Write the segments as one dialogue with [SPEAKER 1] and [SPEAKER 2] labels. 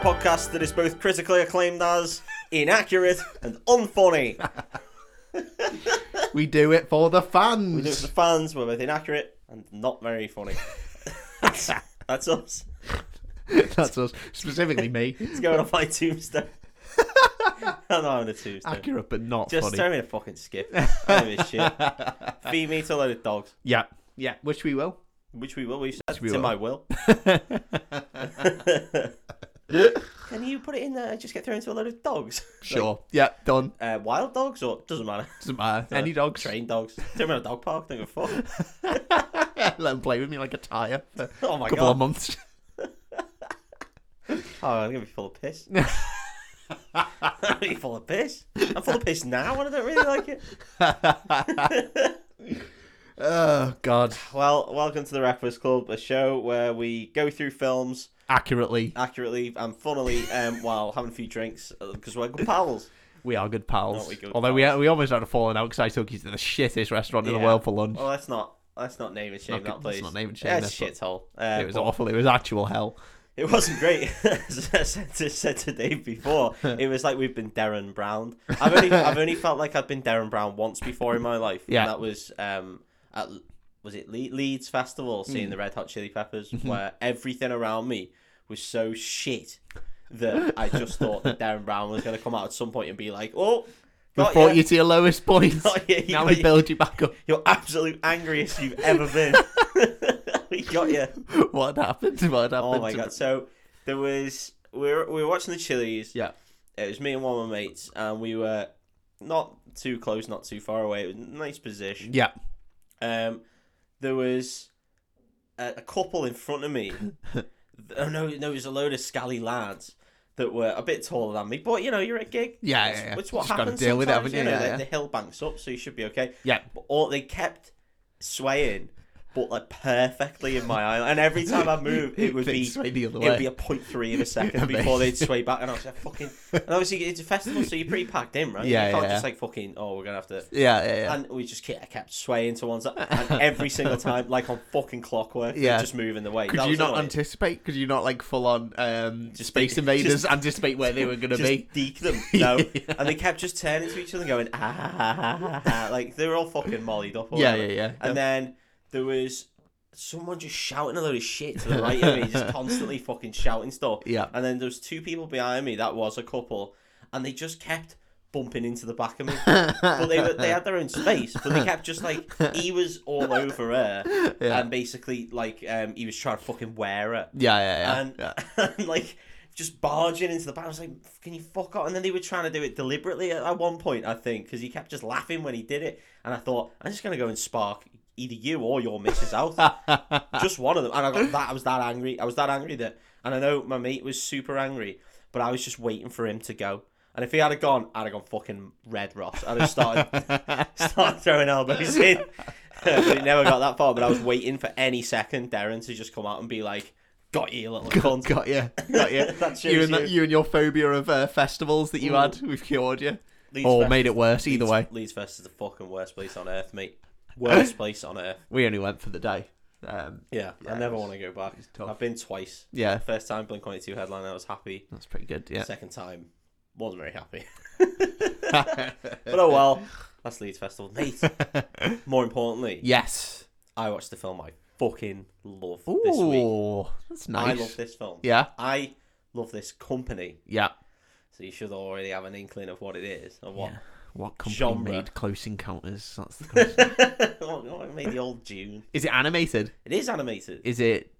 [SPEAKER 1] podcast that is both critically acclaimed as inaccurate and unfunny.
[SPEAKER 2] We do it for the fans.
[SPEAKER 1] We do it for the fans. We're both inaccurate and not very funny. that's, that's us.
[SPEAKER 2] That's us. Specifically me.
[SPEAKER 1] It's going on my tombstone. I'm not on a tombstone.
[SPEAKER 2] Accurate but not
[SPEAKER 1] Just
[SPEAKER 2] funny.
[SPEAKER 1] tell me to fucking skip. I don't give a shit. Feed me to a load of dogs,
[SPEAKER 2] Yeah. Yeah. Which we will.
[SPEAKER 1] which we will. We said
[SPEAKER 2] we
[SPEAKER 1] it's in
[SPEAKER 2] will.
[SPEAKER 1] my will. Can you put it in there? I just get thrown to a load of dogs.
[SPEAKER 2] Sure. yeah. Done.
[SPEAKER 1] Uh, wild dogs or doesn't matter.
[SPEAKER 2] Doesn't matter. Any dogs.
[SPEAKER 1] Train dogs. Throw me in a dog park. Don't give a fuck.
[SPEAKER 2] Let them play with me like a tire for
[SPEAKER 1] Oh my
[SPEAKER 2] a couple
[SPEAKER 1] god.
[SPEAKER 2] of months.
[SPEAKER 1] Oh, I'm gonna be full of piss. I'm gonna be full of piss. I'm full of piss now, and I don't really like it.
[SPEAKER 2] Oh God.
[SPEAKER 1] Well, welcome to the Breakfast Club, a show where we go through films
[SPEAKER 2] Accurately,
[SPEAKER 1] accurately and funnily, um, while having a few drinks because we're good pals.
[SPEAKER 2] we are good pals.
[SPEAKER 1] Aren't we good
[SPEAKER 2] Although we we almost had a falling out because I took you to the shittest restaurant in the
[SPEAKER 1] Yeah. Oh,
[SPEAKER 2] world for lunch.
[SPEAKER 1] Well, let's not let's not name and shame
[SPEAKER 2] Not good-
[SPEAKER 1] that place.
[SPEAKER 2] let's not name and shame
[SPEAKER 1] Yeah, it's a
[SPEAKER 2] that,
[SPEAKER 1] shithole. Uh,
[SPEAKER 2] it was
[SPEAKER 1] but
[SPEAKER 2] awful. It was actual hell.
[SPEAKER 1] It wasn't great. As I said to, said to Dave before, it was like we've been Darren Brown. I've only I've only felt like I've been Darren Brown once before in my life.
[SPEAKER 2] Yeah.
[SPEAKER 1] and that was um at was it Le- Leeds Festival, seeing
[SPEAKER 2] Hmm.
[SPEAKER 1] the Red Hot Chili Peppers,
[SPEAKER 2] Mm-hmm.
[SPEAKER 1] where everything around me was so shit that I just thought that Darren Brown was going to come out at some point and be like, "Oh,
[SPEAKER 2] We
[SPEAKER 1] got
[SPEAKER 2] brought
[SPEAKER 1] ya.
[SPEAKER 2] you to your lowest point.
[SPEAKER 1] Got ya,
[SPEAKER 2] now
[SPEAKER 1] got
[SPEAKER 2] we
[SPEAKER 1] ya.
[SPEAKER 2] build you back up.
[SPEAKER 1] You're absolute angriest you've ever been. we got you."
[SPEAKER 2] what happened? What happened?
[SPEAKER 1] Oh my
[SPEAKER 2] to-
[SPEAKER 1] god! So there was we were we were watching the Chili's.
[SPEAKER 2] Yeah.
[SPEAKER 1] It was me and one of my mates, and we were not too close, not too far away. It was a nice position.
[SPEAKER 2] Yeah.
[SPEAKER 1] Um, there was a, a couple in front of me. oh no, no, it was a load of scally lads that were a bit taller than me. But you know, you're at a gig.
[SPEAKER 2] Yeah,
[SPEAKER 1] It's,
[SPEAKER 2] yeah, yeah.
[SPEAKER 1] it's what
[SPEAKER 2] Just gotta
[SPEAKER 1] happens.
[SPEAKER 2] deal with it,
[SPEAKER 1] sometimes,
[SPEAKER 2] haven't
[SPEAKER 1] you
[SPEAKER 2] you?
[SPEAKER 1] know,
[SPEAKER 2] Yeah,
[SPEAKER 1] the,
[SPEAKER 2] yeah.
[SPEAKER 1] the hill banks up, so you should be okay.
[SPEAKER 2] Yeah.
[SPEAKER 1] But all they kept swaying. But like perfectly in my eye, and every time I move, it would
[SPEAKER 2] They'd
[SPEAKER 1] be
[SPEAKER 2] sway the other
[SPEAKER 1] it would
[SPEAKER 2] way.
[SPEAKER 1] be a point three of a second before they'd sway back, and I was like, "Fucking!" And obviously, it's a festival, so you're pretty packed in, right?
[SPEAKER 2] Yeah,
[SPEAKER 1] you can't
[SPEAKER 2] yeah,
[SPEAKER 1] just
[SPEAKER 2] yeah.
[SPEAKER 1] like fucking. Oh, we're gonna have to.
[SPEAKER 2] yeah, yeah, yeah.
[SPEAKER 1] And we just kept, kept swaying to one side, and every single time, like on fucking clockwork, yeah,
[SPEAKER 2] Yeah.
[SPEAKER 1] just moving the way.
[SPEAKER 2] Could
[SPEAKER 1] That
[SPEAKER 2] you
[SPEAKER 1] was
[SPEAKER 2] not
[SPEAKER 1] annoying.
[SPEAKER 2] anticipate? Could you not like full on um,
[SPEAKER 1] Just
[SPEAKER 2] space
[SPEAKER 1] think-
[SPEAKER 2] invaders
[SPEAKER 1] just-
[SPEAKER 2] anticipate where they were going to
[SPEAKER 1] just
[SPEAKER 2] be?
[SPEAKER 1] deke them? No, and they kept just turning to each other, and going ah, ha, ha, ha, ha, ha. like they were all fucking mollied up. or
[SPEAKER 2] Yeah,
[SPEAKER 1] whatever.
[SPEAKER 2] yeah, yeah.
[SPEAKER 1] And then there was someone just shouting a load of shit to the right of me, just constantly fucking shouting stuff.
[SPEAKER 2] Yeah.
[SPEAKER 1] And then there was two people behind me. That was a couple, and they just kept bumping into the back of me. but they were, they had their own space, but they kept just like he was all over her,
[SPEAKER 2] Yeah.
[SPEAKER 1] and basically like um, he was trying to fucking wear her,
[SPEAKER 2] Yeah, yeah, yeah.
[SPEAKER 1] and,
[SPEAKER 2] yeah.
[SPEAKER 1] and like. Just barging into the back, I was like, "Can you fuck off?" And then they were trying to do it deliberately at, at one point, I think, because he kept just laughing when he did it. And I thought, "I'm just gonna go and spark either you or your missus out." just one of them. And I got that. I was that angry. I was that angry that. And I know my mate was super angry, but I was just waiting for him to go. And if he had a gone, I'd have gone fucking red Ross. I'd have started, started throwing elbows in. but it never got that far. But I was waiting for any second Darren to just come out and be like, "Got you, you little cunt."
[SPEAKER 2] Got you, got you.
[SPEAKER 1] That shows
[SPEAKER 2] you, and
[SPEAKER 1] you.
[SPEAKER 2] that, you and your phobia of uh, festivals that you
[SPEAKER 1] Mm.
[SPEAKER 2] had, we've cured you,
[SPEAKER 1] Leeds
[SPEAKER 2] or
[SPEAKER 1] Fest-
[SPEAKER 2] made it worse. Either
[SPEAKER 1] Leeds-
[SPEAKER 2] way,
[SPEAKER 1] Leeds Fest is the fucking worst place on earth, mate. Worst place on earth.
[SPEAKER 2] we only went for the day. Um,
[SPEAKER 1] Yeah,
[SPEAKER 2] Yeah,
[SPEAKER 1] I never
[SPEAKER 2] it's-
[SPEAKER 1] want to go back.
[SPEAKER 2] it's tough.
[SPEAKER 1] I've been twice.
[SPEAKER 2] yeah,
[SPEAKER 1] First time Blink One Eight Two headline, I was happy.
[SPEAKER 2] that's pretty good. Yeah,
[SPEAKER 1] Second time, wasn't very happy. But oh well, that's Leeds Festival, mate. More importantly,
[SPEAKER 2] yes.
[SPEAKER 1] I watched the film I fucking love this week.
[SPEAKER 2] Ooh, that's nice.
[SPEAKER 1] I love this film.
[SPEAKER 2] Yeah,
[SPEAKER 1] I love this company.
[SPEAKER 2] yeah.
[SPEAKER 1] So you should already have an inkling of what it is and what,
[SPEAKER 2] Yeah. What company
[SPEAKER 1] Genre.
[SPEAKER 2] made Close Encounters? That's the question.
[SPEAKER 1] what, what made the old June.
[SPEAKER 2] Is it animated?
[SPEAKER 1] It is animated.
[SPEAKER 2] Is it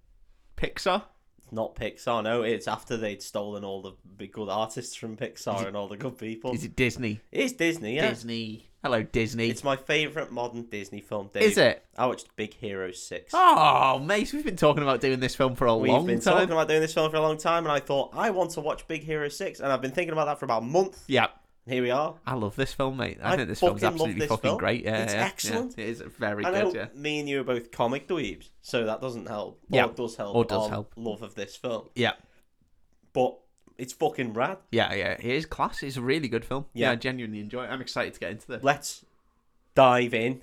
[SPEAKER 2] Pixar?
[SPEAKER 1] It's not Pixar. No, it's after they'd stolen all the big good artists from Pixar and all the good people.
[SPEAKER 2] Is it Disney?
[SPEAKER 1] it is Disney. Yeah,
[SPEAKER 2] Disney. Hello, Disney.
[SPEAKER 1] it's my favorite modern Disney film. Dave.
[SPEAKER 2] Is it?
[SPEAKER 1] I watched Big Hero Six.
[SPEAKER 2] Oh, mate, we've been talking about doing this film for a
[SPEAKER 1] We've
[SPEAKER 2] long
[SPEAKER 1] been
[SPEAKER 2] time.
[SPEAKER 1] talking about doing this film for a long time, and I thought I want to watch Big Hero Six, and I've been thinking about that for about a month.
[SPEAKER 2] Yeah,
[SPEAKER 1] And here we are.
[SPEAKER 2] I love this film, mate. I,
[SPEAKER 1] I
[SPEAKER 2] think this film's
[SPEAKER 1] fucking love
[SPEAKER 2] absolutely
[SPEAKER 1] this
[SPEAKER 2] fucking
[SPEAKER 1] film.
[SPEAKER 2] great. Yeah,
[SPEAKER 1] It's
[SPEAKER 2] yeah, yeah.
[SPEAKER 1] excellent.
[SPEAKER 2] It is very
[SPEAKER 1] I know
[SPEAKER 2] good. Yeah.
[SPEAKER 1] me and you are both comic dweebs, so that doesn't help. Or
[SPEAKER 2] Yeah.
[SPEAKER 1] it does help.
[SPEAKER 2] Or does
[SPEAKER 1] our
[SPEAKER 2] help.
[SPEAKER 1] Love of this film,
[SPEAKER 2] yeah,
[SPEAKER 1] but it's fucking rad.
[SPEAKER 2] yeah, yeah. It is class. It's a really good film. Yeah,
[SPEAKER 1] Yeah.
[SPEAKER 2] I genuinely enjoy. it. I'm excited to get into this.
[SPEAKER 1] Let's dive in.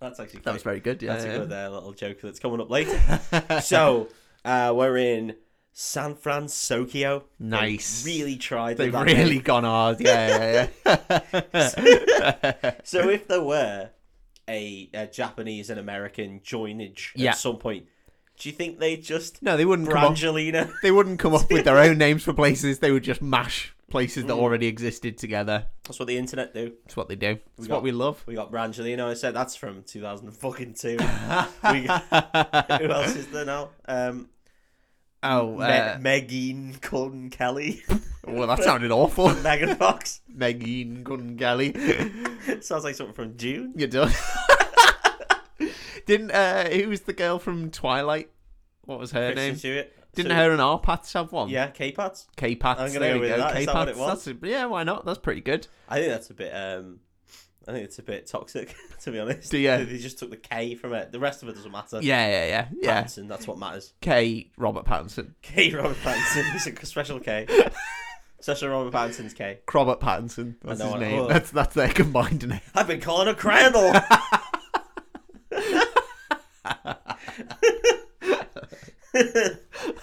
[SPEAKER 1] That's actually
[SPEAKER 2] That was very good. Yeah,
[SPEAKER 1] That's a
[SPEAKER 2] yeah.
[SPEAKER 1] good uh, little joke that's coming up later. so uh, we're in San Fran Sokio. They
[SPEAKER 2] Nice.
[SPEAKER 1] really tried. with
[SPEAKER 2] They've
[SPEAKER 1] that
[SPEAKER 2] really gone hard. Yeah, yeah, yeah.
[SPEAKER 1] so if there were a, a Japanese and American joinage
[SPEAKER 2] Yeah.
[SPEAKER 1] at some point, do you think they just
[SPEAKER 2] no, they wouldn't come up.
[SPEAKER 1] Brangelina?
[SPEAKER 2] They wouldn't come up with their own names for places. They would just mash places
[SPEAKER 1] Mm.
[SPEAKER 2] that already existed together.
[SPEAKER 1] That's what the internet do.
[SPEAKER 2] That's what they do. It's
[SPEAKER 1] got-
[SPEAKER 2] what we love.
[SPEAKER 1] We got Brangelina. I said that's from 2002. we got, who else is there now? Um,
[SPEAKER 2] Oh,
[SPEAKER 1] Me-
[SPEAKER 2] uh,
[SPEAKER 1] Megan Colton Kelly,
[SPEAKER 2] well, that sounded awful.
[SPEAKER 1] Megan Fox.
[SPEAKER 2] Megan Gun Galley.
[SPEAKER 1] Sounds like something from June.
[SPEAKER 2] You're done. Didn't uh, who was the girl from Twilight? What was her
[SPEAKER 1] Kristen
[SPEAKER 2] name?
[SPEAKER 1] Stewart.
[SPEAKER 2] Didn't
[SPEAKER 1] So-
[SPEAKER 2] her and Arpaths have one?
[SPEAKER 1] Yeah, K-Pats.
[SPEAKER 2] K-Pats.
[SPEAKER 1] I'm gonna
[SPEAKER 2] there
[SPEAKER 1] go
[SPEAKER 2] we
[SPEAKER 1] with
[SPEAKER 2] go.
[SPEAKER 1] that. Is that what it
[SPEAKER 2] K-Pats.
[SPEAKER 1] was?
[SPEAKER 2] That's a- yeah, why not? That's pretty good.
[SPEAKER 1] I think that's a bit. um I think it's a bit toxic, to be honest.
[SPEAKER 2] Do ya?
[SPEAKER 1] They just took the K from it. The rest of it doesn't matter.
[SPEAKER 2] Yeah, yeah, yeah, yeah.
[SPEAKER 1] Pattinson, that's what matters.
[SPEAKER 2] K. Robert Pattinson.
[SPEAKER 1] K. Robert Pattinson. He's a special K. Special Robert Pattinson's K.
[SPEAKER 2] Robert Pattinson. That's
[SPEAKER 1] know
[SPEAKER 2] his
[SPEAKER 1] what-
[SPEAKER 2] name.
[SPEAKER 1] oh.
[SPEAKER 2] That's that's their combined name.
[SPEAKER 1] I've been calling her Crandall.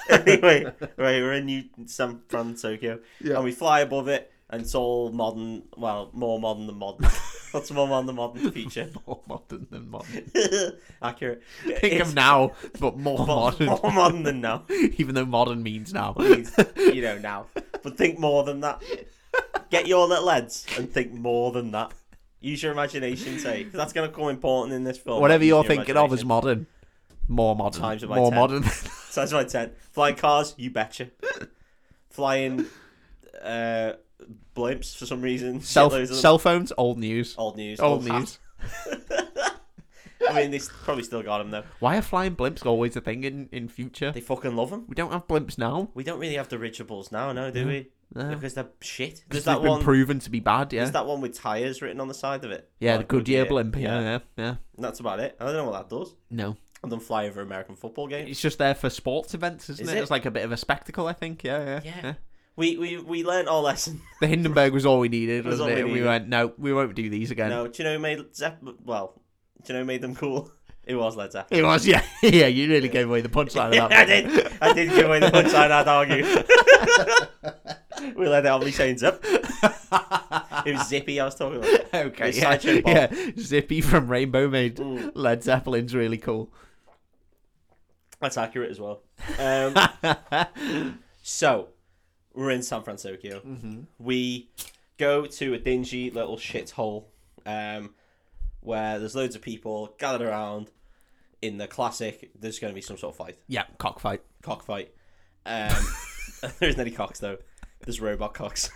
[SPEAKER 1] anyway, right, we're in New San Fran, Tokyo,
[SPEAKER 2] Yeah.
[SPEAKER 1] and we fly above it, and it's all modern. Well, more modern than modern. What's more modern than modern future?
[SPEAKER 2] More modern than modern.
[SPEAKER 1] Accurate.
[SPEAKER 2] Think
[SPEAKER 1] It's
[SPEAKER 2] of now, but more
[SPEAKER 1] more-
[SPEAKER 2] modern.
[SPEAKER 1] more modern than now.
[SPEAKER 2] Even though modern means now.
[SPEAKER 1] means, you know, now. But think more than that. Get your little heads and think more than that. Use your imagination, say, 'cause that's going to come important in this film.
[SPEAKER 2] Whatever
[SPEAKER 1] Use
[SPEAKER 2] you're
[SPEAKER 1] your
[SPEAKER 2] thinking of is
[SPEAKER 1] imagination.
[SPEAKER 2] modern. More modern.
[SPEAKER 1] Times it by
[SPEAKER 2] more
[SPEAKER 1] 10.
[SPEAKER 2] modern.
[SPEAKER 1] So that's my 10. Flying cars, you betcha. Flying uh, blimps for some reason.
[SPEAKER 2] Cell,
[SPEAKER 1] Shitloads of them.
[SPEAKER 2] cell phones, old news.
[SPEAKER 1] Old news.
[SPEAKER 2] Old
[SPEAKER 1] hap-
[SPEAKER 2] news.
[SPEAKER 1] I mean, they s- probably still got them, though.
[SPEAKER 2] Why are flying blimps always a thing in, in future?
[SPEAKER 1] They fucking love them.
[SPEAKER 2] We don't have blimps now.
[SPEAKER 1] We don't really have dirigibles now, no, do we?
[SPEAKER 2] No.
[SPEAKER 1] Because they're shit. There's
[SPEAKER 2] Because they've
[SPEAKER 1] that
[SPEAKER 2] been
[SPEAKER 1] one.
[SPEAKER 2] proven to be bad, yeah.
[SPEAKER 1] There's that one with tires written on the side of it.
[SPEAKER 2] yeah, the
[SPEAKER 1] Like
[SPEAKER 2] Goodyear blimp, yeah, yeah, yeah.
[SPEAKER 1] And that's about it. I don't know what that does.
[SPEAKER 2] No.
[SPEAKER 1] And then fly over American football games.
[SPEAKER 2] It's just there for sports events, isn't
[SPEAKER 1] Is
[SPEAKER 2] it?
[SPEAKER 1] it?
[SPEAKER 2] It's like a bit of a spectacle, I think, yeah, yeah.
[SPEAKER 1] Yeah. We we we learnt our lesson.
[SPEAKER 2] The Hindenburg was all we needed,
[SPEAKER 1] Was
[SPEAKER 2] wasn't
[SPEAKER 1] all
[SPEAKER 2] it?
[SPEAKER 1] we
[SPEAKER 2] And we
[SPEAKER 1] needed.
[SPEAKER 2] went, no, we won't do these again.
[SPEAKER 1] No, do you know who made Zepp? Well, do you know who made them cool? It was Led Zeppelin.
[SPEAKER 2] It was, yeah, yeah. You really gave away the punchline
[SPEAKER 1] Yeah,
[SPEAKER 2] of
[SPEAKER 1] I
[SPEAKER 2] that. one.
[SPEAKER 1] did. I did give away the punchline. I'd argue. we let that on me chains up. It was Zippy I was talking about.
[SPEAKER 2] okay,
[SPEAKER 1] It's
[SPEAKER 2] yeah,
[SPEAKER 1] Sideshow Bob.
[SPEAKER 2] yeah. Zippy from Rainbow made
[SPEAKER 1] Mm.
[SPEAKER 2] Led Zeppelin's really cool.
[SPEAKER 1] That's accurate as well. Um, so we're in San Francisco. We go to a dingy little shithole um, where there's loads of people gathered around. In the classic, there's going to be some sort of fight.
[SPEAKER 2] yeah, cockfight.
[SPEAKER 1] cockfight. Um, there isn't any cocks though. There's robot cocks.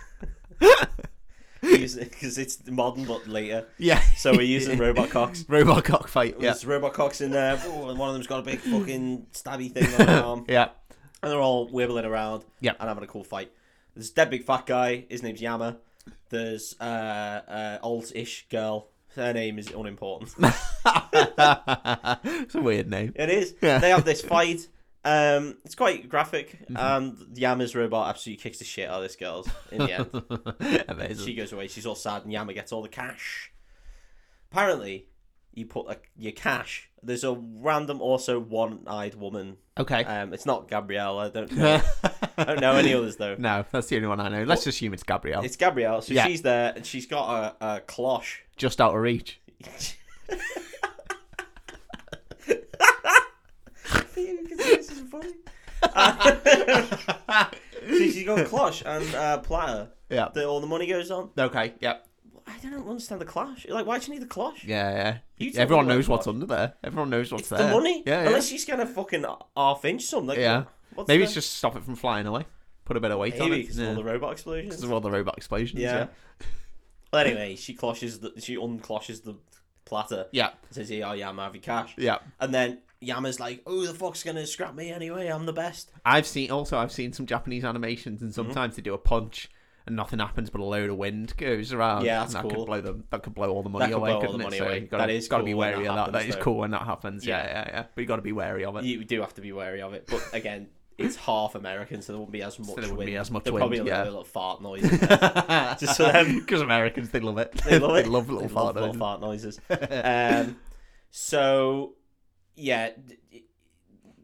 [SPEAKER 1] Because it's modern but later,
[SPEAKER 2] Yeah.
[SPEAKER 1] so we're using robot cocks.
[SPEAKER 2] robot cockfight. Yeah,
[SPEAKER 1] There's robot cocks in there, Ooh, and one of them's got a big fucking stabby thing on their arm,
[SPEAKER 2] yeah.
[SPEAKER 1] and they're all wibbling around
[SPEAKER 2] Yeah.
[SPEAKER 1] and having a cool fight. There's a dead big fat guy. His name's Yama. There's uh, uh alt-ish girl. Her name is unimportant.
[SPEAKER 2] it's a weird name.
[SPEAKER 1] It is.
[SPEAKER 2] Yeah. Mm-hmm.
[SPEAKER 1] They have this fight. Um, it's quite graphic, and Yama's robot absolutely kicks the shit out of this girl's in the end.
[SPEAKER 2] Amazing.
[SPEAKER 1] she goes away. She's all sad, and Yama gets all the cash. Apparently, you put like, your cash. There's a random, also one-eyed woman.
[SPEAKER 2] okay.
[SPEAKER 1] Um, it's not Gabrielle. I don't know. I don't know any others though.
[SPEAKER 2] no, that's the only one I know. Let's assume it's Gabrielle.
[SPEAKER 1] It's Gabrielle. So
[SPEAKER 2] Yeah.
[SPEAKER 1] she's there, and she's got a, a cloche.
[SPEAKER 2] Just out of reach.
[SPEAKER 1] this is funny. so she's got a cloche and uh, platter
[SPEAKER 2] Yeah.
[SPEAKER 1] that all the money goes on.
[SPEAKER 2] Okay. Yep.
[SPEAKER 1] I don't understand the cloche. Like, why do you need the cloche?
[SPEAKER 2] Yeah.
[SPEAKER 1] You
[SPEAKER 2] Yeah.
[SPEAKER 1] told
[SPEAKER 2] Everyone
[SPEAKER 1] me what
[SPEAKER 2] knows
[SPEAKER 1] it
[SPEAKER 2] what's
[SPEAKER 1] was.
[SPEAKER 2] under there. Everyone knows what's
[SPEAKER 1] It's
[SPEAKER 2] there.
[SPEAKER 1] the money.
[SPEAKER 2] Yeah. yeah.
[SPEAKER 1] Unless she's going to fucking half inch something. Like,
[SPEAKER 2] Yeah.
[SPEAKER 1] What's
[SPEAKER 2] Maybe
[SPEAKER 1] the...
[SPEAKER 2] it's just stop it from flying away. Put a bit of weight on
[SPEAKER 1] Maybe
[SPEAKER 2] it.
[SPEAKER 1] because of all
[SPEAKER 2] Yeah.
[SPEAKER 1] the robot explosions.
[SPEAKER 2] Because of all the robot explosions.
[SPEAKER 1] Yeah.
[SPEAKER 2] Yeah.
[SPEAKER 1] Well, anyway, she closhes the, she uncloshes the platter.
[SPEAKER 2] Yeah.
[SPEAKER 1] Says, "Yeah, oh, yeah, I'm having cash."
[SPEAKER 2] Yeah.
[SPEAKER 1] And then Yama's like, "Oh, the fuck's gonna scrap me anyway? I'm the best."
[SPEAKER 2] I've seen also I've seen some Japanese animations
[SPEAKER 1] Mm-hmm.
[SPEAKER 2] and sometimes they do a punch and nothing happens but a load of wind goes around.
[SPEAKER 1] Yeah,
[SPEAKER 2] and
[SPEAKER 1] that's
[SPEAKER 2] that could
[SPEAKER 1] cool.
[SPEAKER 2] blow them that could blow all the money
[SPEAKER 1] could
[SPEAKER 2] away,
[SPEAKER 1] blow all the
[SPEAKER 2] couldn't it?
[SPEAKER 1] money
[SPEAKER 2] so
[SPEAKER 1] away.
[SPEAKER 2] you gotta,
[SPEAKER 1] That is
[SPEAKER 2] gotta
[SPEAKER 1] cool
[SPEAKER 2] be
[SPEAKER 1] when
[SPEAKER 2] wary
[SPEAKER 1] that
[SPEAKER 2] of that. that
[SPEAKER 1] happens,
[SPEAKER 2] is
[SPEAKER 1] though.
[SPEAKER 2] cool when that happens, yeah,
[SPEAKER 1] Yeah.
[SPEAKER 2] yeah, yeah. But you gotta be wary of it.
[SPEAKER 1] You do have to be wary of it, but again, it's half American, so there won't be as much
[SPEAKER 2] there wouldn't
[SPEAKER 1] wind.
[SPEAKER 2] be as much
[SPEAKER 1] There'll
[SPEAKER 2] wind,
[SPEAKER 1] probably a little,
[SPEAKER 2] yeah.
[SPEAKER 1] little fart noise. in there. Just for them.
[SPEAKER 2] Because Americans they love it.
[SPEAKER 1] They love it.
[SPEAKER 2] little
[SPEAKER 1] They
[SPEAKER 2] fart
[SPEAKER 1] love
[SPEAKER 2] noises.
[SPEAKER 1] fart noises. um, so yeah, d- d-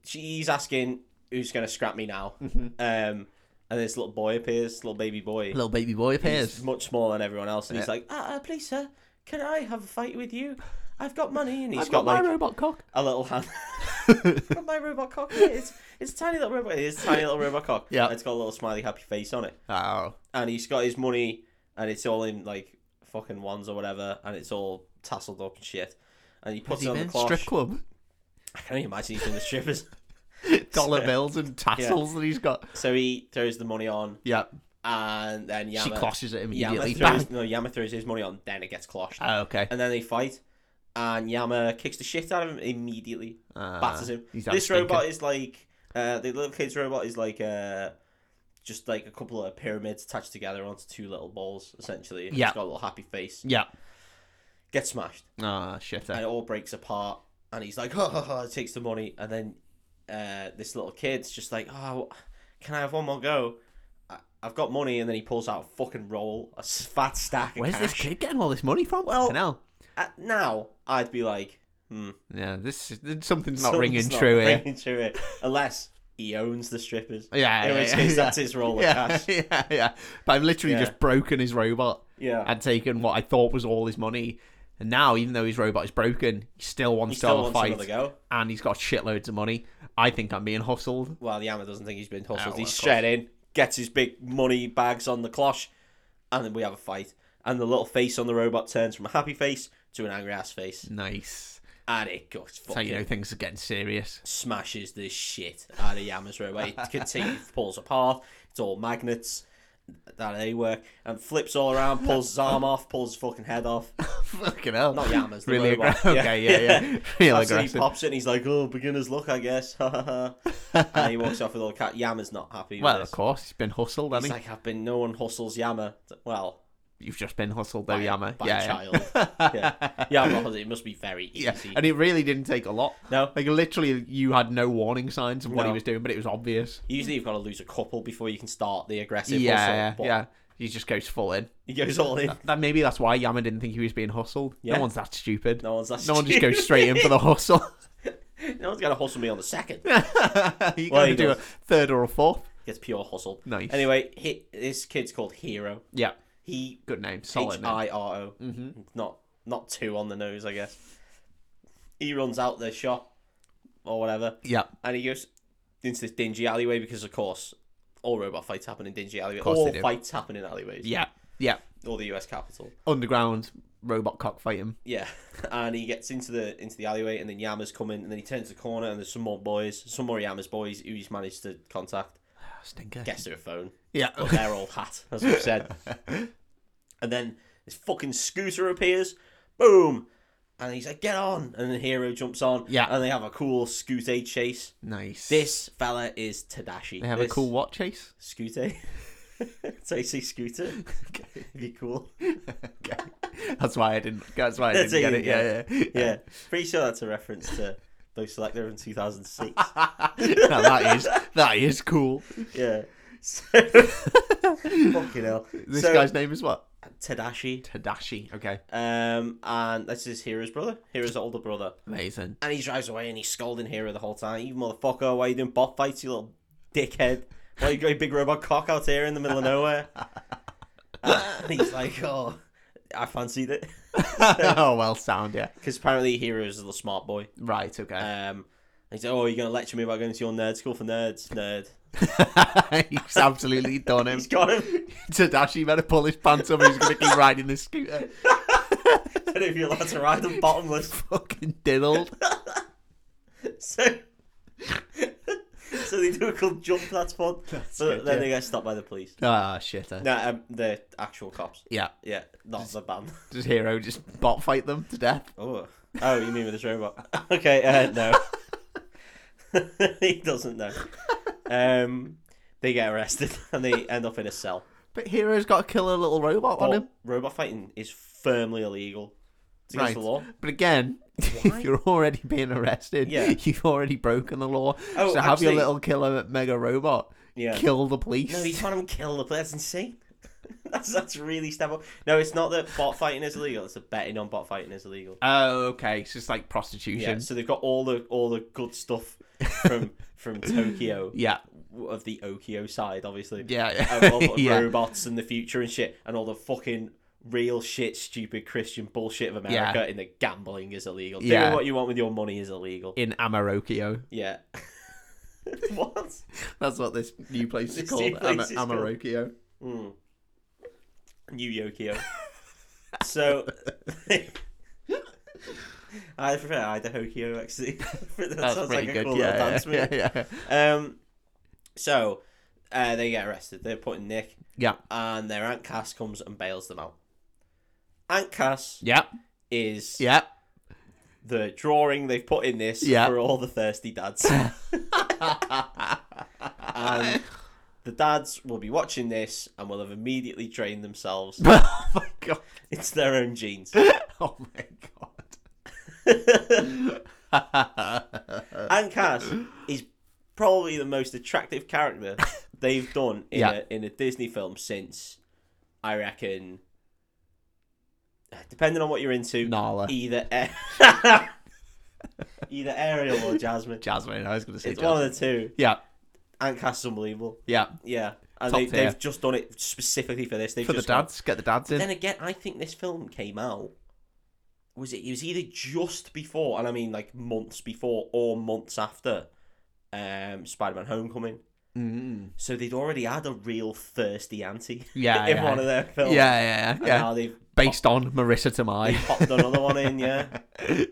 [SPEAKER 1] she's asking who's going to scrap me now?
[SPEAKER 2] Mm-hmm.
[SPEAKER 1] Um, and this little boy appears, little baby boy.
[SPEAKER 2] Little baby boy
[SPEAKER 1] He's
[SPEAKER 2] appears.
[SPEAKER 1] much smaller than everyone else, and he's
[SPEAKER 2] Yeah.
[SPEAKER 1] like, ah, uh, please, sir, can I have a fight with you? I've got money, and he's
[SPEAKER 2] I've got,
[SPEAKER 1] like
[SPEAKER 2] my robot cock.
[SPEAKER 1] a little hand. I've got my robot cock. Here. It's it's a tiny little robot. It's a tiny little robot cock.
[SPEAKER 2] Yeah.
[SPEAKER 1] and it's got a little smiley happy face on it,
[SPEAKER 2] Oh,
[SPEAKER 1] and he's got his money, and it's all in like fucking ones or whatever, and it's all tasseled up and shit. And he
[SPEAKER 2] has
[SPEAKER 1] puts
[SPEAKER 2] he
[SPEAKER 1] it on the
[SPEAKER 2] been
[SPEAKER 1] clock.
[SPEAKER 2] strip club?
[SPEAKER 1] I can only imagine he's in the strippers.
[SPEAKER 2] Dollar bills and tassels that he's got.
[SPEAKER 1] So he throws the money on,
[SPEAKER 2] Yeah,
[SPEAKER 1] and then Yama,
[SPEAKER 2] she closhes it
[SPEAKER 1] Yama
[SPEAKER 2] immediately. Bang.
[SPEAKER 1] throws, no, Yama throws his money on, then it gets closhed.
[SPEAKER 2] Oh, okay.
[SPEAKER 1] and then they fight, and Yama kicks the shit out of him immediately,
[SPEAKER 2] Uh,
[SPEAKER 1] batters him.
[SPEAKER 2] he's had a
[SPEAKER 1] This
[SPEAKER 2] stinker.
[SPEAKER 1] robot is like uh, the little kid's robot is like uh, just like a couple of pyramids attached together onto two little balls, essentially. and
[SPEAKER 2] Yeah.
[SPEAKER 1] it's got a little happy face.
[SPEAKER 2] Yeah.
[SPEAKER 1] Gets smashed,
[SPEAKER 2] Ah, shit.
[SPEAKER 1] and
[SPEAKER 2] eh.
[SPEAKER 1] it all breaks apart. And he's like, ha ha ha, takes the money, and then uh, this little kid's just like, oh, can I have one more go? I- I've got money, and then he pulls out a fucking roll, a s- fat stack. Of
[SPEAKER 2] Where's this
[SPEAKER 1] cash.
[SPEAKER 2] kid getting all this money from?
[SPEAKER 1] Well-
[SPEAKER 2] Fucking hell.
[SPEAKER 1] Uh, now I'd be like, hmm.
[SPEAKER 2] Yeah, this is- something's not
[SPEAKER 1] Something's
[SPEAKER 2] ringing
[SPEAKER 1] not
[SPEAKER 2] true here.
[SPEAKER 1] ringing true here. Unless he owns the strippers.
[SPEAKER 2] Yeah,
[SPEAKER 1] In
[SPEAKER 2] yeah,
[SPEAKER 1] which
[SPEAKER 2] yeah,
[SPEAKER 1] case,
[SPEAKER 2] yeah.
[SPEAKER 1] that's his role of
[SPEAKER 2] yeah,
[SPEAKER 1] cash.
[SPEAKER 2] yeah, yeah. But I've literally
[SPEAKER 1] Yeah.
[SPEAKER 2] just broken his robot
[SPEAKER 1] Yeah.
[SPEAKER 2] and taken what I thought was all his money. And now, even though his robot is broken, he still
[SPEAKER 1] he
[SPEAKER 2] wants to
[SPEAKER 1] still
[SPEAKER 2] have a
[SPEAKER 1] wants
[SPEAKER 2] fight,
[SPEAKER 1] another go.
[SPEAKER 2] and he's got shitloads of money. I think I'm being hustled.
[SPEAKER 1] Well, the hammer doesn't think he's been
[SPEAKER 2] Oh,
[SPEAKER 1] hustled.
[SPEAKER 2] well,
[SPEAKER 1] he's
[SPEAKER 2] of
[SPEAKER 1] straight in, gets his big money bags on the cloche, and then we have a fight. And the little face on the robot turns from a happy face to an angry ass face,
[SPEAKER 2] Nice.
[SPEAKER 1] and it goes
[SPEAKER 2] That's how
[SPEAKER 1] fucking
[SPEAKER 2] you know things are getting serious.
[SPEAKER 1] smashes the shit out of Yama's robot. It continues, pulls apart. It's all magnets. That they work and flips all around, pulls his arm off, pulls his fucking head off.
[SPEAKER 2] Fucking hell.
[SPEAKER 1] Not Yammers, the
[SPEAKER 2] really
[SPEAKER 1] robot.
[SPEAKER 2] aggressive. Okay, yeah, yeah. Real
[SPEAKER 1] Absolutely
[SPEAKER 2] aggressive.
[SPEAKER 1] pops it and he's like, oh, beginner's luck, I guess. and he walks off with all the cat. Yammer's not happy with
[SPEAKER 2] well,
[SPEAKER 1] this.
[SPEAKER 2] of course, he's been hustled,
[SPEAKER 1] He's
[SPEAKER 2] hasn't
[SPEAKER 1] like, I've been, no one hustles Yammer. Well,
[SPEAKER 2] he? You've just been hustled, though,
[SPEAKER 1] by-
[SPEAKER 2] Yama.
[SPEAKER 1] by
[SPEAKER 2] yeah,
[SPEAKER 1] child.
[SPEAKER 2] yeah.
[SPEAKER 1] yeah. Yammer hustles, it must be very
[SPEAKER 2] Yeah,
[SPEAKER 1] easy.
[SPEAKER 2] and it really didn't take a lot.
[SPEAKER 1] No.
[SPEAKER 2] Like, literally, you had no warning signs of what he
[SPEAKER 1] No.
[SPEAKER 2] was doing, but it was obvious.
[SPEAKER 1] Usually you've got to lose a couple before you can start the aggressive hustle.
[SPEAKER 2] yeah,
[SPEAKER 1] but
[SPEAKER 2] yeah. He just goes full in.
[SPEAKER 1] He goes all in.
[SPEAKER 2] That maybe that's why Yama didn't think he was being hustled.
[SPEAKER 1] Yeah.
[SPEAKER 2] No one's that stupid.
[SPEAKER 1] No one's that
[SPEAKER 2] No one just goes straight in for the hustle.
[SPEAKER 1] No one's going to hustle me on the second.
[SPEAKER 2] you
[SPEAKER 1] Well,
[SPEAKER 2] got
[SPEAKER 1] he
[SPEAKER 2] to do a
[SPEAKER 1] does.
[SPEAKER 2] third or a fourth.
[SPEAKER 1] Gets pure hustled.
[SPEAKER 2] Nice.
[SPEAKER 1] Anyway, he, this kid's called Hero.
[SPEAKER 2] Yeah,
[SPEAKER 1] He
[SPEAKER 2] good name, solid
[SPEAKER 1] H
[SPEAKER 2] name.
[SPEAKER 1] I R O. Not not two on the nose, I guess. He runs out the shop or whatever,
[SPEAKER 2] Yeah,
[SPEAKER 1] and he goes into this dingy alleyway because, of course, all robot fights happen in dingy alleyways.
[SPEAKER 2] course
[SPEAKER 1] All
[SPEAKER 2] they do.
[SPEAKER 1] fights happen in alleyways.
[SPEAKER 2] yeah, yeah.
[SPEAKER 1] All the U.S. capital.
[SPEAKER 2] Underground robot cockfighting.
[SPEAKER 1] Yeah, and he gets into the into the alleyway, and then Yammer's coming, and then he turns the corner, and there's some more boys, some more Yammer's boys who he's managed to contact.
[SPEAKER 2] Stinker.
[SPEAKER 1] Gets their phone.
[SPEAKER 2] Yeah.
[SPEAKER 1] but they're all hat, as we've said. and then this fucking scooter appears, boom, and he's like, "Get on!" And the hero jumps on,
[SPEAKER 2] Yeah.
[SPEAKER 1] and they have a cool scooter chase.
[SPEAKER 2] nice.
[SPEAKER 1] This fella is Tadashi.
[SPEAKER 2] They have a
[SPEAKER 1] This
[SPEAKER 2] cool what chase?
[SPEAKER 1] scooter. so you see scooter, be cool.
[SPEAKER 2] okay. That's why I didn't. That's why I
[SPEAKER 1] That's
[SPEAKER 2] didn't get
[SPEAKER 1] it,
[SPEAKER 2] it. Yeah, yeah.
[SPEAKER 1] Yeah, pretty sure that's a reference to Bow Selector in 2006.
[SPEAKER 2] No, that is that is cool.
[SPEAKER 1] yeah. So, fucking hell.
[SPEAKER 2] This
[SPEAKER 1] so,
[SPEAKER 2] guy's name is what?
[SPEAKER 1] Tadashi,
[SPEAKER 2] Tadashi. Okay.
[SPEAKER 1] um, and that's his hero's brother, hero's older brother.
[SPEAKER 2] Amazing.
[SPEAKER 1] And he drives away and he's scolding Hero the whole time. You motherfucker, why you doing bot fights, you little dickhead? Why you got your big robot cock out here in the middle of nowhere?
[SPEAKER 2] Uh,
[SPEAKER 1] and he's like, oh, I fancied it.
[SPEAKER 2] oh well, sound yeah.
[SPEAKER 1] Because apparently Hero's a little smart boy.
[SPEAKER 2] Right. Okay.
[SPEAKER 1] Um, he's like, oh, you're going to lecture me about going to your nerd school for nerds? Nerd. Uh,
[SPEAKER 2] he's absolutely done him.
[SPEAKER 1] He's got him.
[SPEAKER 2] Tadashi better pull his pants up. He's gonna keep riding this scooter.
[SPEAKER 1] I don't know if you're allowed to ride them bottomless.
[SPEAKER 2] Fucking diddled.
[SPEAKER 1] So... so they do a cool jump, that's fun. So
[SPEAKER 2] good,
[SPEAKER 1] then
[SPEAKER 2] yeah.
[SPEAKER 1] they get stopped by the police.
[SPEAKER 2] Ah shit. eh.
[SPEAKER 1] No, um, the actual cops.
[SPEAKER 2] Yeah.
[SPEAKER 1] Yeah, not the band.
[SPEAKER 2] Does Hero just bot fight them to death?
[SPEAKER 1] Oh, oh, you mean with this robot? okay, uh, no, he doesn't know. Um, they get arrested and they end up in a cell.
[SPEAKER 2] But Hero's got to kill a little robot on
[SPEAKER 1] But
[SPEAKER 2] him.
[SPEAKER 1] robot fighting is firmly illegal. It's against
[SPEAKER 2] Right.
[SPEAKER 1] the law.
[SPEAKER 2] But again,
[SPEAKER 1] Why?
[SPEAKER 2] if you're already being arrested,
[SPEAKER 1] Yeah.
[SPEAKER 2] you've already broken the law.
[SPEAKER 1] Oh,
[SPEAKER 2] so have your
[SPEAKER 1] actually-
[SPEAKER 2] little killer mega robot
[SPEAKER 1] Yeah.
[SPEAKER 2] kill the police.
[SPEAKER 1] No, he's trying to kill the. That's insane. that's that's really step up. No, it's not that bot fighting is illegal. It's that betting on bot fighting is illegal.
[SPEAKER 2] Oh, okay. It's just like prostitution.
[SPEAKER 1] Yeah, so they've got all the all the good stuff from from Tokyo
[SPEAKER 2] Yeah.
[SPEAKER 1] of the Okio side, obviously.
[SPEAKER 2] Yeah.
[SPEAKER 1] And all the
[SPEAKER 2] yeah.
[SPEAKER 1] robots and the future and shit, and all the fucking real shit, stupid Christian bullshit of America. In that gambling is illegal.
[SPEAKER 2] Yeah.
[SPEAKER 1] Doing what you want with your money is illegal.
[SPEAKER 2] In Amarokio.
[SPEAKER 1] Yeah. what?
[SPEAKER 2] That's what this new place is
[SPEAKER 1] This
[SPEAKER 2] called.
[SPEAKER 1] new
[SPEAKER 2] Ama-
[SPEAKER 1] place is called.
[SPEAKER 2] Amarokio.
[SPEAKER 1] Mm. New Yokio. so. I prefer Idaho Kyo actually. that
[SPEAKER 2] That's
[SPEAKER 1] sounds
[SPEAKER 2] pretty
[SPEAKER 1] like a
[SPEAKER 2] good.
[SPEAKER 1] cool little
[SPEAKER 2] yeah,
[SPEAKER 1] dance move.
[SPEAKER 2] yeah, yeah, yeah.
[SPEAKER 1] Um, so uh, they get arrested. They're putting Nick.
[SPEAKER 2] Yeah.
[SPEAKER 1] And their aunt Cass comes and bails them out. Aunt Cass
[SPEAKER 2] Yeah.
[SPEAKER 1] is
[SPEAKER 2] Yeah.
[SPEAKER 1] the drawing they've put in this
[SPEAKER 2] Yeah.
[SPEAKER 1] for all the thirsty dads, and the dads will be watching this and will have immediately drained themselves.
[SPEAKER 2] oh my god.
[SPEAKER 1] it's their own genes.
[SPEAKER 2] Oh my
[SPEAKER 1] aunt
[SPEAKER 2] god.
[SPEAKER 1] Cass is probably the most attractive character they've done in
[SPEAKER 2] Yeah.
[SPEAKER 1] a in a Disney film since I reckon. Depending on what you're into,
[SPEAKER 2] Nala.
[SPEAKER 1] either A- either Ariel or Jasmine.
[SPEAKER 2] Jasmine. I was going to say
[SPEAKER 1] It's one
[SPEAKER 2] Jasmine.
[SPEAKER 1] of the two.
[SPEAKER 2] Yeah.
[SPEAKER 1] Aunt Cass is unbelievable.
[SPEAKER 2] Yeah.
[SPEAKER 1] Yeah, and
[SPEAKER 2] Top
[SPEAKER 1] they,
[SPEAKER 2] tier.
[SPEAKER 1] they've just done it specifically for this. They've
[SPEAKER 2] For the
[SPEAKER 1] just gone-
[SPEAKER 2] dads. Get the dads in.
[SPEAKER 1] Then again, I think this film came out. Was it? It was either just before, and I mean like months before or months after, um, Spider-Man: Homecoming.
[SPEAKER 2] Mm.
[SPEAKER 1] So they'd already had a real thirsty auntie
[SPEAKER 2] Yeah.
[SPEAKER 1] in
[SPEAKER 2] yeah.
[SPEAKER 1] one of their
[SPEAKER 2] yeah,
[SPEAKER 1] films.
[SPEAKER 2] yeah, yeah,
[SPEAKER 1] and
[SPEAKER 2] yeah.
[SPEAKER 1] now they've
[SPEAKER 2] Based on Marissa Tomei.
[SPEAKER 1] popped another one in. Yeah,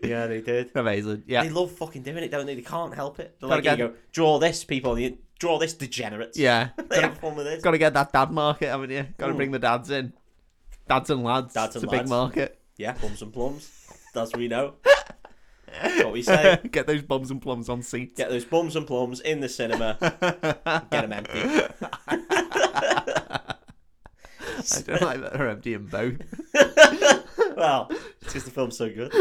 [SPEAKER 1] yeah, they did.
[SPEAKER 2] Amazing. Yeah.
[SPEAKER 1] They love fucking doing it, don't they? They can't help it. They're
[SPEAKER 2] Gotta
[SPEAKER 1] like, here you go, draw this, people. You- Draw this, degenerates.
[SPEAKER 2] Yeah.
[SPEAKER 1] they have fun with this.
[SPEAKER 2] Got to get that dad market, haven't you? Got to
[SPEAKER 1] Mm.
[SPEAKER 2] bring the dads in. Dads and lads.
[SPEAKER 1] Dads
[SPEAKER 2] it's
[SPEAKER 1] and
[SPEAKER 2] a big
[SPEAKER 1] lads.
[SPEAKER 2] market.
[SPEAKER 1] Yeah, bums and plums. That's what we know. That's what we say.
[SPEAKER 2] get those bums and plums on seats.
[SPEAKER 1] Get those bums and plums in the cinema. Get them empty.
[SPEAKER 2] I don't like that they're empty and both.
[SPEAKER 1] Well, it's because the film's so good.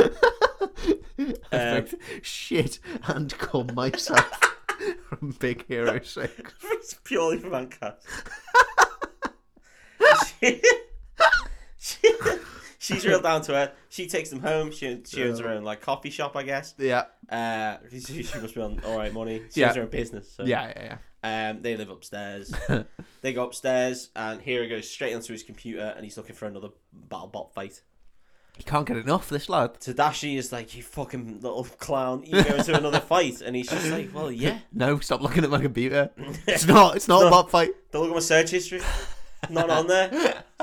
[SPEAKER 1] Um,
[SPEAKER 2] Both shit and cum myself from Big Hero 6.
[SPEAKER 1] it's purely from Anka. she, she- she's real down to earth. She takes them home. She, she owns her own like coffee shop, I guess.
[SPEAKER 2] Yeah.
[SPEAKER 1] Uh, she, she must be on all right money. She
[SPEAKER 2] Yeah.
[SPEAKER 1] owns her own business. So.
[SPEAKER 2] Yeah, yeah,
[SPEAKER 1] Um, they live upstairs. they go upstairs, and Hero goes straight onto his computer, and he's looking for another battle bot fight.
[SPEAKER 2] He can't get enough, this lad.
[SPEAKER 1] Tadashi is like, "You fucking little clown, you go into another fight," and he's just like, "Well, yeah."
[SPEAKER 2] No, stop looking at my computer. It's not, it's not a
[SPEAKER 1] No.
[SPEAKER 2] bot fight.
[SPEAKER 1] Don't look at my search history. Not on there.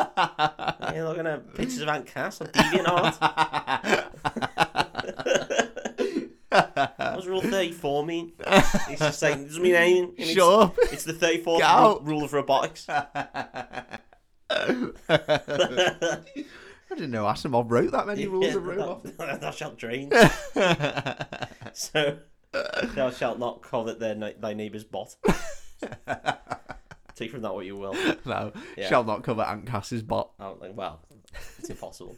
[SPEAKER 1] You're looking at pictures of Aunt Cass on DeviantArt. What's Rule 34 mean? He's just like, it doesn't mean anything. And it's-
[SPEAKER 2] Shut up.
[SPEAKER 1] It's the 34th
[SPEAKER 2] Get out.
[SPEAKER 1] ru- rule of robotics.
[SPEAKER 2] I didn't know Asimov wrote that many rules
[SPEAKER 1] Yeah,
[SPEAKER 2] of robot.
[SPEAKER 1] Thou, thou shalt drain. so thou shalt not covet their ni- thy neighbour's bot. Take from that what you will.
[SPEAKER 2] no,
[SPEAKER 1] Yeah.
[SPEAKER 2] shall not cover Aunt Cass's bot.
[SPEAKER 1] I don't think, well, it's impossible.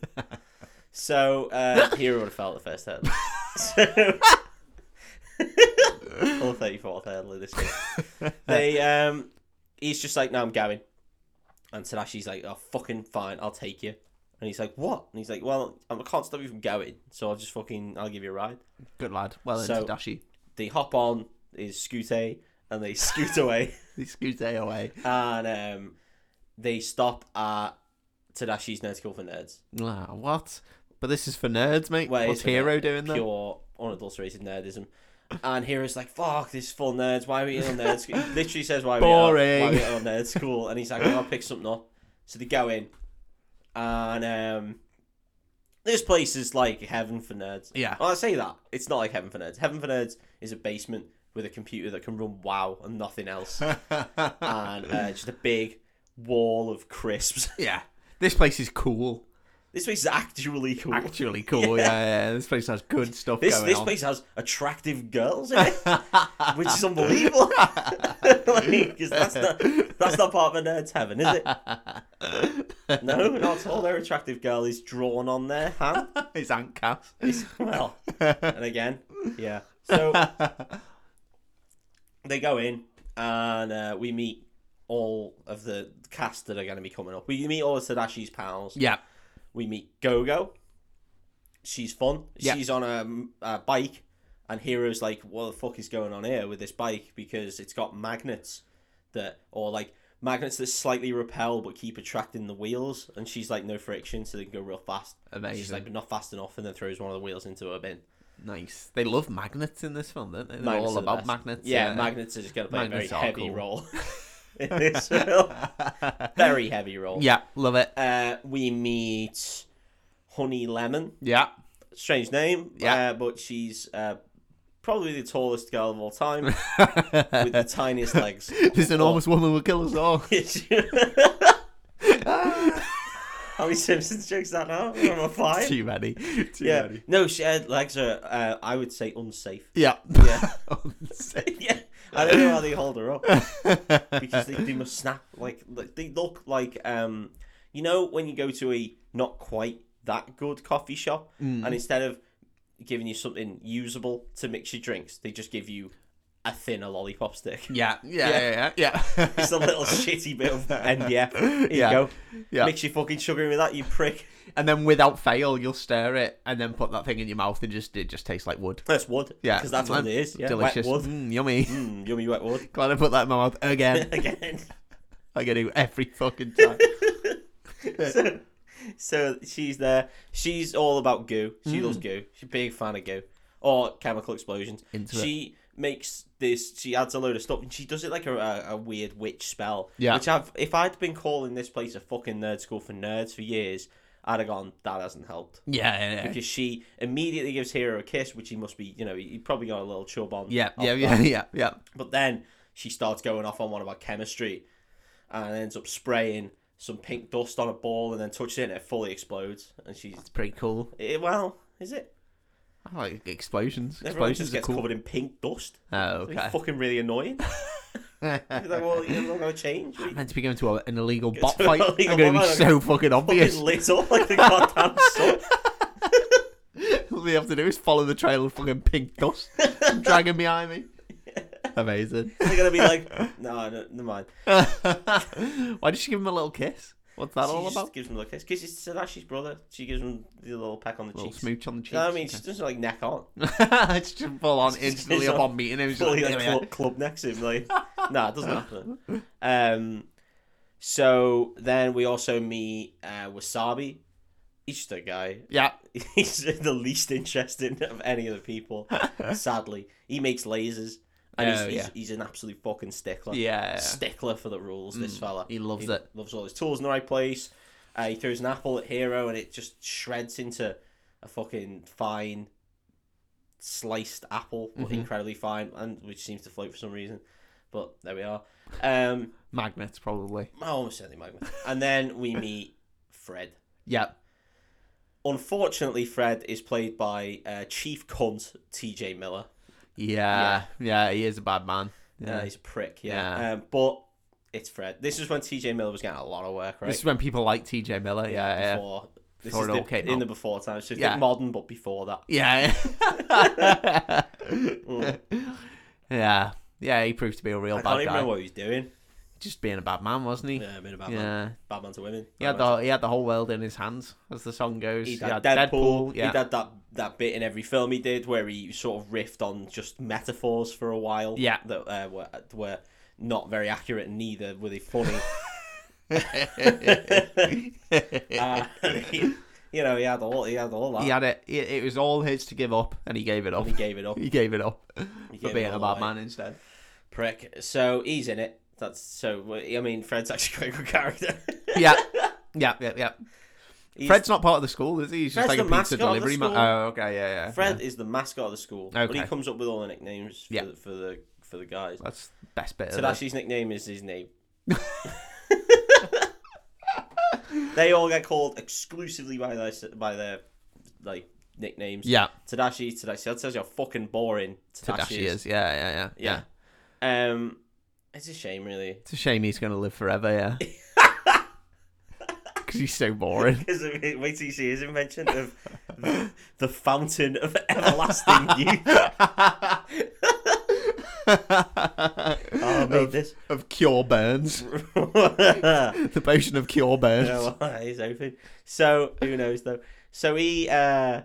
[SPEAKER 1] so uh, Hero would have felt the first hurdle. So. Or 34th hurdle in this case. They, um, he's just like, no, I'm going. And Tadashi's like, oh, fucking fine, I'll take you. And he's like, what? And he's like, well, I can't stop you from going, so I'll just fucking, I'll give you a ride.
[SPEAKER 2] Good lad. Well
[SPEAKER 1] So-
[SPEAKER 2] into Dashi.
[SPEAKER 1] They hop on his scooter and they scoot away.
[SPEAKER 2] He scoots A away.
[SPEAKER 1] and um, they stop at Tadashi's Nerd School for Nerds.
[SPEAKER 2] Ah, what? But this is for nerds, mate.
[SPEAKER 1] Well,
[SPEAKER 2] What's
[SPEAKER 1] it's for
[SPEAKER 2] Hero
[SPEAKER 1] nerd-
[SPEAKER 2] doing there?
[SPEAKER 1] Pure unadulterated nerdism. And Hero's like, fuck, this is full nerds. Why are we on nerds? school? He literally says, why are we
[SPEAKER 2] Boring.
[SPEAKER 1] on, why are we on nerd school? And he's like, I'll pick something up. So they go in. And um, this place is like heaven for nerds.
[SPEAKER 2] Yeah.
[SPEAKER 1] Well, I say that. It's not like heaven for nerds. Heaven for nerds is a basement with a computer that can run WoW and nothing else. and uh, just a big wall of crisps.
[SPEAKER 2] yeah. This place is cool.
[SPEAKER 1] This place is actually cool.
[SPEAKER 2] Actually cool. yeah. yeah, This place has good stuff
[SPEAKER 1] This
[SPEAKER 2] going
[SPEAKER 1] this
[SPEAKER 2] on.
[SPEAKER 1] place has attractive girls in it, which is unbelievable. like, 'cause that's not that's not part of a nerd's heaven, is it? No, not at all. Their attractive girl is drawn on their hand.
[SPEAKER 2] It's Aunt Cass.
[SPEAKER 1] Well, and again, yeah. So they go in, and uh, we meet all of the cast that are going to be coming up. We meet all of Tadashi's pals.
[SPEAKER 2] Yeah.
[SPEAKER 1] We meet Gogo. She's fun.
[SPEAKER 2] Yeah.
[SPEAKER 1] She's on a, a bike, and Hero's like, "What the fuck is going on here with this bike?" Because it's got magnets that, or like magnets that slightly repel but keep attracting the wheels. And she's like, "No friction, so they can go real fast."
[SPEAKER 2] Amazing.
[SPEAKER 1] She's like, "But not fast enough," and then throws one of the wheels into a bin.
[SPEAKER 2] Nice. They love magnets in this film, don't they? They're
[SPEAKER 1] Magnets
[SPEAKER 2] all
[SPEAKER 1] are the
[SPEAKER 2] about
[SPEAKER 1] best.
[SPEAKER 2] magnets.
[SPEAKER 1] Yeah, magnets are just going to play a very
[SPEAKER 2] Magnets are
[SPEAKER 1] heavy
[SPEAKER 2] cool.
[SPEAKER 1] role in this film. very heavy role.
[SPEAKER 2] yeah, love it.
[SPEAKER 1] Uh, we meet Honey Lemon.
[SPEAKER 2] Yeah.
[SPEAKER 1] Strange name.
[SPEAKER 2] Yeah.
[SPEAKER 1] Uh, but she's uh, probably the tallest girl of all time with the tiniest legs.
[SPEAKER 2] this enormous woman will kill us all.
[SPEAKER 1] How many Simpsons jokes that now? Number five.
[SPEAKER 2] Too many. Too
[SPEAKER 1] yeah.
[SPEAKER 2] many.
[SPEAKER 1] No, she, her legs are. Uh, I would say unsafe.
[SPEAKER 2] Yeah. Oh,
[SPEAKER 1] Yeah.
[SPEAKER 2] Unsafe.
[SPEAKER 1] yeah. I don't know how they hold her up. because they, they must snap like like, they look like um you know when you go to a not quite that good coffee shop
[SPEAKER 2] Mm.
[SPEAKER 1] and instead of giving you something usable to mix your drinks they just give you a thinner lollipop stick
[SPEAKER 2] yeah. Yeah. Yeah. Yeah. Yeah.
[SPEAKER 1] it's a little shitty bit of NDF here
[SPEAKER 2] Yeah.
[SPEAKER 1] you go
[SPEAKER 2] Yeah.
[SPEAKER 1] mix your fucking sugar in with that you prick
[SPEAKER 2] and then without fail, you'll stir it and then put that thing in your mouth and just it just tastes like wood.
[SPEAKER 1] that's wood
[SPEAKER 2] Yeah.
[SPEAKER 1] because that's what it is yeah
[SPEAKER 2] Delicious.
[SPEAKER 1] wet wood
[SPEAKER 2] Mm, yummy.
[SPEAKER 1] Mm, yummy wet wood
[SPEAKER 2] Glad I put that in my mouth again.
[SPEAKER 1] again
[SPEAKER 2] I get it every fucking time.
[SPEAKER 1] so, so she's there. She's all about goo. She
[SPEAKER 2] Mm.
[SPEAKER 1] loves goo. She's a big fan of goo or chemical explosions.
[SPEAKER 2] Into it.
[SPEAKER 1] she makes this. She adds a load of stuff, and she does it like a, a, a weird witch spell.
[SPEAKER 2] Yeah.
[SPEAKER 1] Which I've, if I'd been calling this place a fucking nerd school for nerds for years, I'd have gone. That hasn't helped
[SPEAKER 2] Yeah. Yeah. Yeah.
[SPEAKER 1] because she immediately gives Hero a kiss, which he must be. You know, he probably got a little chub on. Oh,
[SPEAKER 2] Yeah.
[SPEAKER 1] off
[SPEAKER 2] Yeah.
[SPEAKER 1] that.
[SPEAKER 2] Yeah. Yeah. Yeah.
[SPEAKER 1] But then she starts going off on one about chemistry and ends up spraying some pink dust on a ball and then touches it and it fully explodes. And she's,
[SPEAKER 2] It's pretty cool.
[SPEAKER 1] eh, well, is it?
[SPEAKER 2] I like explosions.
[SPEAKER 1] Everyone
[SPEAKER 2] Explosions
[SPEAKER 1] just
[SPEAKER 2] are
[SPEAKER 1] gets
[SPEAKER 2] cool.
[SPEAKER 1] covered in pink dust.
[SPEAKER 2] Oh,
[SPEAKER 1] It's
[SPEAKER 2] okay.
[SPEAKER 1] fucking really annoying. You're like, well, you're not going to change. You're
[SPEAKER 2] meant to be going to a, an illegal bot
[SPEAKER 1] to
[SPEAKER 2] fight.
[SPEAKER 1] an
[SPEAKER 2] I'm
[SPEAKER 1] illegal
[SPEAKER 2] going to be
[SPEAKER 1] bot fight.
[SPEAKER 2] so fucking obvious.
[SPEAKER 1] fucking lit up like the goddamn sun.
[SPEAKER 2] All we have to do is follow the trail of fucking pink dust dragging behind me. Amazing.
[SPEAKER 1] They're going to be like, no, no, never mind.
[SPEAKER 2] Why did she give him a little kiss? What's that
[SPEAKER 1] she
[SPEAKER 2] all
[SPEAKER 1] just
[SPEAKER 2] about?
[SPEAKER 1] gives him a kiss. Because it's Sadashi's brother. She gives him the little peck on the
[SPEAKER 2] A little
[SPEAKER 1] cheeks.
[SPEAKER 2] smooch on the cheek.
[SPEAKER 1] No, I mean, she doesn't like neck on.
[SPEAKER 2] it's just full on
[SPEAKER 1] just
[SPEAKER 2] instantly
[SPEAKER 1] goes on.
[SPEAKER 2] upon meeting him. she's
[SPEAKER 1] fully
[SPEAKER 2] Like,
[SPEAKER 1] like
[SPEAKER 2] "Yeah, yeah."
[SPEAKER 1] club, club next to him. Like, nah, it doesn't happen. Um, so then we also meet uh, Wasabi. He's just a guy.
[SPEAKER 2] yeah,
[SPEAKER 1] He's the least interesting of any of the people. Sadly, he makes lasers, and he's,
[SPEAKER 2] Oh,
[SPEAKER 1] he's,
[SPEAKER 2] yeah.
[SPEAKER 1] he's an absolute fucking stickler.
[SPEAKER 2] yeah. Mm.
[SPEAKER 1] Stickler for the rules. This fella.
[SPEAKER 2] he loves it.
[SPEAKER 1] Loves all his tools in the right place. Uh, he throws an apple at Hero, and it just shreds into a fucking fine sliced apple, or
[SPEAKER 2] Mm-hmm.
[SPEAKER 1] incredibly fine, and which seems to float for some reason. But there we are. Um,
[SPEAKER 2] Magnets probably.
[SPEAKER 1] almost certainly magma. And then we meet Fred.
[SPEAKER 2] Yeah,
[SPEAKER 1] Unfortunately, Fred is played by uh, Chief Cunt T.J. Miller.
[SPEAKER 2] yeah, yeah. He is a bad man.
[SPEAKER 1] Yeah.
[SPEAKER 2] Yeah.
[SPEAKER 1] he's a prick. Yeah.
[SPEAKER 2] Yeah.
[SPEAKER 1] Um, but it's Fred. This is when T.J. Miller was getting a lot of work, right?
[SPEAKER 2] This is when people like T.J. Miller. Yeah, yeah.
[SPEAKER 1] before. This
[SPEAKER 2] Before
[SPEAKER 1] is
[SPEAKER 2] it
[SPEAKER 1] the-
[SPEAKER 2] all came
[SPEAKER 1] in
[SPEAKER 2] out.
[SPEAKER 1] the before time. So
[SPEAKER 2] Yeah.
[SPEAKER 1] yeah. modern, but before that.
[SPEAKER 2] Yeah. yeah. Yeah, he proved to be a real
[SPEAKER 1] I can't
[SPEAKER 2] bad
[SPEAKER 1] even
[SPEAKER 2] guy.
[SPEAKER 1] remember what he was doing.
[SPEAKER 2] Just being a bad man, wasn't he? Yeah.
[SPEAKER 1] Yeah, a bit of Batman. Batman to women.
[SPEAKER 2] He had
[SPEAKER 1] Batman
[SPEAKER 2] the he had the whole world in his hands, as the song goes.
[SPEAKER 1] to-
[SPEAKER 2] He
[SPEAKER 1] He
[SPEAKER 2] had,
[SPEAKER 1] had
[SPEAKER 2] Deadpool.
[SPEAKER 1] Deadpool.
[SPEAKER 2] yeah.
[SPEAKER 1] He had that, that bit in every film he did where he sort of riffed on just metaphors for a while.
[SPEAKER 2] Yeah.
[SPEAKER 1] That uh, were, were not very accurate and neither were they funny. uh, you know, he had all, he had all that.
[SPEAKER 2] he had it, it. It was all his to give up, and he gave it up.
[SPEAKER 1] He gave it up.
[SPEAKER 2] He gave it up
[SPEAKER 1] gave
[SPEAKER 2] for
[SPEAKER 1] it
[SPEAKER 2] being a
[SPEAKER 1] all
[SPEAKER 2] bad
[SPEAKER 1] away.
[SPEAKER 2] man instead.
[SPEAKER 1] Prick. So he's in it. That's so. I mean, Fred's actually quite a good character.
[SPEAKER 2] Yeah. Yeah, yeah, yeah.
[SPEAKER 1] He's-
[SPEAKER 2] Fred's not part of the school, is he? He's just
[SPEAKER 1] Fred's
[SPEAKER 2] like a
[SPEAKER 1] the
[SPEAKER 2] pizza
[SPEAKER 1] mascot of the
[SPEAKER 2] delivery man.
[SPEAKER 1] school.
[SPEAKER 2] Oh, okay, yeah, yeah.
[SPEAKER 1] Fred is the mascot of the school, but he
[SPEAKER 2] Okay.
[SPEAKER 1] comes up with all the nicknames for,
[SPEAKER 2] Yeah.
[SPEAKER 1] the, for the for the guys.
[SPEAKER 2] That's the best bit of it.
[SPEAKER 1] Tadashi's nickname is his name. they all get called exclusively by their by their like nicknames.
[SPEAKER 2] Yeah,
[SPEAKER 1] Tadashi, Tadashi. That tells you how fucking boring Tadashi,
[SPEAKER 2] Tadashi
[SPEAKER 1] is.
[SPEAKER 2] is. Yeah, yeah, yeah. Yeah.
[SPEAKER 1] Yeah. Um, it's a shame, really,
[SPEAKER 2] It's a shame he's going to live forever, yeah. Because he's so boring.
[SPEAKER 1] because wait till you see his invention of the, the fountain of everlasting youth. Oh, I made Oh, this.
[SPEAKER 2] of cure burns.
[SPEAKER 1] yeah,
[SPEAKER 2] the potion of cure burns.
[SPEAKER 1] well, he's open. So who knows though? So he, uh,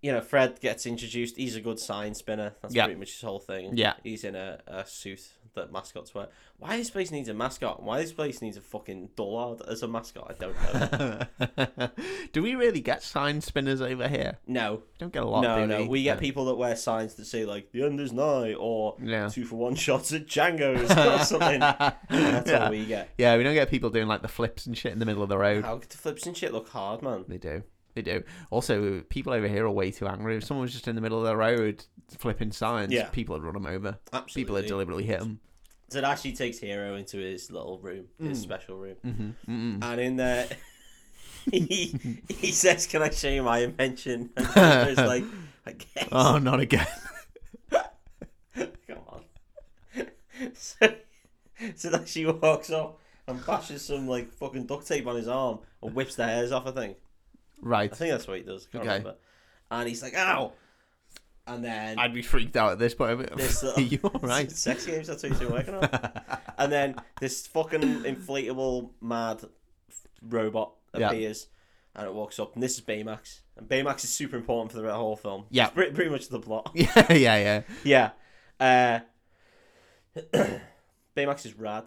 [SPEAKER 1] you know, Fred gets introduced. He's a good sign spinner. That's
[SPEAKER 2] Yeah.
[SPEAKER 1] pretty much his whole thing.
[SPEAKER 2] Yeah.
[SPEAKER 1] he's in a, a suit that mascots wear. Why this place needs a mascot? Why this place needs a fucking dullard as a mascot? I don't know.
[SPEAKER 2] Do we really get sign spinners over here?
[SPEAKER 1] no,
[SPEAKER 2] Don't get a lot.
[SPEAKER 1] no,
[SPEAKER 2] do
[SPEAKER 1] no. We get
[SPEAKER 2] No.
[SPEAKER 1] people that wear signs that say like "the end is nigh" or
[SPEAKER 2] Yeah.
[SPEAKER 1] two for one shots at Django's or something. That's
[SPEAKER 2] yeah.
[SPEAKER 1] all we get.
[SPEAKER 2] yeah, we don't get people doing like the flips and shit in the middle of the road.
[SPEAKER 1] How could the flips and shit look hard, man?
[SPEAKER 2] They do. They do. Also, people over here are way too angry. If someone was just in the middle of the road flipping signs,
[SPEAKER 1] Yeah.
[SPEAKER 2] people would run them over.
[SPEAKER 1] Absolutely.
[SPEAKER 2] People would deliberately hit them.
[SPEAKER 1] So Dashi takes Hero into his little room, his special room,
[SPEAKER 2] Mm-hmm. mm
[SPEAKER 1] and in there, he he says, "Can I show you my invention?" And it's like, "I guess."
[SPEAKER 2] Oh, not again.
[SPEAKER 1] Come on. so, so Dashi walks off and bashes some like fucking duct tape on his arm and whips the hairs off. I think.
[SPEAKER 2] right.
[SPEAKER 1] I think that's what he does. I can't
[SPEAKER 2] Okay.
[SPEAKER 1] remember. And he's like, "Ow!" And then
[SPEAKER 2] I'd be freaked out at this point.
[SPEAKER 1] This uh,
[SPEAKER 2] Are you alright?
[SPEAKER 1] Sex games, that's what he's been working on. and then this fucking inflatable mad robot
[SPEAKER 2] Yeah.
[SPEAKER 1] appears and it walks up. And this is Baymax. And Baymax is super important for the whole film.
[SPEAKER 2] Yeah.
[SPEAKER 1] It's pretty, pretty much the plot.
[SPEAKER 2] Yeah, yeah, yeah.
[SPEAKER 1] yeah. Uh, Baymax is rad.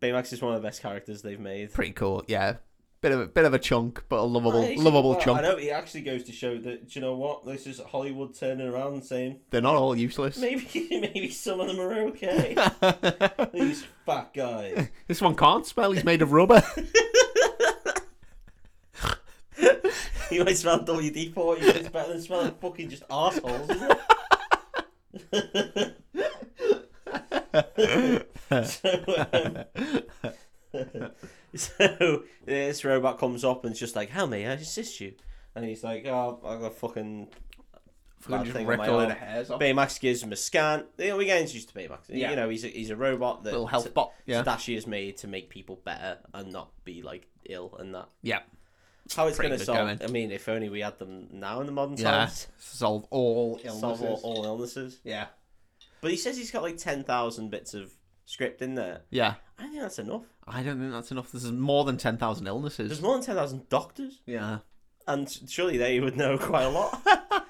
[SPEAKER 1] Baymax is one of the best characters they've made.
[SPEAKER 2] Pretty cool. Yeah. Bit of a bit of a chunk, but a lovable,
[SPEAKER 1] Nice.
[SPEAKER 2] lovable
[SPEAKER 1] Well, I
[SPEAKER 2] chunk.
[SPEAKER 1] know it actually goes to show that, do you know what? This is Hollywood turning around and saying,
[SPEAKER 2] They're not all useless.
[SPEAKER 1] maybe, maybe some of them are okay. These fat guys.
[SPEAKER 2] this one can't spell. He's made of rubber.
[SPEAKER 1] You might smell WD 40, it's better than smelling fucking just arseholes, isn't it? so, um, so uh, this robot comes up and is just like, How may I assist you? And he's like, Oh, I've got a fucking Bad
[SPEAKER 2] just
[SPEAKER 1] thing on
[SPEAKER 2] ripped
[SPEAKER 1] my
[SPEAKER 2] a load
[SPEAKER 1] arm.
[SPEAKER 2] of hairs off.
[SPEAKER 1] Baymax gives him a scan. You know, we get introduced to Baymax.
[SPEAKER 2] Yeah.
[SPEAKER 1] You know, he's a, he's a robot that
[SPEAKER 2] Little health bot. Yeah.
[SPEAKER 1] Dashi is made to make people better and not be like ill and that.
[SPEAKER 2] yeah.
[SPEAKER 1] How it's
[SPEAKER 2] Pretty
[SPEAKER 1] gonna
[SPEAKER 2] good
[SPEAKER 1] solve?
[SPEAKER 2] going.
[SPEAKER 1] I mean, if only we had them now in the modern
[SPEAKER 2] Yeah.
[SPEAKER 1] times.
[SPEAKER 2] Solve all illnesses.
[SPEAKER 1] Solve all, all illnesses.
[SPEAKER 2] Yeah.
[SPEAKER 1] But he says he's got like ten thousand bits of script in there.
[SPEAKER 2] Yeah.
[SPEAKER 1] I don't think that's enough.
[SPEAKER 2] I don't think that's enough. This is more than 10,000 illnesses.
[SPEAKER 1] There's more than ten thousand doctors,
[SPEAKER 2] Yeah.
[SPEAKER 1] and s- surely they would know quite a lot.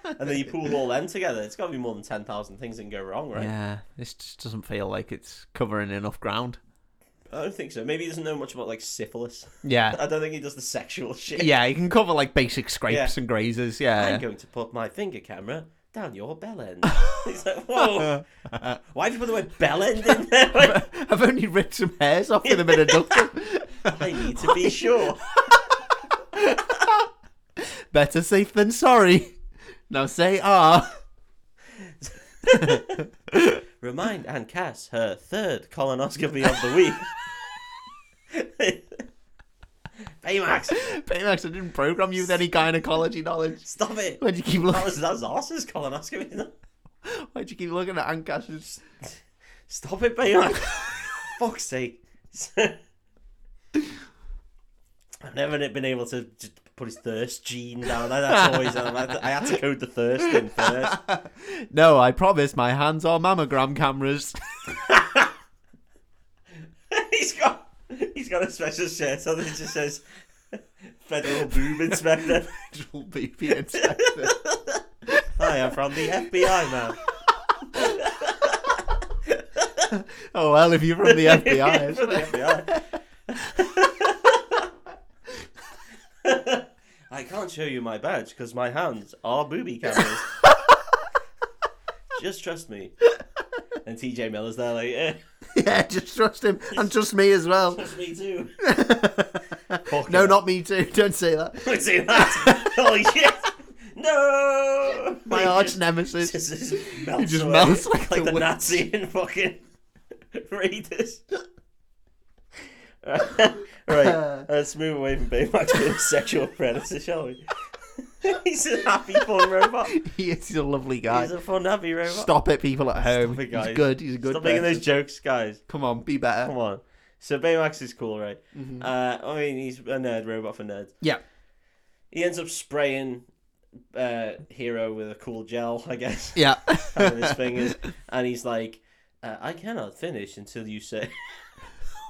[SPEAKER 1] and then you pool all them together. It's got to be more than ten thousand things that can go wrong, right?
[SPEAKER 2] Yeah. This just doesn't feel like it's covering enough ground.
[SPEAKER 1] I don't think so. Maybe he doesn't know much about like syphilis.
[SPEAKER 2] Yeah.
[SPEAKER 1] I don't think he does the sexual shit.
[SPEAKER 2] Yeah, you can cover like basic scrapes and grazes. Yeah.
[SPEAKER 1] I'm going to put my finger camera down your bell end. He's like, whoa. Uh, Why have you put the word bell end in there? Like,
[SPEAKER 2] I've only ripped some hairs off with a bit of duct tape.
[SPEAKER 1] I need to be sure.
[SPEAKER 2] Better safe than sorry. Now say ah.
[SPEAKER 1] Remind Anne Cass her third colonoscopy of the week. Baymax,
[SPEAKER 2] Baymax, I didn't program you with any gynecology knowledge.
[SPEAKER 1] stop it.
[SPEAKER 2] Why'd you keep
[SPEAKER 1] That
[SPEAKER 2] looking?
[SPEAKER 1] was, that was Arse's colonoscopy. isn't it?
[SPEAKER 2] Why'd you keep looking at Ancash's?
[SPEAKER 1] Stop it, Baymax. Fuck's sake. I've never been able to just put his thirst gene down. That's always, I had to- I had to code the thirst in first.
[SPEAKER 2] No, I promise. My hands are mammogram cameras.
[SPEAKER 1] he's got he's got a special shirt so that just says Federal Boob Inspector.
[SPEAKER 2] Little boopy inspector.
[SPEAKER 1] Hi, I'm from the FBI, man.
[SPEAKER 2] Oh well, if you're from the FBI,
[SPEAKER 1] from the
[SPEAKER 2] it's-
[SPEAKER 1] FBI. I can't show you my badge because my hands are booby cameras. just trust me. And TJ Miller's there, like, eh,
[SPEAKER 2] yeah, just trust him and trust me as well.
[SPEAKER 1] trust me too.
[SPEAKER 2] No,
[SPEAKER 1] yeah.
[SPEAKER 2] not me too. Don't say that.
[SPEAKER 1] Don't say that. oh shit! No.
[SPEAKER 2] My arch nemesis.
[SPEAKER 1] just, just melts
[SPEAKER 2] He just
[SPEAKER 1] away,
[SPEAKER 2] melts like the
[SPEAKER 1] the,
[SPEAKER 2] witch.
[SPEAKER 1] Nazi in fucking Raiders. right,
[SPEAKER 2] Uh.
[SPEAKER 1] let's move away from Baymax being a sexual predator, shall we? He's a happy, fun robot.
[SPEAKER 2] He is he's a lovely guy.
[SPEAKER 1] He's a fun, happy robot.
[SPEAKER 2] Stop it, people at home.
[SPEAKER 1] Stop it, guys.
[SPEAKER 2] He's good. He's a good.
[SPEAKER 1] Stop making
[SPEAKER 2] person.
[SPEAKER 1] those jokes, guys.
[SPEAKER 2] Come on, be better.
[SPEAKER 1] Come on. So Baymax is cool, right?
[SPEAKER 2] Mm-hmm.
[SPEAKER 1] Uh, I mean, he's a nerd robot for nerds.
[SPEAKER 2] Yeah.
[SPEAKER 1] He ends up spraying uh, Hero with a cool gel, I guess.
[SPEAKER 2] Yeah.
[SPEAKER 1] having his fingers, and he's like, uh, I cannot finish until you say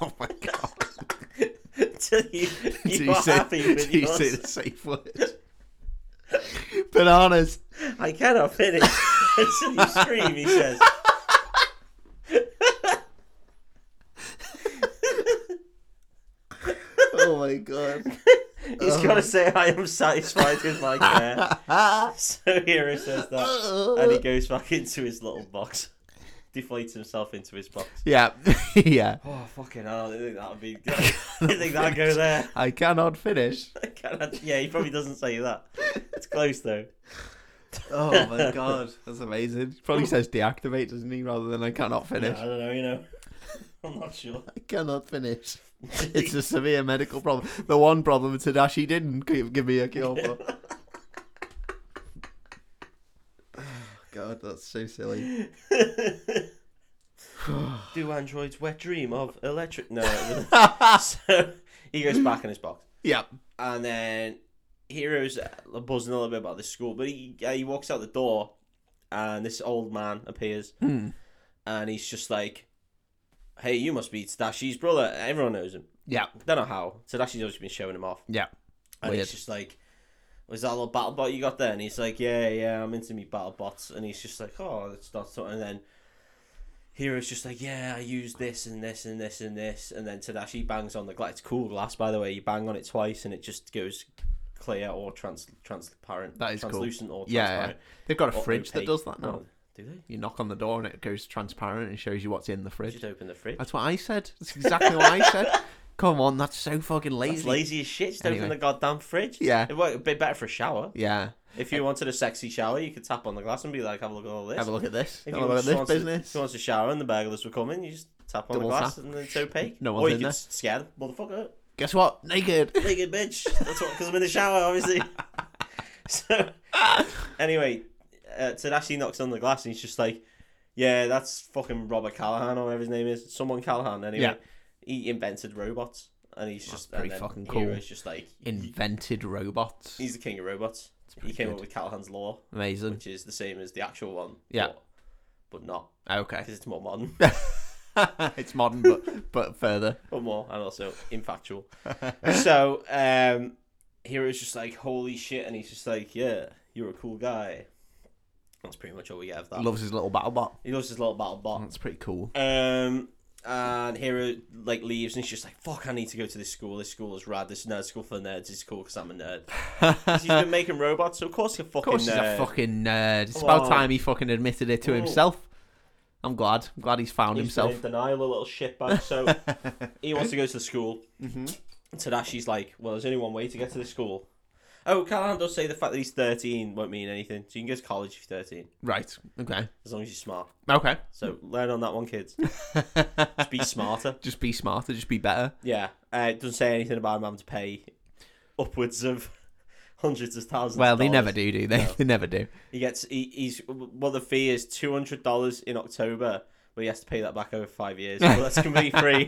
[SPEAKER 2] Oh my god!
[SPEAKER 1] until you, you,
[SPEAKER 2] Do
[SPEAKER 1] are
[SPEAKER 2] say,
[SPEAKER 1] happy with
[SPEAKER 2] do you say
[SPEAKER 1] yours.
[SPEAKER 2] the safe word? Bananas.
[SPEAKER 1] I cannot finish until you scream. He says.
[SPEAKER 2] Oh my god.
[SPEAKER 1] He's got to say, I am satisfied with my care. so Hero says that. And he goes back into his little box, deflates himself into his box.
[SPEAKER 2] yeah, yeah.
[SPEAKER 1] Oh, fucking hell. I don't think that would be good. I didn't think that'd go there.
[SPEAKER 2] I cannot finish.
[SPEAKER 1] I cannot- yeah, he probably doesn't say that. It's close, though.
[SPEAKER 2] Oh my god, that's amazing. Probably says deactivate, doesn't he? Rather than I cannot
[SPEAKER 1] Yeah,
[SPEAKER 2] finish.
[SPEAKER 1] I don't know, you know. I'm not sure.
[SPEAKER 2] I cannot finish. It's a severe medical problem. The one problem Tadashi didn't give give me a cure for. God, that's so silly.
[SPEAKER 1] Do androids wet dream of electric? No. it wasn't. so he goes back in his box.
[SPEAKER 2] Yeah.
[SPEAKER 1] and then Hero's buzzing a little bit about the school, but he uh, he walks out the door, and this old man appears, and he's just like, "Hey, you must be Tadashi's brother. Everyone knows him.
[SPEAKER 2] Yeah.
[SPEAKER 1] Don't know how. Tadashi's always been showing him off,
[SPEAKER 2] Yeah.
[SPEAKER 1] and
[SPEAKER 2] Weird.
[SPEAKER 1] he's just like." Was that little battle bot you got there? And he's like, Yeah, yeah, I'm into me battle bots. And he's just like, Oh, it's not so. And then Hero's just like, Yeah, I use this and this and this and this. And then Tadashi bangs on the glass. It's cool glass, by the way. You bang on it twice and it just goes clear or trans transparent.
[SPEAKER 2] That is cool.
[SPEAKER 1] translucent or
[SPEAKER 2] Yeah,
[SPEAKER 1] transparent.
[SPEAKER 2] They've got a
[SPEAKER 1] Or
[SPEAKER 2] fridge that
[SPEAKER 1] opaque.
[SPEAKER 2] does that now.
[SPEAKER 1] Oh, Do they?
[SPEAKER 2] You knock on the door and it goes transparent and shows you what's in the fridge.
[SPEAKER 1] Just open the fridge.
[SPEAKER 2] That's what I said. That's exactly what I said. Come on, that's so fucking lazy.
[SPEAKER 1] It's lazy as shit. Just open
[SPEAKER 2] Anyway.
[SPEAKER 1] the goddamn fridge.
[SPEAKER 2] Yeah.
[SPEAKER 1] It worked a bit better for a shower.
[SPEAKER 2] Yeah.
[SPEAKER 1] If you wanted a sexy shower, you could tap on the glass and be like, Have a look at all this.
[SPEAKER 2] Have a look at this.
[SPEAKER 1] If
[SPEAKER 2] Have
[SPEAKER 1] you
[SPEAKER 2] a look at
[SPEAKER 1] want,
[SPEAKER 2] this
[SPEAKER 1] someone to-
[SPEAKER 2] business.
[SPEAKER 1] if you want to shower and the burglars were coming, you just tap on
[SPEAKER 2] Double
[SPEAKER 1] the glass
[SPEAKER 2] tap.
[SPEAKER 1] and it's opaque.
[SPEAKER 2] No
[SPEAKER 1] or
[SPEAKER 2] one's
[SPEAKER 1] you
[SPEAKER 2] in
[SPEAKER 1] could
[SPEAKER 2] there.
[SPEAKER 1] s- scare the motherfucker.
[SPEAKER 2] Guess what? Naked.
[SPEAKER 1] naked bitch. That's what because I'm in the shower, obviously. so anyway, uh, Tadashi knocks on the glass and he's just like, "Yeah, that's fucking Robert Callahan or whatever his name is. Someone Callahan. Anyway,
[SPEAKER 2] Yeah.
[SPEAKER 1] he invented robots, and he's just
[SPEAKER 2] pretty
[SPEAKER 1] and then
[SPEAKER 2] fucking
[SPEAKER 1] Hiro
[SPEAKER 2] cool.
[SPEAKER 1] is just like
[SPEAKER 2] Invented robots.
[SPEAKER 1] he's the king of robots. He
[SPEAKER 2] pretty
[SPEAKER 1] came
[SPEAKER 2] good.
[SPEAKER 1] up with Callahan's law,
[SPEAKER 2] Amazing.
[SPEAKER 1] which is the same as the actual one.
[SPEAKER 2] Yeah.
[SPEAKER 1] but, but not
[SPEAKER 2] Okay.
[SPEAKER 1] because it's more modern.
[SPEAKER 2] it's modern, but but further.
[SPEAKER 1] but more and also infactual. so um Hero's just like, holy shit, and he's just like, Yeah, you're a cool guy. That's pretty much all we get of that.
[SPEAKER 2] Loves his little battle bot.
[SPEAKER 1] he loves his little battle bot.
[SPEAKER 2] That's pretty cool.
[SPEAKER 1] Um and Hero like leaves and he's just like, Fuck, I need to go to this school. This school is rad, this nerd school for nerds is cool because I'm a nerd. 'Cause he's been making robots, so of course you're
[SPEAKER 2] Of
[SPEAKER 1] fucking
[SPEAKER 2] course, he's
[SPEAKER 1] nerd.
[SPEAKER 2] a fucking nerd. It's
[SPEAKER 1] Come
[SPEAKER 2] about
[SPEAKER 1] on.
[SPEAKER 2] time he fucking admitted it to
[SPEAKER 1] Whoa.
[SPEAKER 2] himself. I'm glad. I'm glad he's found
[SPEAKER 1] He's been
[SPEAKER 2] himself.
[SPEAKER 1] in denial, a little shitbag. So he wants to go to the school. Mm-hmm. Tadashi's like, well, there's only one way to get to the school. Oh, Callahan does say the fact that he's 13 won't mean anything. So you can go to college if you're 13,
[SPEAKER 2] Right. Okay.
[SPEAKER 1] as long as you're smart.
[SPEAKER 2] Okay.
[SPEAKER 1] So learn on that one, kids. Just be smarter.
[SPEAKER 2] Just be smarter. Just be better.
[SPEAKER 1] Yeah. Uh, it doesn't say anything about him having to pay upwards of hundreds of thousands.
[SPEAKER 2] Well,
[SPEAKER 1] of
[SPEAKER 2] they never
[SPEAKER 1] dollars.
[SPEAKER 2] do, do they?
[SPEAKER 1] No.
[SPEAKER 2] They never do.
[SPEAKER 1] He gets, he, he's, well, the fee is $200 in October, but he has to pay that back over five years. Well, that's completely free.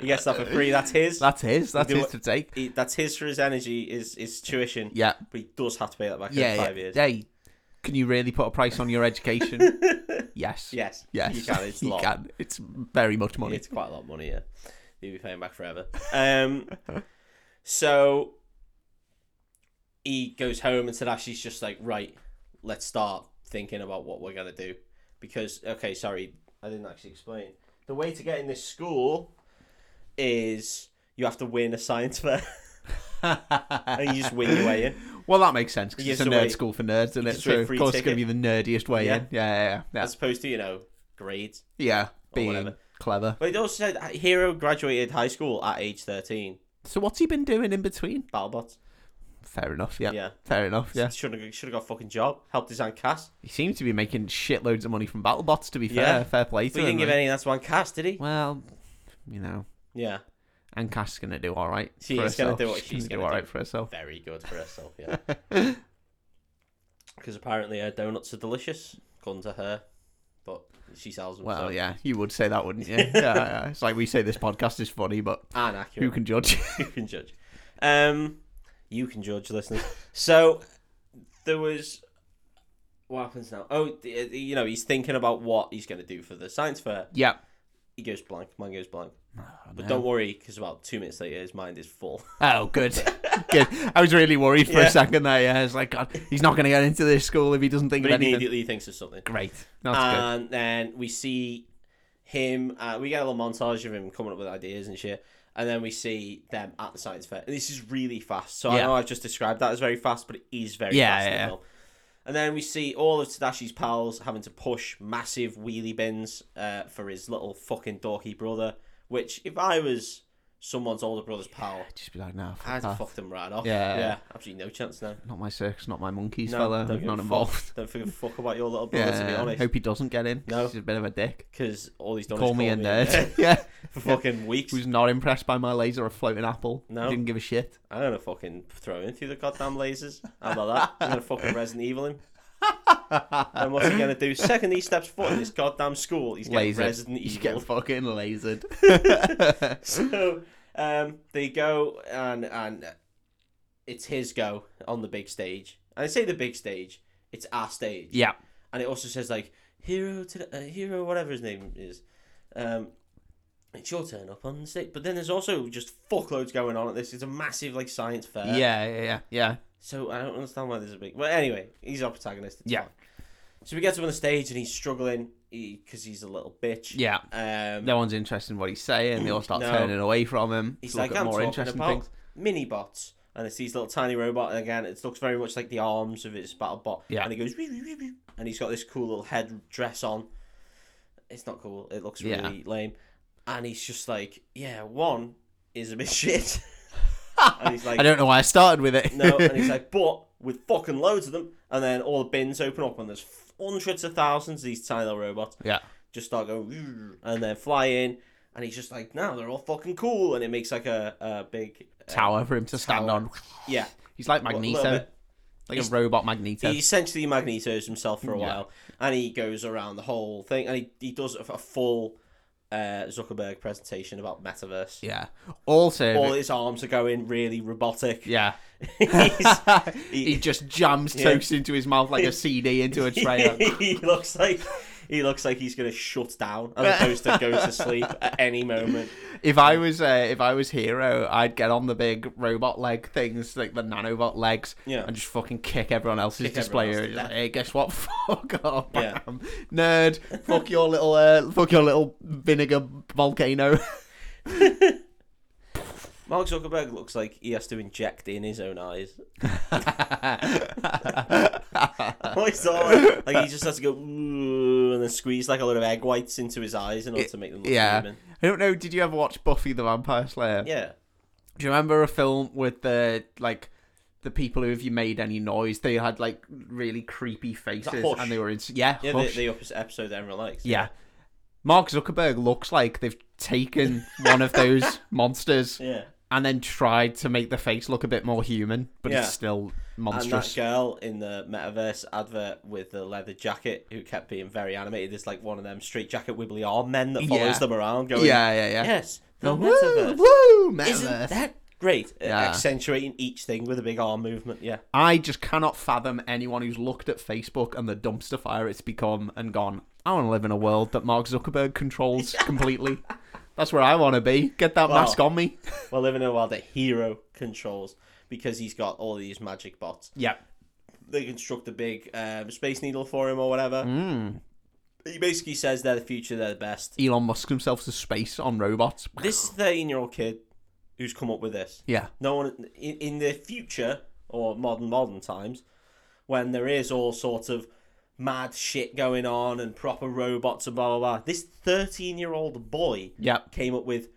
[SPEAKER 1] He gets that for free. That's his.
[SPEAKER 2] That's his. That's
[SPEAKER 1] do
[SPEAKER 2] his
[SPEAKER 1] it.
[SPEAKER 2] to take.
[SPEAKER 1] he, that's his for his energy is is tuition.
[SPEAKER 2] Yeah.
[SPEAKER 1] But he does have to pay that back
[SPEAKER 2] Yeah.
[SPEAKER 1] in five
[SPEAKER 2] yeah.
[SPEAKER 1] years.
[SPEAKER 2] Hey, can you really put a price on your education? yes.
[SPEAKER 1] Yes.
[SPEAKER 2] Yes.
[SPEAKER 1] You can. It's a
[SPEAKER 2] You
[SPEAKER 1] lot.
[SPEAKER 2] can. It's very much money.
[SPEAKER 1] It's quite a lot of money, yeah. You'll be paying back forever. Um so he goes home and Tadashi's just like, right, let's start thinking about what we're gonna do. Because okay, sorry, I didn't actually explain. The way to get in this school is you have to win a science fair. and you just win your way in.
[SPEAKER 2] Well, that makes sense because
[SPEAKER 1] Yes,
[SPEAKER 2] it's a
[SPEAKER 1] so
[SPEAKER 2] nerd
[SPEAKER 1] wait.
[SPEAKER 2] school for nerds, isn't it?
[SPEAKER 1] It's a
[SPEAKER 2] So of
[SPEAKER 1] free
[SPEAKER 2] course it's going to be
[SPEAKER 1] ticket.
[SPEAKER 2] the nerdiest way
[SPEAKER 1] Yeah.
[SPEAKER 2] in. Yeah, yeah, yeah. yeah.
[SPEAKER 1] As opposed to, you know, grades.
[SPEAKER 2] yeah. Being
[SPEAKER 1] whatever.
[SPEAKER 2] clever.
[SPEAKER 1] But it also said uh, Hero graduated high school at age 13.
[SPEAKER 2] So what's he been doing in between?
[SPEAKER 1] Battlebots.
[SPEAKER 2] Fair enough. Yeah.
[SPEAKER 1] Yeah.
[SPEAKER 2] Fair enough. Yeah.
[SPEAKER 1] Should have should have got a fucking job. Helped his aunt Cass.
[SPEAKER 2] He seems to be making shitloads of money from BattleBots. To be fair,
[SPEAKER 1] Yeah.
[SPEAKER 2] fair play
[SPEAKER 1] But he
[SPEAKER 2] to him.
[SPEAKER 1] didn't give
[SPEAKER 2] like-
[SPEAKER 1] any of that to Aunt Cass, did he?
[SPEAKER 2] Well, you know,
[SPEAKER 1] Yeah.
[SPEAKER 2] Ancast's gonna do all right.
[SPEAKER 1] She
[SPEAKER 2] for
[SPEAKER 1] is gonna
[SPEAKER 2] herself.
[SPEAKER 1] do what she's gonna
[SPEAKER 2] gonna do all
[SPEAKER 1] do.
[SPEAKER 2] right for herself.
[SPEAKER 1] Very good for herself, yeah. Because apparently her donuts are delicious, according to her. But she sells them. so.
[SPEAKER 2] Well, yeah, you would say that, wouldn't you? yeah, yeah. It's like we say this podcast is funny, but
[SPEAKER 1] And
[SPEAKER 2] who
[SPEAKER 1] accurate.
[SPEAKER 2] can judge?
[SPEAKER 1] you can judge. Um, you can judge, listeners. So there was what happens now? Oh, d- uh, you know, he's thinking about what he's going to do for the science fair.
[SPEAKER 2] Yeah.
[SPEAKER 1] He goes blank. Mine goes blank.
[SPEAKER 2] Oh,
[SPEAKER 1] But don't worry, because about two minutes later, his mind is full.
[SPEAKER 2] Oh, good. good. I was really worried for
[SPEAKER 1] Yeah.
[SPEAKER 2] a second there. Yeah, it's like, God, he's not going to get into this school if he doesn't think
[SPEAKER 1] but he
[SPEAKER 2] of
[SPEAKER 1] Uh,
[SPEAKER 2] anything.
[SPEAKER 1] immediately thinks of something.
[SPEAKER 2] Great. That's good.
[SPEAKER 1] and then we see him. Uh, we get a little montage of him coming up with ideas and shit. And then we see them at the science fair. And this is really fast. So I
[SPEAKER 2] Yeah.
[SPEAKER 1] know I've just described that as very fast, but it is very
[SPEAKER 2] Yeah,
[SPEAKER 1] fast. in the
[SPEAKER 2] yeah.
[SPEAKER 1] film. And then we see all of Tadashi's pals having to push massive wheelie bins uh, for his little fucking dorky brother. Which, if I was someone's older brother's pal,
[SPEAKER 2] I'd just be like, nah, fuck
[SPEAKER 1] I'd
[SPEAKER 2] that.
[SPEAKER 1] fuck them right off.
[SPEAKER 2] Yeah.
[SPEAKER 1] yeah, absolutely no chance now.
[SPEAKER 2] Not my circus, not my monkeys,
[SPEAKER 1] No,
[SPEAKER 2] fella.
[SPEAKER 1] don't give
[SPEAKER 2] not
[SPEAKER 1] a fuck.
[SPEAKER 2] involved.
[SPEAKER 1] Don't give a fuck about your little brother,
[SPEAKER 2] Yeah.
[SPEAKER 1] to be honest.
[SPEAKER 2] Hope he doesn't get in. 'cause
[SPEAKER 1] No.
[SPEAKER 2] He's a bit of a dick.
[SPEAKER 1] because all he's done
[SPEAKER 2] Call
[SPEAKER 1] is
[SPEAKER 2] me
[SPEAKER 1] call
[SPEAKER 2] a
[SPEAKER 1] me
[SPEAKER 2] nerd. yeah.
[SPEAKER 1] for fucking weeks.
[SPEAKER 2] Who's not impressed by my laser or floating apple.
[SPEAKER 1] No.
[SPEAKER 2] Didn't give a shit.
[SPEAKER 1] I'm gonna fucking throw him through the goddamn lasers. How about that? I'm gonna fucking Resident Evil him. and what's he gonna do? Second he steps foot in this goddamn school, he's getting
[SPEAKER 2] Laser.
[SPEAKER 1] Resident
[SPEAKER 2] He's
[SPEAKER 1] Evil.
[SPEAKER 2] getting fucking lasered.
[SPEAKER 1] so um, they go and and it's his go on the big stage. And I say the big stage, it's our stage.
[SPEAKER 2] yeah.
[SPEAKER 1] and it also says like hero to the, uh, hero whatever his name is um it's your turn up on the stage but then there's also just fuckloads going on at this it's a massive like science fair
[SPEAKER 2] yeah. Yeah. Yeah. Yeah.
[SPEAKER 1] so i don't understand why there's a big well anyway he's our protagonist it's
[SPEAKER 2] Yeah.
[SPEAKER 1] fine. so he gets up on the stage and he's struggling because he's a little bitch
[SPEAKER 2] Yeah.
[SPEAKER 1] um
[SPEAKER 2] No one's interested in what he's saying. They all start
[SPEAKER 1] No.
[SPEAKER 2] turning away from him.
[SPEAKER 1] he's
[SPEAKER 2] to
[SPEAKER 1] like
[SPEAKER 2] look at
[SPEAKER 1] i'm
[SPEAKER 2] more
[SPEAKER 1] talking
[SPEAKER 2] interesting
[SPEAKER 1] about
[SPEAKER 2] things.
[SPEAKER 1] mini bots and it's these little tiny robot and again it looks very much like the arms of his battle bot
[SPEAKER 2] Yeah.
[SPEAKER 1] and he goes "Wee, wee, wee, wee," and he's got this cool little head dress on it's not cool. It looks
[SPEAKER 2] Yeah.
[SPEAKER 1] really lame. And he's just like, yeah, one is a bit shit. and he's like,
[SPEAKER 2] I don't know why I started with it.
[SPEAKER 1] no. And he's like, but with fucking loads of them. And then all the bins open up and there's hundreds of thousands of these tiny little robots
[SPEAKER 2] yeah.
[SPEAKER 1] just start going "Rrr," and then fly in. And he's just like, no, they're all fucking cool. And it makes like a, a big uh,
[SPEAKER 2] Tower for him to stand
[SPEAKER 1] tower.
[SPEAKER 2] on.
[SPEAKER 1] Yeah.
[SPEAKER 2] He's like
[SPEAKER 1] Well, a little
[SPEAKER 2] Magneto.
[SPEAKER 1] bit.
[SPEAKER 2] like
[SPEAKER 1] He's-
[SPEAKER 2] a robot Magneto.
[SPEAKER 1] He essentially magnetos himself for a
[SPEAKER 2] Yeah.
[SPEAKER 1] while, and he goes around the whole thing, and he, he does a, a full uh, Zuckerberg presentation about metaverse.
[SPEAKER 2] Yeah. Also,
[SPEAKER 1] all his arms are going really robotic.
[SPEAKER 2] yeah.
[SPEAKER 1] He's-
[SPEAKER 2] he, just jams toast into his mouth like a CD into a tray.
[SPEAKER 1] he looks like he looks like he's gonna shut down as opposed to go to sleep at any moment.
[SPEAKER 2] if I was uh, if I was hero, I'd get on the big robot leg things, like the nanobot legs,
[SPEAKER 1] Yeah.
[SPEAKER 2] and just fucking kick everyone else's
[SPEAKER 1] Kick
[SPEAKER 2] display.
[SPEAKER 1] everyone
[SPEAKER 2] area.
[SPEAKER 1] else's
[SPEAKER 2] Just like, hey, guess what? Fuck off,
[SPEAKER 1] Yeah.
[SPEAKER 2] bam. nerd. Fuck your little uh, fuck your little vinegar volcano.
[SPEAKER 1] Mark Zuckerberg looks like he has to inject in his own eyes. I always thought, like, like he just has to go "Ooh," and then squeeze like a lot of egg whites into his eyes in order to make them look
[SPEAKER 2] yeah.
[SPEAKER 1] human.
[SPEAKER 2] I don't know. Did you ever watch Buffy the Vampire Slayer?
[SPEAKER 1] Yeah.
[SPEAKER 2] Do you remember a film with the like the people who, if you made any noise, they had like really creepy faces
[SPEAKER 1] Hush?
[SPEAKER 2] and they were in yeah,
[SPEAKER 1] Yeah, the,
[SPEAKER 2] Hush.
[SPEAKER 1] the opposite episode that everyone likes.
[SPEAKER 2] yeah. Mark Zuckerberg looks like they've taken one of those monsters
[SPEAKER 1] Yeah.
[SPEAKER 2] and then tried to make the face look a bit more human, but
[SPEAKER 1] Yeah.
[SPEAKER 2] it's still
[SPEAKER 1] And that
[SPEAKER 2] monstrous.
[SPEAKER 1] girl in the metaverse advert with the leather jacket who kept being very animated is like one of them straight jacket wibbly arm men that follows
[SPEAKER 2] Yeah.
[SPEAKER 1] them around going,
[SPEAKER 2] Yeah, yeah, yeah.
[SPEAKER 1] Yes, the
[SPEAKER 2] The woo,
[SPEAKER 1] metaverse.
[SPEAKER 2] woo,
[SPEAKER 1] Isn't
[SPEAKER 2] metaverse.
[SPEAKER 1] that great? Uh,
[SPEAKER 2] Yeah.
[SPEAKER 1] Accentuating each thing with a big arm movement. Yeah.
[SPEAKER 2] I just cannot fathom anyone who's looked at Facebook and the dumpster fire it's become and gone, I want to live in a world that Mark Zuckerberg controls completely. That's where I want to be. Get that
[SPEAKER 1] Well,
[SPEAKER 2] mask on me.
[SPEAKER 1] We're living in a world that Hero controls because he's got all these magic bots.
[SPEAKER 2] Yeah.
[SPEAKER 1] They construct a big um, space needle for him or whatever.
[SPEAKER 2] Hmm.
[SPEAKER 1] He basically says they're the future, they're the best.
[SPEAKER 2] Elon Musk himself to space on robots.
[SPEAKER 1] This 13 year old kid who's come up with this.
[SPEAKER 2] Yeah.
[SPEAKER 1] no one in, in the future or modern modern times when there is all sorts of mad shit going on and proper robots and blah blah blah this 13 year old boy
[SPEAKER 2] Yeah.
[SPEAKER 1] came up with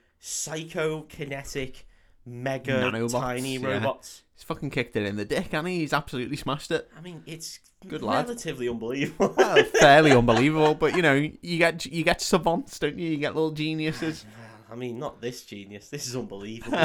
[SPEAKER 1] psychokinetic mega
[SPEAKER 2] Nanobots,
[SPEAKER 1] tiny
[SPEAKER 2] yeah.
[SPEAKER 1] robots
[SPEAKER 2] He's fucking kicked it in the dick, and he? he's absolutely smashed it.
[SPEAKER 1] i mean it's
[SPEAKER 2] Good lad.
[SPEAKER 1] relatively unbelievable
[SPEAKER 2] Well, fairly unbelievable, but you know, you get you get savants, don't you? You get little geniuses.
[SPEAKER 1] i mean not this genius this is unbelievable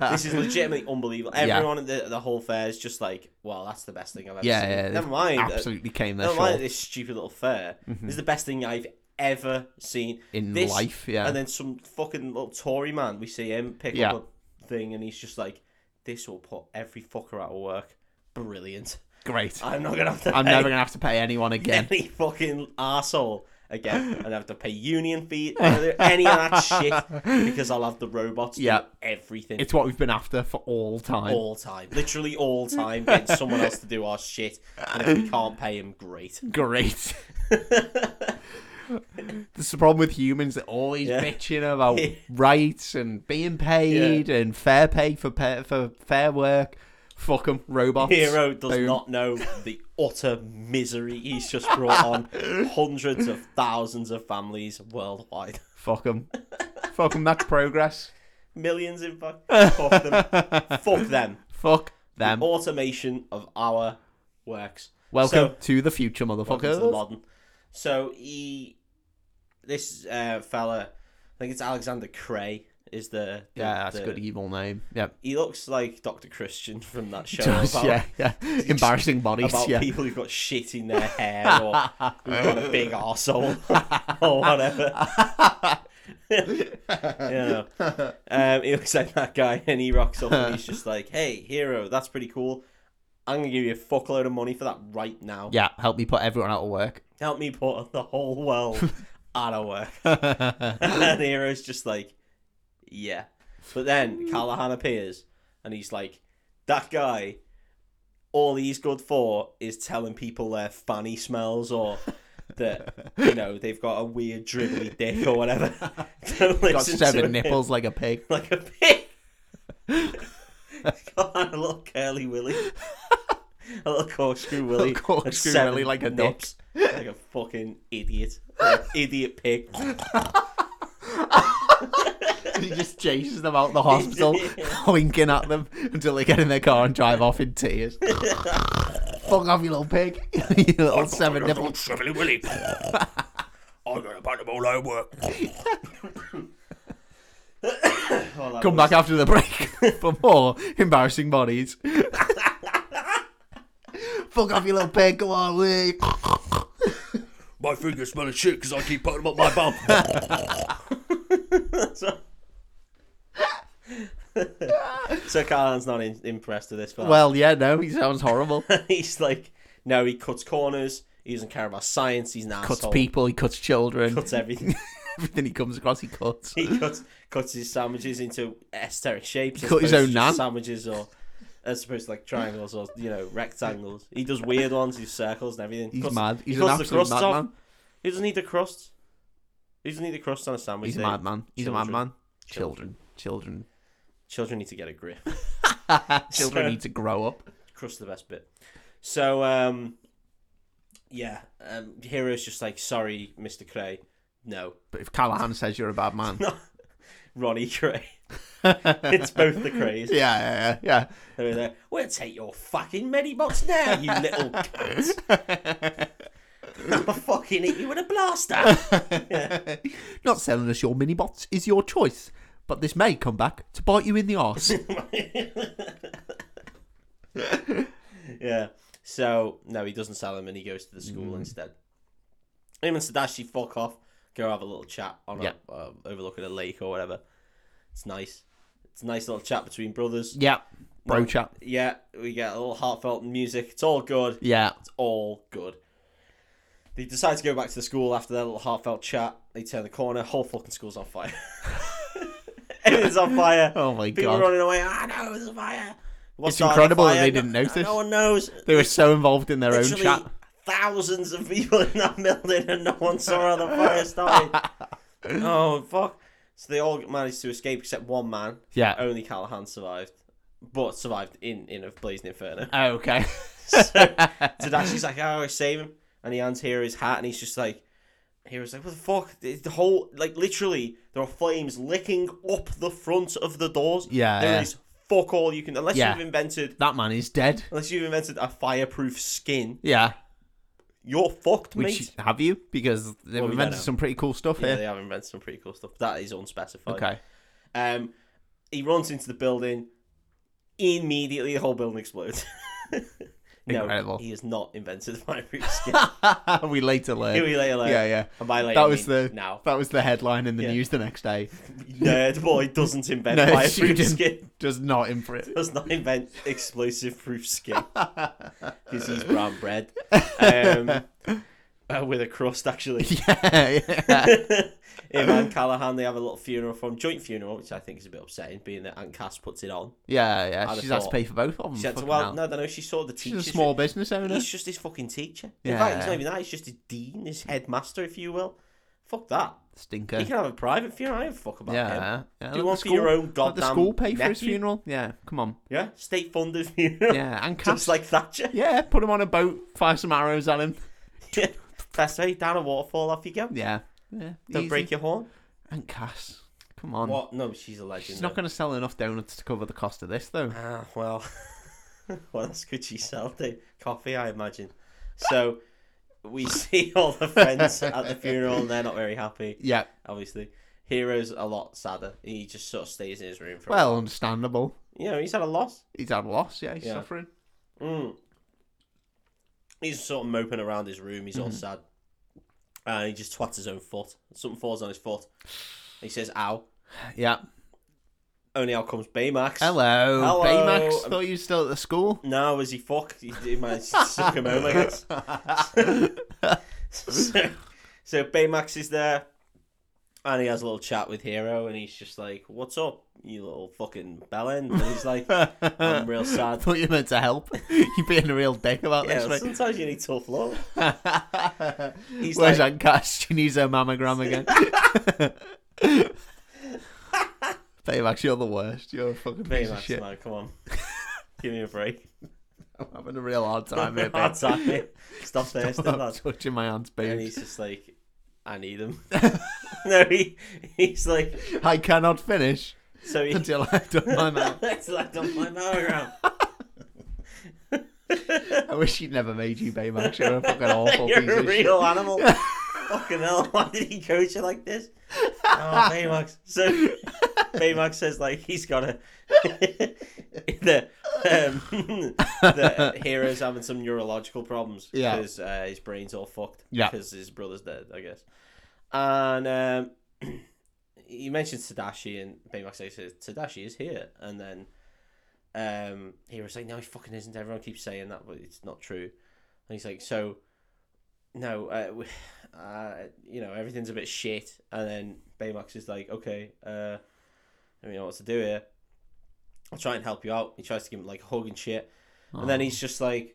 [SPEAKER 1] this is legitimately unbelievable everyone at the, the whole fair is just like well that's the best thing i've ever
[SPEAKER 2] Yeah,
[SPEAKER 1] seen
[SPEAKER 2] yeah,
[SPEAKER 1] never mind uh,
[SPEAKER 2] absolutely came
[SPEAKER 1] I
[SPEAKER 2] there
[SPEAKER 1] don't like
[SPEAKER 2] short Mm-hmm.
[SPEAKER 1] this stupid little fair. This is the best thing I've ever seen.
[SPEAKER 2] in
[SPEAKER 1] this-
[SPEAKER 2] life. Yeah.
[SPEAKER 1] And then some fucking little Tory man, we see him pick
[SPEAKER 2] Yeah.
[SPEAKER 1] up a thing and he's just like, this will put every fucker out of work. Brilliant.
[SPEAKER 2] Great.
[SPEAKER 1] I'm not gonna have to.
[SPEAKER 2] I'm
[SPEAKER 1] pay
[SPEAKER 2] never gonna have to pay anyone again.
[SPEAKER 1] any fucking arsehole again, and I have to pay union fees, any of that shit, because I'll have the robots do
[SPEAKER 2] Yeah.
[SPEAKER 1] everything
[SPEAKER 2] It's what we've been after for all time.
[SPEAKER 1] all time, literally all time, getting someone else to do our shit, and if we can't pay him, great.
[SPEAKER 2] Great. There's the problem with humans. They're always
[SPEAKER 1] Yeah.
[SPEAKER 2] bitching about
[SPEAKER 1] Yeah.
[SPEAKER 2] rights and being paid and fair pay for pa for fair work. Fuck 'em, robots.
[SPEAKER 1] Hero does
[SPEAKER 2] Boom.
[SPEAKER 1] not know the utter misery he's just brought on hundreds of thousands of families worldwide.
[SPEAKER 2] Fuck 'em. Fuck 'em, That's progress.
[SPEAKER 1] Millions, in fact. Fuck them. Fuck them.
[SPEAKER 2] Fuck them.
[SPEAKER 1] Automation of our works.
[SPEAKER 2] Welcome
[SPEAKER 1] So-
[SPEAKER 2] to the future,
[SPEAKER 1] Welcome to the
[SPEAKER 2] motherfuckers.
[SPEAKER 1] modern. So he, this uh, fella, I think it's Alexander Cray, is the, the-
[SPEAKER 2] Yeah, that's
[SPEAKER 1] the-
[SPEAKER 2] a good evil name. Yep.
[SPEAKER 1] He looks like Doctor Christian from that show
[SPEAKER 2] Does,
[SPEAKER 1] about,
[SPEAKER 2] yeah, yeah. Embarrassing bodies.
[SPEAKER 1] about
[SPEAKER 2] yeah.
[SPEAKER 1] people who've got shit in their hair or who've got a big arsehole or whatever. yeah. Um, he looks like that guy and he rocks up and he's just like, hey, hero, that's pretty cool. I'm going to give you a fuckload of money for that right now.
[SPEAKER 2] Yeah. Help me put everyone out of work.
[SPEAKER 1] Help me put the whole world out of work. and the hero's just like, yeah. But then Callahan appears and he's like, that guy, all he's good for is telling people their fanny smells or that, you know, they've got a weird dribbly dick or whatever. Don't
[SPEAKER 2] Got
[SPEAKER 1] listen to him
[SPEAKER 2] seven nipples like a pig.
[SPEAKER 1] Like a pig. He's got a little curly willy. A little corkscrew willy. and
[SPEAKER 2] corkscrew
[SPEAKER 1] seven
[SPEAKER 2] willy like a dick.
[SPEAKER 1] nips. Like a fucking idiot. Like an idiot pig.
[SPEAKER 2] he just chases them out the hospital, winking at them until they get in their car and drive off in tears. Fuck off, you little pig. you little seven nipple.
[SPEAKER 3] Shrivelly Willy. I'm gonna put them all over.
[SPEAKER 1] Oh, that
[SPEAKER 2] Come
[SPEAKER 1] was-
[SPEAKER 2] back after the break for more embarrassing bodies. Fuck off, you little pig. Come on, leave.
[SPEAKER 3] My fingers smell of shit because I keep putting them up my bum.
[SPEAKER 1] So Callahan's not in- impressed with this. But
[SPEAKER 2] Well, yeah, no, he sounds horrible.
[SPEAKER 1] he's like, no, he cuts corners. He doesn't care about science. He's an
[SPEAKER 2] Cuts
[SPEAKER 1] asshole.
[SPEAKER 2] people, he cuts children.
[SPEAKER 1] Cuts everything.
[SPEAKER 2] Everything he comes across, he cuts.
[SPEAKER 1] he cuts cuts his sandwiches into esoteric shapes. as
[SPEAKER 2] Cut his
[SPEAKER 1] opposed
[SPEAKER 2] own
[SPEAKER 1] to
[SPEAKER 2] nan.
[SPEAKER 1] just sandwiches or. As opposed to like triangles or you know rectangles, he does weird ones, he does circles and everything.
[SPEAKER 2] He's
[SPEAKER 1] Cuts-
[SPEAKER 2] mad. He's
[SPEAKER 1] he
[SPEAKER 2] an
[SPEAKER 1] cuts the
[SPEAKER 2] absolute
[SPEAKER 1] crusts off.
[SPEAKER 2] madman.
[SPEAKER 1] He doesn't need the crust. He doesn't need the crust on a sandwich.
[SPEAKER 2] He's a
[SPEAKER 1] they-
[SPEAKER 2] madman. He's a
[SPEAKER 1] Children.
[SPEAKER 2] madman. Children. Children.
[SPEAKER 1] Children need to get a grip.
[SPEAKER 2] Children
[SPEAKER 1] So-
[SPEAKER 2] need to grow up.
[SPEAKER 1] crust the best bit. So um yeah, um Hero's just like, sorry, Mr. Cray. No.
[SPEAKER 2] But if Callahan says you're a bad man,
[SPEAKER 1] Ronnie Cray. it's both the Crays.
[SPEAKER 2] yeah, yeah, yeah,
[SPEAKER 1] They're there. We'll take your fucking Medibots now, you little cunt. I'll fucking hit you with a blaster.
[SPEAKER 2] yeah. Not selling us your mini bots is your choice, but this may come back to bite you in the arse.
[SPEAKER 1] yeah. So no, he doesn't sell him, and he goes to the
[SPEAKER 2] Mm.
[SPEAKER 1] school instead. Him and Sadashi fuck off. Go have a little chat on
[SPEAKER 2] Yeah.
[SPEAKER 1] a, uh, overlooking a lake or whatever. It's nice. It's a nice little chat between brothers.
[SPEAKER 2] yeah, bro chap.
[SPEAKER 1] Yeah, we get a little heartfelt music. It's all good.
[SPEAKER 2] Yeah,
[SPEAKER 1] It's all good. They decide to go back to the school after their little heartfelt chat. They turn the corner. Whole fucking school's on fire. Everything's on fire.
[SPEAKER 2] Oh my
[SPEAKER 1] People
[SPEAKER 2] God.
[SPEAKER 1] running away. Ah no, there's a fire. What's
[SPEAKER 2] It's
[SPEAKER 1] on
[SPEAKER 2] incredible that
[SPEAKER 1] fire?
[SPEAKER 2] they didn't
[SPEAKER 1] No-
[SPEAKER 2] notice.
[SPEAKER 1] No one knows.
[SPEAKER 2] they were so involved in their own
[SPEAKER 1] Literally
[SPEAKER 2] chat.
[SPEAKER 1] thousands of people in that building, and no one saw how the fire started. oh fuck! So they all managed to escape except one man.
[SPEAKER 2] Yeah.
[SPEAKER 1] Only Callahan survived, but survived in in a blazing inferno.
[SPEAKER 2] Oh, okay.
[SPEAKER 1] So Tadashi's like, "Oh, I save him," and he hands Hero his hat, and he's just like, "Hero's like, what the fuck? The the whole like literally, there are flames licking up the front of the doors.
[SPEAKER 2] Yeah,
[SPEAKER 1] there
[SPEAKER 2] yeah.
[SPEAKER 1] is fuck all you can unless
[SPEAKER 2] Yeah.
[SPEAKER 1] you've invented
[SPEAKER 2] that man is dead.
[SPEAKER 1] unless you've invented a fireproof skin.
[SPEAKER 2] Yeah.
[SPEAKER 1] You're fucked,
[SPEAKER 2] Which
[SPEAKER 1] mate.
[SPEAKER 2] have you? Because
[SPEAKER 1] Well,
[SPEAKER 2] they've
[SPEAKER 1] we don't
[SPEAKER 2] invented
[SPEAKER 1] know.
[SPEAKER 2] some pretty cool stuff
[SPEAKER 1] Yeah,
[SPEAKER 2] here.
[SPEAKER 1] they have invented some pretty cool stuff. That is unspecified.
[SPEAKER 2] Okay.
[SPEAKER 1] Um, he runs into the building. Immediately, the whole building explodes. No,
[SPEAKER 2] Incredible.
[SPEAKER 1] he has not invented the binary skin.
[SPEAKER 2] we later learned.
[SPEAKER 1] Here we later learn.
[SPEAKER 2] Yeah, yeah.
[SPEAKER 1] And by later,
[SPEAKER 2] That was
[SPEAKER 1] I mean
[SPEAKER 2] the
[SPEAKER 1] now.
[SPEAKER 2] that was the headline in the
[SPEAKER 1] Yeah.
[SPEAKER 2] news the next day.
[SPEAKER 1] Nerd boy doesn't invent
[SPEAKER 2] No, she
[SPEAKER 1] fireproof
[SPEAKER 2] didn't.
[SPEAKER 1] skin.
[SPEAKER 2] Does not imprint.
[SPEAKER 1] Does not invent explosive proof skin because he's brown bread um, uh, with a crust actually.
[SPEAKER 2] yeah, yeah.
[SPEAKER 1] Him and Callahan they have a little funeral from joint funeral, which I think is a bit upsetting, being that Aunt Cass puts it on.
[SPEAKER 2] Yeah,
[SPEAKER 1] I'd
[SPEAKER 2] yeah.
[SPEAKER 1] have
[SPEAKER 2] She's had to
[SPEAKER 1] thought-
[SPEAKER 2] pay for both of them.
[SPEAKER 1] She had to,
[SPEAKER 2] fucking
[SPEAKER 1] well,
[SPEAKER 2] hell.
[SPEAKER 1] no, no, no. She saw the
[SPEAKER 2] She's
[SPEAKER 1] teacher.
[SPEAKER 2] a small business owner.
[SPEAKER 1] He's just his fucking teacher. In fact, he's
[SPEAKER 2] Yeah.
[SPEAKER 1] not even that. He's just his dean, his headmaster, if you will. Fuck that.
[SPEAKER 2] Stinker.
[SPEAKER 1] He can have a private funeral. I don't fuck about
[SPEAKER 2] yeah,
[SPEAKER 1] him.
[SPEAKER 2] yeah. Let
[SPEAKER 1] Do
[SPEAKER 2] the
[SPEAKER 1] one for your
[SPEAKER 2] school-
[SPEAKER 1] own
[SPEAKER 2] Let
[SPEAKER 1] goddamn
[SPEAKER 2] the school pay for his
[SPEAKER 1] nephew.
[SPEAKER 2] funeral. Yeah, come on.
[SPEAKER 1] Yeah, state funded funeral.
[SPEAKER 2] Yeah, and
[SPEAKER 1] Just
[SPEAKER 2] cast.
[SPEAKER 1] like Thatcher.
[SPEAKER 2] yeah, put him on a boat, fire some arrows at him.
[SPEAKER 1] Yeah. That's right. Down a waterfall, off you go.
[SPEAKER 2] Yeah, yeah.
[SPEAKER 1] Don't
[SPEAKER 2] easy.
[SPEAKER 1] break your horn.
[SPEAKER 2] And Cass, come on.
[SPEAKER 1] What? No, she's a legend.
[SPEAKER 2] She's not going to sell enough donuts to cover the cost of this, though.
[SPEAKER 1] Ah, well. what else could she sell? To? Coffee, I imagine. So we see all the friends at the funeral, and they're not very happy,
[SPEAKER 2] Yeah.
[SPEAKER 1] obviously. Hero's a lot sadder. He just sort of stays in his room for a
[SPEAKER 2] Well, understandable.
[SPEAKER 1] you know, he's had a loss.
[SPEAKER 2] He's had a loss. Yeah, he's
[SPEAKER 1] Yeah.
[SPEAKER 2] suffering.
[SPEAKER 1] Mm. He's sort of moping around his room. He's all sad. And he just twats his own foot. Something falls on his foot. He says, ow.
[SPEAKER 2] Yeah.
[SPEAKER 1] Only out comes Baymax.
[SPEAKER 2] Hello.
[SPEAKER 1] Hello.
[SPEAKER 2] Baymax. Thought you were still at the school.
[SPEAKER 1] No, is he fuck? He, he managed to suck him home, I guess. so, so Baymax is there. And he has a little chat with Hero. And he's just like, what's up, you little fucking bellend? And he's like, I'm real sad.
[SPEAKER 2] Thought you meant to help. You're being a real dick about
[SPEAKER 1] Yeah,
[SPEAKER 2] this, mate.
[SPEAKER 1] sometimes you need tough love. He's
[SPEAKER 2] Where's
[SPEAKER 1] like-
[SPEAKER 2] that Cass? She needs her mammogram again. Baymax, you're the worst. You're a fucking piece of
[SPEAKER 1] Baymax,
[SPEAKER 2] shit.
[SPEAKER 1] man, come on. Give me a break.
[SPEAKER 2] I'm having a real hard time here,
[SPEAKER 1] Hard
[SPEAKER 2] babe.
[SPEAKER 1] time, mate. Stop thirsting,
[SPEAKER 2] I'm
[SPEAKER 1] lad.
[SPEAKER 2] touching my aunt's
[SPEAKER 1] And
[SPEAKER 2] boobs.
[SPEAKER 1] he's just like, I need them. no, he, he's like,
[SPEAKER 2] I cannot finish
[SPEAKER 1] so he.
[SPEAKER 2] until I've done my mouth.
[SPEAKER 1] That's like on my mammogram.
[SPEAKER 2] I wish he'd never made you Baymax. You're a fucking awful piece
[SPEAKER 1] You're a
[SPEAKER 2] of shit.
[SPEAKER 1] real animal. Fucking hell, why did he coach you like this? Oh, Baymax. So Baymax says like he's got a the um, the hero's having some neurological problems
[SPEAKER 2] Yeah.
[SPEAKER 1] because uh, his brain's all fucked
[SPEAKER 2] Yeah.
[SPEAKER 1] because his brother's dead, I guess. And um, he mentions Tadashi and Baymax says Tadashi is here, and then um, hero's like no, he fucking isn't. Everyone keeps saying that, but it's not true. And he's like, so, no, uh, w- uh, you know, everything's a bit shit. And then Baymax is like, okay, uh, I mean, what to do here? I'll try and help you out. He tries to give him like a hug and shit. And then he's just like,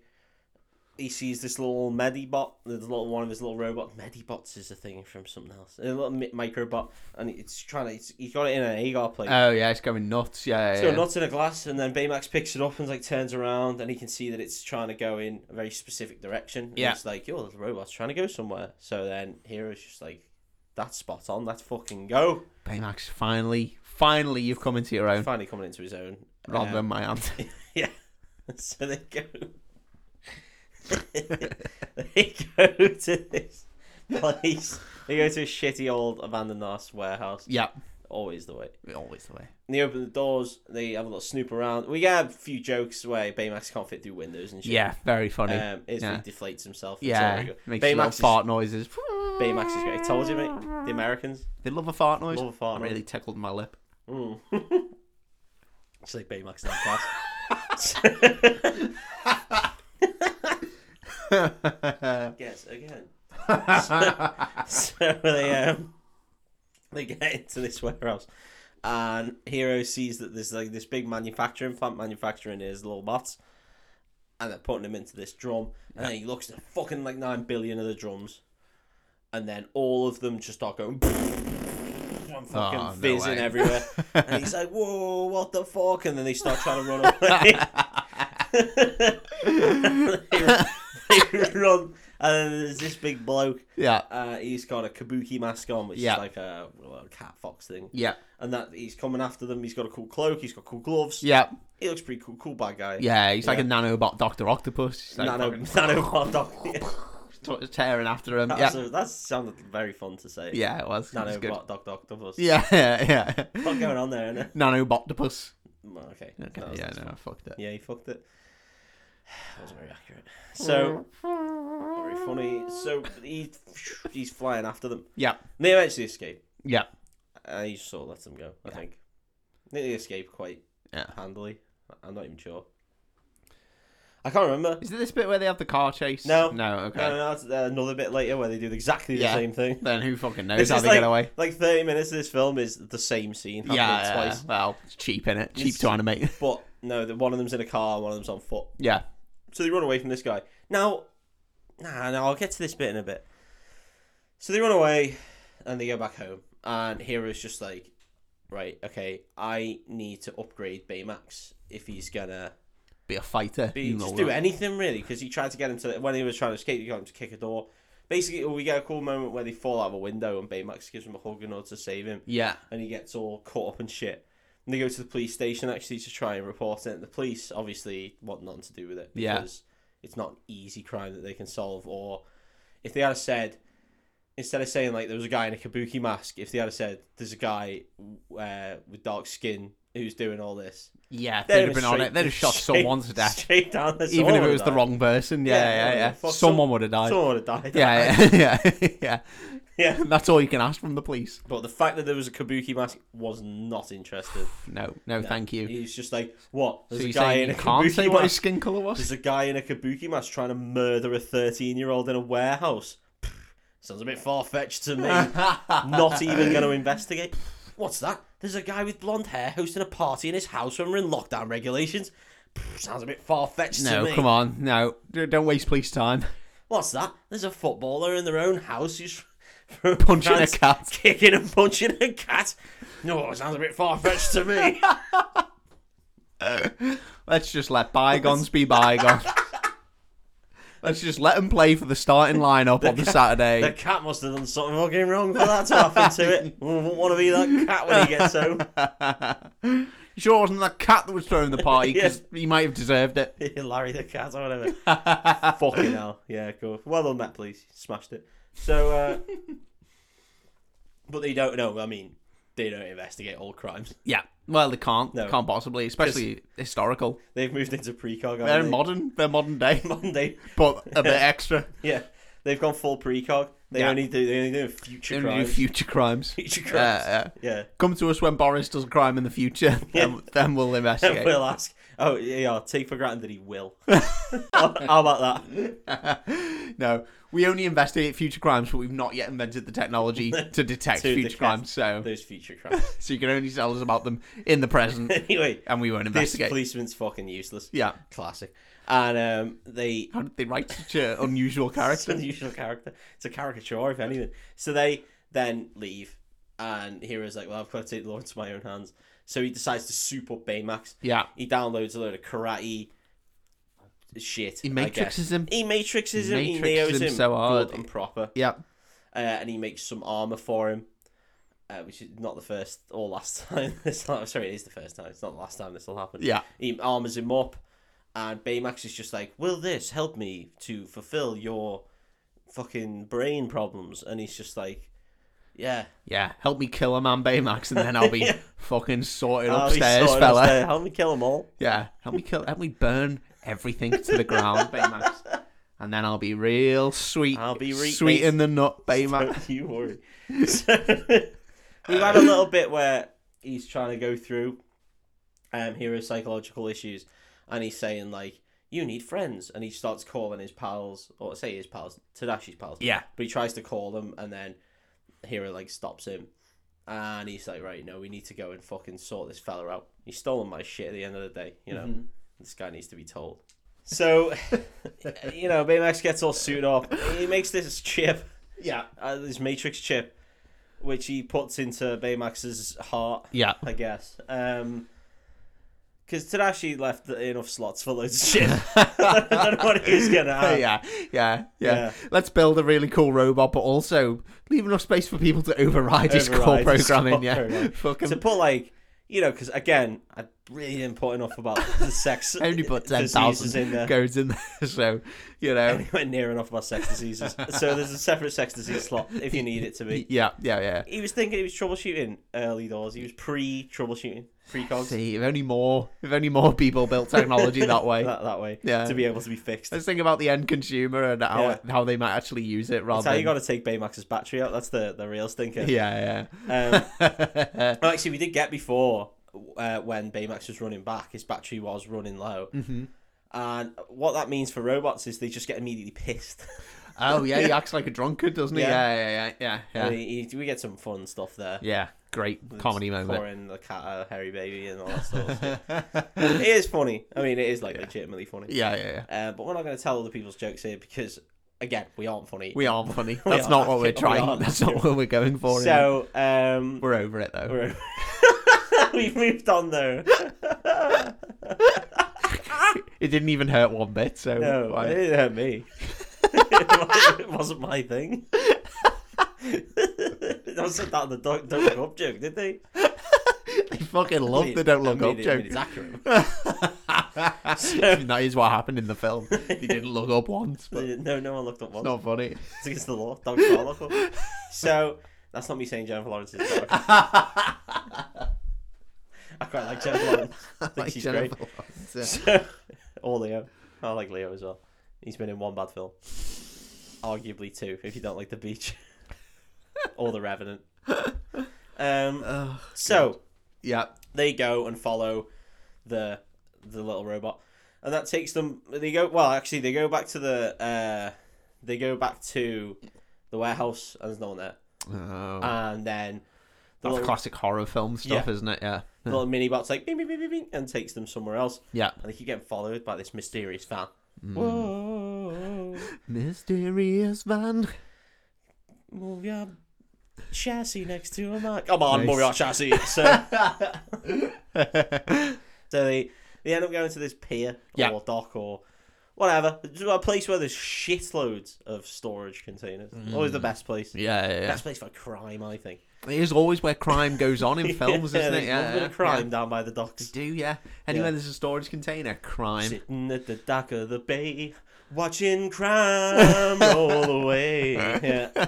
[SPEAKER 1] he sees this little Medibot, the little one of his little robot. Medibots is a thing from something else, a little mi- microbot, and it's trying to. It's, he's got it in an agar plate.
[SPEAKER 2] Oh yeah, it's going nuts. Yeah, yeah.
[SPEAKER 1] So
[SPEAKER 2] yeah.
[SPEAKER 1] nuts in a glass, and then Baymax picks it up and like turns around, and he can see that it's trying to go in a very specific direction. And
[SPEAKER 2] Yeah.
[SPEAKER 1] it's like, yo, the robot's trying to go somewhere. So then Hero's just like, that's spot on. Let's fucking go.
[SPEAKER 2] Baymax, finally, finally, you've come into your own,
[SPEAKER 1] Finally coming into his own.
[SPEAKER 2] rather
[SPEAKER 1] Um,
[SPEAKER 2] than my aunt.
[SPEAKER 1] yeah. So they go. they go to this place. They go to a shitty old abandoned ass warehouse.
[SPEAKER 2] yeah,
[SPEAKER 1] Always the way.
[SPEAKER 2] always the way.
[SPEAKER 1] And they open the doors. They have a little snoop around. We get a few jokes where Baymax can't fit through windows and shit.
[SPEAKER 2] Yeah, very funny.
[SPEAKER 1] Um, it's
[SPEAKER 2] Yeah.
[SPEAKER 1] when he deflates himself. It's all
[SPEAKER 2] yeah,
[SPEAKER 1] very good.
[SPEAKER 2] makes little
[SPEAKER 1] Baymax is,
[SPEAKER 2] fart noises.
[SPEAKER 1] Baymax is great. I told you, mate. The Americans
[SPEAKER 2] They love a fart noise.
[SPEAKER 1] love a fart.
[SPEAKER 2] Really
[SPEAKER 1] Really,
[SPEAKER 2] tickled my lip.
[SPEAKER 1] it's like Baymax in that class. Guess again. so, so they um, they get into this warehouse, and Hero sees that there's like this big manufacturing plant manufacturing his little bots, and they're putting him into this drum, and then he looks at fucking like nine billion of the drums, and then all of them just start going. And fucking
[SPEAKER 2] Oh, no
[SPEAKER 1] fizzing
[SPEAKER 2] way.
[SPEAKER 1] everywhere, and he's like, "Whoa, what the fuck?" And then they start trying to run away. they run, and then there's this big bloke.
[SPEAKER 2] Yeah,
[SPEAKER 1] Uh, he's got a kabuki mask on, which
[SPEAKER 2] Yeah.
[SPEAKER 1] is like a, well, a cat fox thing,
[SPEAKER 2] yeah,
[SPEAKER 1] and that he's coming after them. He's got a cool cloak. He's got cool gloves.
[SPEAKER 2] yeah,
[SPEAKER 1] He looks pretty cool. Cool bad guy.
[SPEAKER 2] yeah. He's like
[SPEAKER 1] Yeah.
[SPEAKER 2] a nanobot Doctor Octopus. He's like
[SPEAKER 1] Nano,
[SPEAKER 2] fucking
[SPEAKER 1] nano hot dog. Yeah.
[SPEAKER 2] t- tearing after him.
[SPEAKER 1] That's
[SPEAKER 2] Yeah,
[SPEAKER 1] a- that sounded very fun to say.
[SPEAKER 2] yeah, it was. It was
[SPEAKER 1] Nano
[SPEAKER 2] good.
[SPEAKER 1] hot dog octopus.
[SPEAKER 2] Yeah, yeah, yeah.
[SPEAKER 1] What's going on there? Innit?
[SPEAKER 2] Nanobotopus.
[SPEAKER 1] Okay.
[SPEAKER 2] Okay,
[SPEAKER 1] That was-
[SPEAKER 2] yeah, no, I fucked it.
[SPEAKER 1] Yeah, he fucked it. That wasn't very accurate. So,
[SPEAKER 2] Hmm.
[SPEAKER 1] not very funny. So he, he's flying after them.
[SPEAKER 2] Yeah.
[SPEAKER 1] They eventually escape.
[SPEAKER 2] Yeah.
[SPEAKER 1] I just sort of let them go. I think they escape quite
[SPEAKER 2] Yeah.
[SPEAKER 1] handily. I'm not even sure. I can't remember.
[SPEAKER 2] Is it this bit where they have the car chase?
[SPEAKER 1] No.
[SPEAKER 2] No, okay.
[SPEAKER 1] No, no, no, it's uh, another bit later where they do exactly the
[SPEAKER 2] Yeah.
[SPEAKER 1] same thing.
[SPEAKER 2] Then who fucking knows
[SPEAKER 1] This
[SPEAKER 2] how
[SPEAKER 1] is
[SPEAKER 2] they
[SPEAKER 1] like,
[SPEAKER 2] get away?
[SPEAKER 1] like 30 minutes of this film is the same scene
[SPEAKER 2] Yeah,
[SPEAKER 1] happening twice.
[SPEAKER 2] yeah. Well, it's cheap, innit? Cheap
[SPEAKER 1] It's-
[SPEAKER 2] to animate.
[SPEAKER 1] But no, the, one of them's in a car and one of them's on foot.
[SPEAKER 2] yeah.
[SPEAKER 1] So they run away from this guy. Now, nah, no, I'll get to this bit in a bit. So they run away and they go back home. And Hero's just like, right, okay, I need to upgrade Baymax if he's gonna
[SPEAKER 2] Be a fighter.
[SPEAKER 1] be,
[SPEAKER 2] you know
[SPEAKER 1] just do
[SPEAKER 2] that.
[SPEAKER 1] anything really. Because he tried to get him to, when he was trying to escape, he got him to kick a door. Basically, we get a cool moment where they fall out of a window and Baymax gives him a hug in order to save him
[SPEAKER 2] Yeah.
[SPEAKER 1] and he gets all caught up and shit. And they go to the police station actually to try and report it. The police obviously want nothing to do with it
[SPEAKER 2] Yeah.
[SPEAKER 1] because it's not an easy crime that they can solve. Or if they had said, instead of saying like there was a guy in a kabuki mask, if they had said there's a guy uh, with dark skin who's doing all this,
[SPEAKER 2] Yeah. if
[SPEAKER 1] they'd
[SPEAKER 2] They'd
[SPEAKER 1] have
[SPEAKER 2] have been on
[SPEAKER 1] straight-
[SPEAKER 2] it. They'd have shot
[SPEAKER 1] straight-
[SPEAKER 2] someone to death.
[SPEAKER 1] straight down the
[SPEAKER 2] Even if
[SPEAKER 1] someone
[SPEAKER 2] it was the
[SPEAKER 1] would've
[SPEAKER 2] wrong person. Yeah,
[SPEAKER 1] Yeah,
[SPEAKER 2] yeah, yeah.
[SPEAKER 1] yeah, fuck,
[SPEAKER 2] Someone
[SPEAKER 1] some-
[SPEAKER 2] would have
[SPEAKER 1] died.
[SPEAKER 2] died.
[SPEAKER 1] Someone would have died.
[SPEAKER 2] Yeah, yeah, yeah, yeah.
[SPEAKER 1] Yeah.
[SPEAKER 2] That's all you can ask from the police.
[SPEAKER 1] But the fact that there was a kabuki mask was not interested.
[SPEAKER 2] No, no, thank you.
[SPEAKER 1] He's just like, what? There's
[SPEAKER 2] so
[SPEAKER 1] a
[SPEAKER 2] you're
[SPEAKER 1] guy
[SPEAKER 2] saying
[SPEAKER 1] in a
[SPEAKER 2] you can't
[SPEAKER 1] kabuki
[SPEAKER 2] say what
[SPEAKER 1] mask.
[SPEAKER 2] his skin colour was?
[SPEAKER 1] There's a guy in a kabuki mask trying to murder a 13 year old in a warehouse. Pfft, Sounds a bit far fetched to me. Not even going to investigate. What's that? There's a guy with blonde hair hosting a party in his house when we're in lockdown regulations. Pfft, Sounds a bit far fetched to
[SPEAKER 2] No,
[SPEAKER 1] me.
[SPEAKER 2] come on. No. D- Don't waste police time.
[SPEAKER 1] What's that? There's a footballer in their own house who's from
[SPEAKER 2] Punching
[SPEAKER 1] France
[SPEAKER 2] a cat.
[SPEAKER 1] Kicking and punching a cat. No, sounds a bit far fetched to me.
[SPEAKER 2] Let's just let bygones be bygones. Let's just let them play for the starting lineup on the Saturday.
[SPEAKER 1] The cat must have done something fucking wrong for that to happen to it. Wouldn't want to be that cat when he gets home.
[SPEAKER 2] You sure it wasn't that cat that was throwing the party? Because he might have deserved it.
[SPEAKER 1] Larry the cat or whatever. Fucking hell. Yeah, cool. Well done, that please. Smashed it. So, uh, but they don't know. I mean, they don't investigate all crimes.
[SPEAKER 2] Yeah. Well, they can't.
[SPEAKER 1] No.
[SPEAKER 2] Can't possibly, especially historical.
[SPEAKER 1] They've moved into precog.
[SPEAKER 2] They're
[SPEAKER 1] haven't
[SPEAKER 2] modern. They're modern day,
[SPEAKER 1] they? Monday.
[SPEAKER 2] but a bit extra.
[SPEAKER 1] Yeah, they've gone full precog. They
[SPEAKER 2] Yeah.
[SPEAKER 1] only do. They only do future
[SPEAKER 2] They only do
[SPEAKER 1] crimes.
[SPEAKER 2] future crimes.
[SPEAKER 1] future
[SPEAKER 2] Uh,
[SPEAKER 1] crimes.
[SPEAKER 2] uh,
[SPEAKER 1] yeah.
[SPEAKER 2] come to us when Boris does a crime in the future. Then, then we'll investigate.
[SPEAKER 1] We'll ask. Oh, yeah. I'll take for granted that he will. how, how about that?
[SPEAKER 2] no, we only investigate future crimes, but we've not yet invented the technology to detect
[SPEAKER 1] To
[SPEAKER 2] future
[SPEAKER 1] detect
[SPEAKER 2] crimes. So,
[SPEAKER 1] Those future crimes.
[SPEAKER 2] so you can only tell us about them in the present,
[SPEAKER 1] anyway,
[SPEAKER 2] and we won't
[SPEAKER 1] this
[SPEAKER 2] investigate.
[SPEAKER 1] policeman's fucking useless.
[SPEAKER 2] Yeah.
[SPEAKER 1] Classic. And um, they
[SPEAKER 2] How did they write such an unusual
[SPEAKER 1] It's an
[SPEAKER 2] character?
[SPEAKER 1] unusual character. It's a caricature, if anything. So they then leave, and Hero's like, "Well, I've got to take the law into my own hands." So he decides to soup up Baymax.
[SPEAKER 2] Yeah.
[SPEAKER 1] He downloads a load of karate shit.
[SPEAKER 2] He
[SPEAKER 1] I guess.
[SPEAKER 2] matrixes him.
[SPEAKER 1] He matrixes him. He
[SPEAKER 2] Matrixes
[SPEAKER 1] neos him,
[SPEAKER 2] him so hard.
[SPEAKER 1] good and proper,
[SPEAKER 2] Yeah.
[SPEAKER 1] uh, and he makes some armor for him. Uh, which is not the first or last time. This time, sorry, it is the first time. It's not the last time this will happen
[SPEAKER 2] Yeah.
[SPEAKER 1] he armors him up, and Baymax is just like, "Will this help me to fulfill your fucking brain problems?" And he's just like, "Yeah,
[SPEAKER 2] Yeah. Help me kill a man, Baymax, and then I'll be fucking sorted
[SPEAKER 1] I'll be
[SPEAKER 2] upstairs,
[SPEAKER 1] sorted
[SPEAKER 2] fella.
[SPEAKER 1] Oh, upstairs. help me kill them all."
[SPEAKER 2] Yeah. Help me kill. Help me burn everything to the ground, Baymax. And then I'll be real sweet.
[SPEAKER 1] I'll be re-
[SPEAKER 2] sweet in the nut, Baymax.
[SPEAKER 1] Don't you worry. So, we've had a little bit where he's trying to go through um hero psychological issues, and he's saying like. You need friends, and he starts calling his pals, or say his pals, Tadashi's pals.
[SPEAKER 2] Yeah.
[SPEAKER 1] But he tries to call them, and then Hero like stops him, and he's like, "Right, no, we need to go and fucking sort this fella out. He's stolen my shit at the end of the day. You know, this guy needs to be told." So, you know, Baymax gets all suited up. He makes this chip,
[SPEAKER 2] Yeah.
[SPEAKER 1] uh, this Matrix chip, which he puts into Baymax's heart,
[SPEAKER 2] Yeah.
[SPEAKER 1] I guess. Um, because Tadashi left enough slots for loads of shit. I don't know what he was gonna have.
[SPEAKER 2] yeah, yeah, yeah,
[SPEAKER 1] Uh, Yeah.
[SPEAKER 2] Let's build a really cool robot, but also leave enough space for people to override, his core
[SPEAKER 1] Override his
[SPEAKER 2] programming.
[SPEAKER 1] core
[SPEAKER 2] yeah,
[SPEAKER 1] programming.
[SPEAKER 2] fucking
[SPEAKER 1] to put like you know because again I really didn't put enough about the sex
[SPEAKER 2] Only put ten
[SPEAKER 1] diseases in
[SPEAKER 2] thousand
[SPEAKER 1] there.
[SPEAKER 2] goes in there, so you know.
[SPEAKER 1] Anywhere near enough about sex diseases. so there's a separate sex disease slot if you need it to be.
[SPEAKER 2] Yeah, yeah, yeah.
[SPEAKER 1] He was thinking he was troubleshooting early doors. He was pre troubleshooting, pre cogs
[SPEAKER 2] See, if only more, if only more people built technology that way.
[SPEAKER 1] that, that way
[SPEAKER 2] Yeah.
[SPEAKER 1] to be able to be fixed.
[SPEAKER 2] Let's think about the end consumer and how
[SPEAKER 1] Yeah.
[SPEAKER 2] how they might actually use it rather
[SPEAKER 1] That's how you
[SPEAKER 2] than
[SPEAKER 1] got to take Baymax's battery out. That's the the real stinker.
[SPEAKER 2] yeah,
[SPEAKER 1] Um,
[SPEAKER 2] yeah.
[SPEAKER 1] well, actually, we did get before uh, when Baymax was running back. His battery was running low. Mm-hmm. And what that means for robots is they just get immediately pissed.
[SPEAKER 2] oh yeah, he acts like a drunkard, doesn't he?
[SPEAKER 1] Yeah. Oh,
[SPEAKER 2] Yeah, yeah, yeah, yeah,
[SPEAKER 1] I
[SPEAKER 2] yeah.
[SPEAKER 1] mean, we get some fun stuff there.
[SPEAKER 2] Yeah, great comedy moment.
[SPEAKER 1] Pouring the cat a hairy baby and all that sort of stuff. it is funny. I mean, it is like legitimately funny.
[SPEAKER 2] Yeah, yeah, yeah.
[SPEAKER 1] Uh, but we're not going to tell other people's jokes here because, again, we aren't funny.
[SPEAKER 2] We are funny.
[SPEAKER 1] We
[SPEAKER 2] That's
[SPEAKER 1] are.
[SPEAKER 2] not what
[SPEAKER 1] We
[SPEAKER 2] we're trying.
[SPEAKER 1] are.
[SPEAKER 2] That's not what we're going for. So
[SPEAKER 1] so um,
[SPEAKER 2] we're over it though.
[SPEAKER 1] we're... we've moved on though.
[SPEAKER 2] It didn't even hurt one bit. So
[SPEAKER 1] No,
[SPEAKER 2] why-
[SPEAKER 1] it didn't hurt me. it wasn't my thing. I said that in the don't, don't look up joke, did they?
[SPEAKER 2] they fucking love the don't look
[SPEAKER 1] I
[SPEAKER 2] up
[SPEAKER 1] mean, I mean,
[SPEAKER 2] joke.
[SPEAKER 1] it's accurate.
[SPEAKER 2] that is what happened in the film. They didn't look up once, but it's
[SPEAKER 1] No, no one looked up once.
[SPEAKER 2] not funny.
[SPEAKER 1] It's against the law. Dogs can't look up. So that's not me saying Jennifer Lawrence is a dog. I quite like Jennifer Lawrence. I think
[SPEAKER 2] Like
[SPEAKER 1] she's
[SPEAKER 2] Jennifer
[SPEAKER 1] great.
[SPEAKER 2] Lawrence, yeah.
[SPEAKER 1] So, or Leo. I like Leo as well. He's been in one bad film. Arguably two, if you don't like The Beach. or The Revenant. Um,
[SPEAKER 2] Ugh,
[SPEAKER 1] so,
[SPEAKER 2] yeah,
[SPEAKER 1] they go and follow the the little robot and that takes them they go well actually they go back to the uh they go back to the warehouse and there's no one there
[SPEAKER 2] Oh,
[SPEAKER 1] and then the
[SPEAKER 2] that's
[SPEAKER 1] little,
[SPEAKER 2] classic horror film stuff, isn't it? Yeah,
[SPEAKER 1] the little mini bot's like bing, bing, bing, bing, bing, and takes them somewhere else
[SPEAKER 2] yeah.
[SPEAKER 1] and they keep getting followed by this mysterious van
[SPEAKER 2] Mm.
[SPEAKER 1] whoa
[SPEAKER 2] Mysterious van.
[SPEAKER 1] move your chassis next to a mark come on
[SPEAKER 2] Nice.
[SPEAKER 1] move your chassis so, so they they end up going to this pier
[SPEAKER 2] Yeah.
[SPEAKER 1] or dock or whatever It's a place where there's shitloads of storage containers always the best place
[SPEAKER 2] Mm. Yeah, yeah, yeah.
[SPEAKER 1] best place for crime i think
[SPEAKER 2] It is always where crime goes on in films,
[SPEAKER 1] yeah,
[SPEAKER 2] isn't it?
[SPEAKER 1] there's a
[SPEAKER 2] Yeah,
[SPEAKER 1] little bit
[SPEAKER 2] yeah,
[SPEAKER 1] of crime down by the
[SPEAKER 2] yeah.
[SPEAKER 1] docks
[SPEAKER 2] Do yeah. Anywhere
[SPEAKER 1] Yeah.
[SPEAKER 2] there's a storage container, crime.
[SPEAKER 1] sitting at the dock of the bay watching crime roll away yeah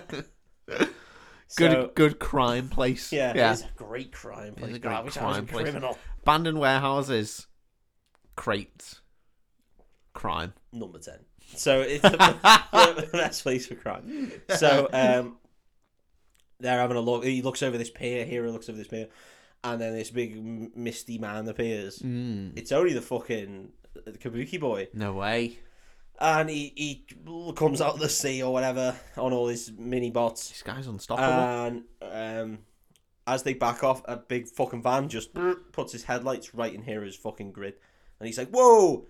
[SPEAKER 2] Good,
[SPEAKER 1] So,
[SPEAKER 2] good crime place.
[SPEAKER 1] yeah,
[SPEAKER 2] yeah.
[SPEAKER 1] it's a great crime place.
[SPEAKER 2] a
[SPEAKER 1] God, I
[SPEAKER 2] great
[SPEAKER 1] wish I was a
[SPEAKER 2] crime place.
[SPEAKER 1] criminal.
[SPEAKER 2] Abandoned warehouses, crates, crime.
[SPEAKER 1] number 10. So it's the best place for crime. So um, they're having a look. He looks over this pier. Hero looks over this pier. And then this big m- misty man appears.
[SPEAKER 2] Mm.
[SPEAKER 1] It's only the fucking uh, the kabuki boy.
[SPEAKER 2] No way.
[SPEAKER 1] And he, he comes out of the sea or whatever on all his mini bots.
[SPEAKER 2] This guy's unstoppable.
[SPEAKER 1] And um, as they back off, a big fucking van just puts his headlights right in Hero's fucking grid, and he's like, "Whoa!"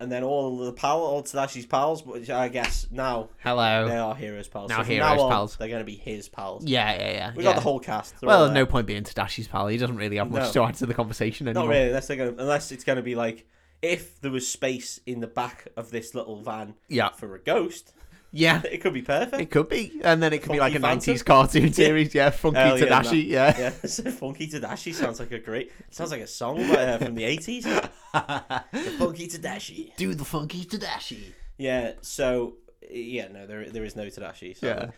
[SPEAKER 1] And then all the pal, all Tadashi's pals, which I guess now
[SPEAKER 2] Hello.
[SPEAKER 1] they are Hero's pals.
[SPEAKER 2] Now
[SPEAKER 1] so from
[SPEAKER 2] Hero's
[SPEAKER 1] now on,
[SPEAKER 2] pals.
[SPEAKER 1] They're going to be his pals.
[SPEAKER 2] Yeah, yeah, yeah.
[SPEAKER 1] We
[SPEAKER 2] yeah.
[SPEAKER 1] got the whole cast. They're all
[SPEAKER 2] Well, there's
[SPEAKER 1] there.
[SPEAKER 2] no point being Tadashi's pal. He doesn't really have much
[SPEAKER 1] No.
[SPEAKER 2] to add to the conversation anymore.
[SPEAKER 1] not really. Unless they're going, to unless it's going to be like if there was space in the back of this little van
[SPEAKER 2] Yeah,
[SPEAKER 1] for a ghost,
[SPEAKER 2] yeah.
[SPEAKER 1] it could be perfect.
[SPEAKER 2] It could be, and then it could be like a
[SPEAKER 1] Funky Phantom?
[SPEAKER 2] '90s cartoon series. Yeah, Funky
[SPEAKER 1] Hell yeah,
[SPEAKER 2] Tadashi. Yeah.
[SPEAKER 1] yeah, so Funky Tadashi sounds like a great, sounds like a song by, uh, from the eighties. Funky Tadashi.
[SPEAKER 2] Do the Funky Tadashi.
[SPEAKER 1] Yeah. So yeah, no, there there is no Tadashi. So.
[SPEAKER 2] Yeah.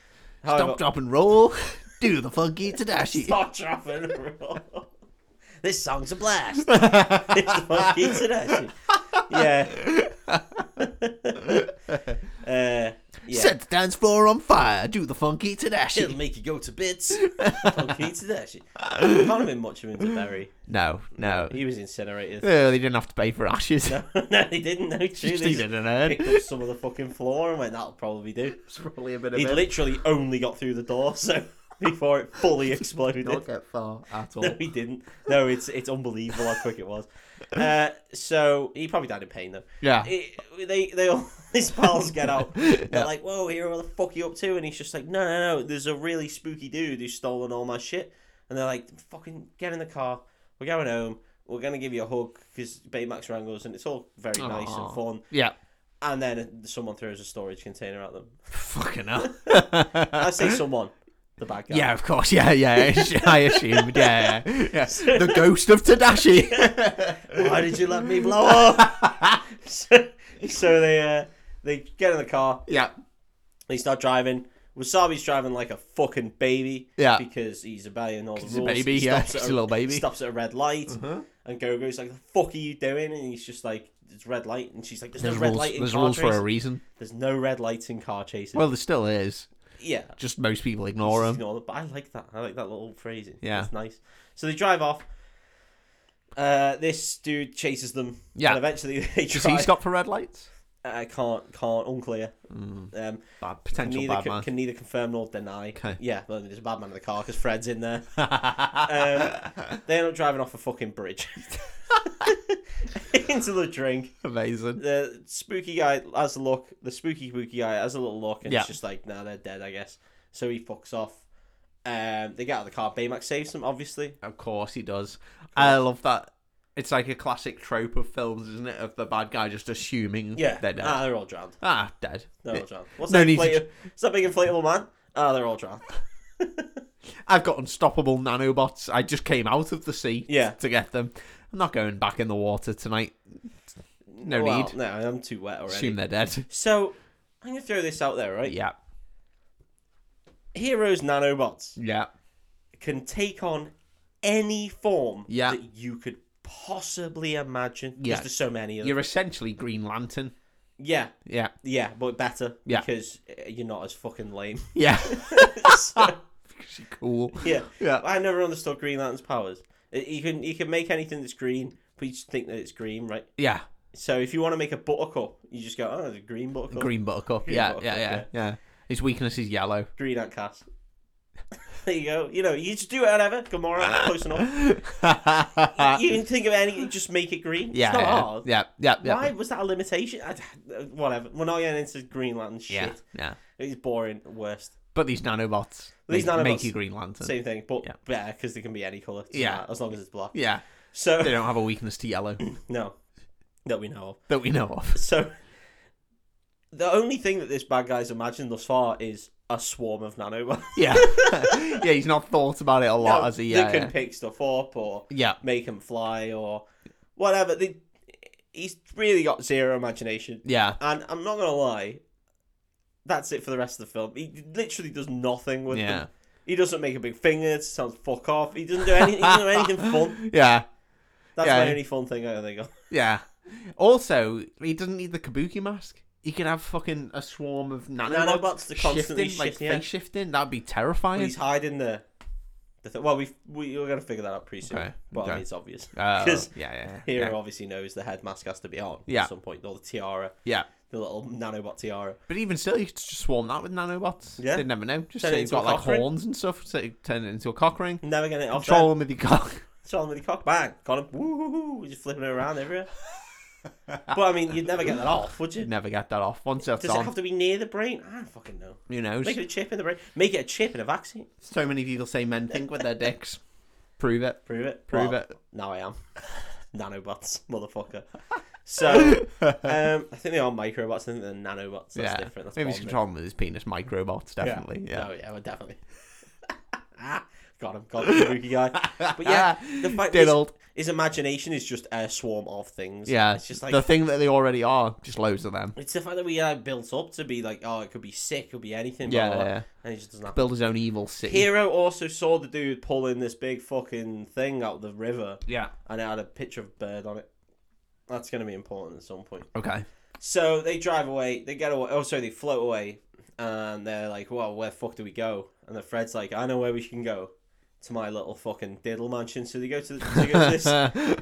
[SPEAKER 1] However,
[SPEAKER 2] Stop, drop, and roll. Do the Funky Tadashi.
[SPEAKER 1] stop dropping. this song's a blast. it's the Funky Tadashi. Yeah. uh, yeah.
[SPEAKER 2] Set the dance floor on fire. Do the Funky
[SPEAKER 1] It'll
[SPEAKER 2] Tadashi.
[SPEAKER 1] make you go to bits. Funky Tadashi. I can't have been much of him to bury.
[SPEAKER 2] No, no.
[SPEAKER 1] He was incinerated.
[SPEAKER 2] Oh, they didn't have to pay for ashes.
[SPEAKER 1] No, no, they didn't. No, true.
[SPEAKER 2] Just
[SPEAKER 1] They
[SPEAKER 2] he
[SPEAKER 1] just
[SPEAKER 2] didn't earn.
[SPEAKER 1] picked up some of the fucking floor and went, "That'll probably do."
[SPEAKER 2] It's probably a bit
[SPEAKER 1] He literally only got through the door, so before it fully exploded.
[SPEAKER 2] get far at all.
[SPEAKER 1] No, he didn't. No, it's it's unbelievable how quick it was. Uh, so he probably died in pain though.
[SPEAKER 2] Yeah.
[SPEAKER 1] It- they they all his pals get out. They're
[SPEAKER 2] Yeah.
[SPEAKER 1] like, "Whoa, hero, what the fuck you up to?" And he's just like, "No, no, no. There's a really spooky dude who's stolen all my shit." And they're like, "Fucking get in the car. We're going home. We're gonna give you a hug because Baymax rang us, and it's all very nice and
[SPEAKER 2] Aw.
[SPEAKER 1] fun."
[SPEAKER 2] Yeah.
[SPEAKER 1] And then someone throws a storage container at them.
[SPEAKER 2] Fucking hell.
[SPEAKER 1] I say someone. the bad guy.
[SPEAKER 2] Yeah, of course. Yeah, yeah. I assumed. Yeah, yeah. yeah. The ghost of Tadashi.
[SPEAKER 1] Why did you let me blow up? so, so they uh, they get in the car.
[SPEAKER 2] yeah.
[SPEAKER 1] They start driving. Wasabi's driving like a fucking baby.
[SPEAKER 2] Yeah.
[SPEAKER 1] Because he's obeying all the rules.
[SPEAKER 2] He's a baby,
[SPEAKER 1] He
[SPEAKER 2] yeah.
[SPEAKER 1] stops at
[SPEAKER 2] He's a little baby. Uh-huh.
[SPEAKER 1] Stops at a red light. And Gogo's like, "The fuck are you doing?" And he's just like, "It's red light." And she's like, "There's,
[SPEAKER 2] There's
[SPEAKER 1] no red
[SPEAKER 2] rules,
[SPEAKER 1] light in
[SPEAKER 2] there's
[SPEAKER 1] car
[SPEAKER 2] rules for a
[SPEAKER 1] chasing."
[SPEAKER 2] reason.
[SPEAKER 1] There's no red lights in car chasing.
[SPEAKER 2] Well, there still is.
[SPEAKER 1] yeah.
[SPEAKER 2] Just most people ignore
[SPEAKER 1] Just
[SPEAKER 2] them.
[SPEAKER 1] ignore them. But I like that. I like that little phrasing.
[SPEAKER 2] Yeah.
[SPEAKER 1] It's nice. So they drive off. Uh, this dude chases them.
[SPEAKER 2] Yeah.
[SPEAKER 1] And eventually they
[SPEAKER 2] Does
[SPEAKER 1] try.
[SPEAKER 2] he stop for red lights?
[SPEAKER 1] I can't, can't, unclear.
[SPEAKER 2] Mm.
[SPEAKER 1] Um,
[SPEAKER 2] Bad, Ah, potential
[SPEAKER 1] neither
[SPEAKER 2] bad
[SPEAKER 1] can,
[SPEAKER 2] man.
[SPEAKER 1] can neither confirm nor deny.
[SPEAKER 2] Okay.
[SPEAKER 1] Yeah, well, there's a bad man in the car because Fred's in there. um, they end up driving off a fucking bridge into the drink.
[SPEAKER 2] Amazing.
[SPEAKER 1] The spooky guy has a look. The spooky spooky guy has a little look, and
[SPEAKER 2] Yeah.
[SPEAKER 1] it's just like, nah, they're dead, I guess. So he fucks off. Um, they get out of the car. Baymax saves them, obviously.
[SPEAKER 2] Of course he does. I love that. It's like a classic trope of films, isn't it? Of the bad guy just assuming
[SPEAKER 1] Yeah,
[SPEAKER 2] they're dead.
[SPEAKER 1] ah, they're all drowned.
[SPEAKER 2] ah, dead.
[SPEAKER 1] They're all drowned. What's
[SPEAKER 2] No
[SPEAKER 1] that?
[SPEAKER 2] need to-
[SPEAKER 1] inflata- What's that big inflatable man? Ah, they're all drowned.
[SPEAKER 2] I've got unstoppable nanobots. I just came out of the sea
[SPEAKER 1] Yeah.
[SPEAKER 2] to get them. I'm not going back in the water tonight. No
[SPEAKER 1] Well,
[SPEAKER 2] need.
[SPEAKER 1] No, I'm too wet already.
[SPEAKER 2] Assume they're dead.
[SPEAKER 1] So I'm gonna throw this out there, right?
[SPEAKER 2] Yeah.
[SPEAKER 1] Heroes nanobots
[SPEAKER 2] Yeah.
[SPEAKER 1] can take on any form
[SPEAKER 2] Yeah.
[SPEAKER 1] that you could possibly imagine. Because
[SPEAKER 2] Yeah.
[SPEAKER 1] there's so many of them.
[SPEAKER 2] You're essentially Green Lantern.
[SPEAKER 1] Yeah,
[SPEAKER 2] Yeah.
[SPEAKER 1] yeah, but better.
[SPEAKER 2] Yeah.
[SPEAKER 1] Because uh, you're not as fucking lame.
[SPEAKER 2] Yeah.
[SPEAKER 1] So,
[SPEAKER 2] cool.
[SPEAKER 1] yeah.
[SPEAKER 2] Yeah.
[SPEAKER 1] I never understood Green Lantern's powers. Uh, You can you can make anything that's green, but you just think that it's green, right?
[SPEAKER 2] Yeah.
[SPEAKER 1] So if you want to make a buttercup, you just go, oh, it's a green buttercup. Green,
[SPEAKER 2] Green Buttercup.
[SPEAKER 1] Green
[SPEAKER 2] yeah,
[SPEAKER 1] Buttercup,
[SPEAKER 2] yeah. Yeah. Yeah. His weakness is yellow.
[SPEAKER 1] green at cast. there you go. You know, you just do whatever. Gamora, close enough.
[SPEAKER 2] yeah.
[SPEAKER 1] you can think of any, just make it green. it's not
[SPEAKER 2] Uh, Yeah.
[SPEAKER 1] hard.
[SPEAKER 2] Yeah. Yeah. Yeah.
[SPEAKER 1] Why was that a limitation? I, uh, whatever. We're not getting into Green Lantern shit.
[SPEAKER 2] Yeah. yeah.
[SPEAKER 1] It's boring, worst.
[SPEAKER 2] But these nanobots,
[SPEAKER 1] These
[SPEAKER 2] make, make
[SPEAKER 1] nanobots-
[SPEAKER 2] you Green Lantern.
[SPEAKER 1] Same thing, but
[SPEAKER 2] Yeah.
[SPEAKER 1] better because they can be any color.
[SPEAKER 2] Yeah.
[SPEAKER 1] Yeah, as long as it's black.
[SPEAKER 2] Yeah. They
[SPEAKER 1] So
[SPEAKER 2] don't have a weakness to yellow
[SPEAKER 1] no, that we know
[SPEAKER 2] that we know of.
[SPEAKER 1] of. So the only thing that this bad guy's imagined thus far is a swarm of nanobots
[SPEAKER 2] Yeah. yeah. He's not thought about it a lot as a yeah.
[SPEAKER 1] that can
[SPEAKER 2] Yeah.
[SPEAKER 1] pick stuff up or
[SPEAKER 2] yeah.
[SPEAKER 1] make them fly or whatever. They, he's really got zero imagination.
[SPEAKER 2] Yeah.
[SPEAKER 1] And I'm not gonna lie, that's it for the rest of the film. He literally does nothing with
[SPEAKER 2] Yeah.
[SPEAKER 1] them. He doesn't make a big finger. It sounds fuck off. He doesn't do anything. He doesn't do anything fun.
[SPEAKER 2] Yeah.
[SPEAKER 1] That's
[SPEAKER 2] Yeah.
[SPEAKER 1] my only fun thing I think of.
[SPEAKER 2] Yeah. Also, he doesn't need the kabuki mask. He could have fucking a swarm of nanobots,
[SPEAKER 1] Nanobots to constantly
[SPEAKER 2] shifting, like
[SPEAKER 1] shift, yeah.
[SPEAKER 2] face shifting. That'd be
[SPEAKER 1] But
[SPEAKER 2] terrifying.
[SPEAKER 1] he's hiding the. the th- well, we we we're gonna figure that out pretty soon.
[SPEAKER 2] Okay,
[SPEAKER 1] But I
[SPEAKER 2] okay.
[SPEAKER 1] mean, it's obvious
[SPEAKER 2] Oh,
[SPEAKER 1] because
[SPEAKER 2] yeah, yeah, yeah,
[SPEAKER 1] Hero
[SPEAKER 2] yeah,
[SPEAKER 1] obviously knows the head mask has to be on
[SPEAKER 2] Yeah.
[SPEAKER 1] at some point, or the tiara,
[SPEAKER 2] yeah.
[SPEAKER 1] the little nanobot tiara.
[SPEAKER 2] But even still, you could just swarm that with nanobots.
[SPEAKER 1] Yeah.
[SPEAKER 2] They'd never know. Just
[SPEAKER 1] Turn it
[SPEAKER 2] say you've
[SPEAKER 1] into
[SPEAKER 2] got
[SPEAKER 1] a
[SPEAKER 2] like
[SPEAKER 1] cock ring.
[SPEAKER 2] horns and stuff. So you turn it into a cock ring.
[SPEAKER 1] Never getting it off.
[SPEAKER 2] Troll
[SPEAKER 1] Troll,
[SPEAKER 2] them with your cock.
[SPEAKER 1] troll him with your cock. Bang, got him. Woo hoo hoo! Just flipping it around everywhere. but I mean, you'd never get that off, would you?
[SPEAKER 2] You'd never get that off. Once that's
[SPEAKER 1] Does it
[SPEAKER 2] on,
[SPEAKER 1] have to be near the brain? I don't fucking know.
[SPEAKER 2] who knows?
[SPEAKER 1] Make it a chip in the brain. Make it a chip in a vaccine.
[SPEAKER 2] So many people say men think with their dicks. Prove it.
[SPEAKER 1] Prove it.
[SPEAKER 2] Prove
[SPEAKER 1] Well,
[SPEAKER 2] it.
[SPEAKER 1] Now I am. Nanobots, motherfucker. So, um, I think they are microbots. I think they're nanobots. That's
[SPEAKER 2] yeah.
[SPEAKER 1] different. That's
[SPEAKER 2] Maybe he's
[SPEAKER 1] bonding.
[SPEAKER 2] controlling with his penis. Microbots, definitely. Yeah.
[SPEAKER 1] Oh, yeah, well, definitely. got him. Got the rookie guy. But yeah, the fact is,
[SPEAKER 2] Ah, Diddled.
[SPEAKER 1] his imagination is just a swarm of things.
[SPEAKER 2] Yeah.
[SPEAKER 1] It's just like.
[SPEAKER 2] the thing that they already are, just loads of them.
[SPEAKER 1] it's the fact that we are built up to be like, oh, it could be sick, it could be anything.
[SPEAKER 2] Yeah,
[SPEAKER 1] blah, blah, blah.
[SPEAKER 2] yeah.
[SPEAKER 1] And he just doesn't have
[SPEAKER 2] Build his own evil city.
[SPEAKER 1] Hero also saw the dude pulling this big fucking thing out of the river,
[SPEAKER 2] Yeah.
[SPEAKER 1] and it had a picture of a bird on it. That's going to be important at some point.
[SPEAKER 2] Okay.
[SPEAKER 1] So they drive away, they get away. Oh, sorry, they float away, and they're like, "Well, where the fuck do we go?" And then Fred's like, "I know where we can go." To my little fucking diddle mansion. So they go to, the, they go to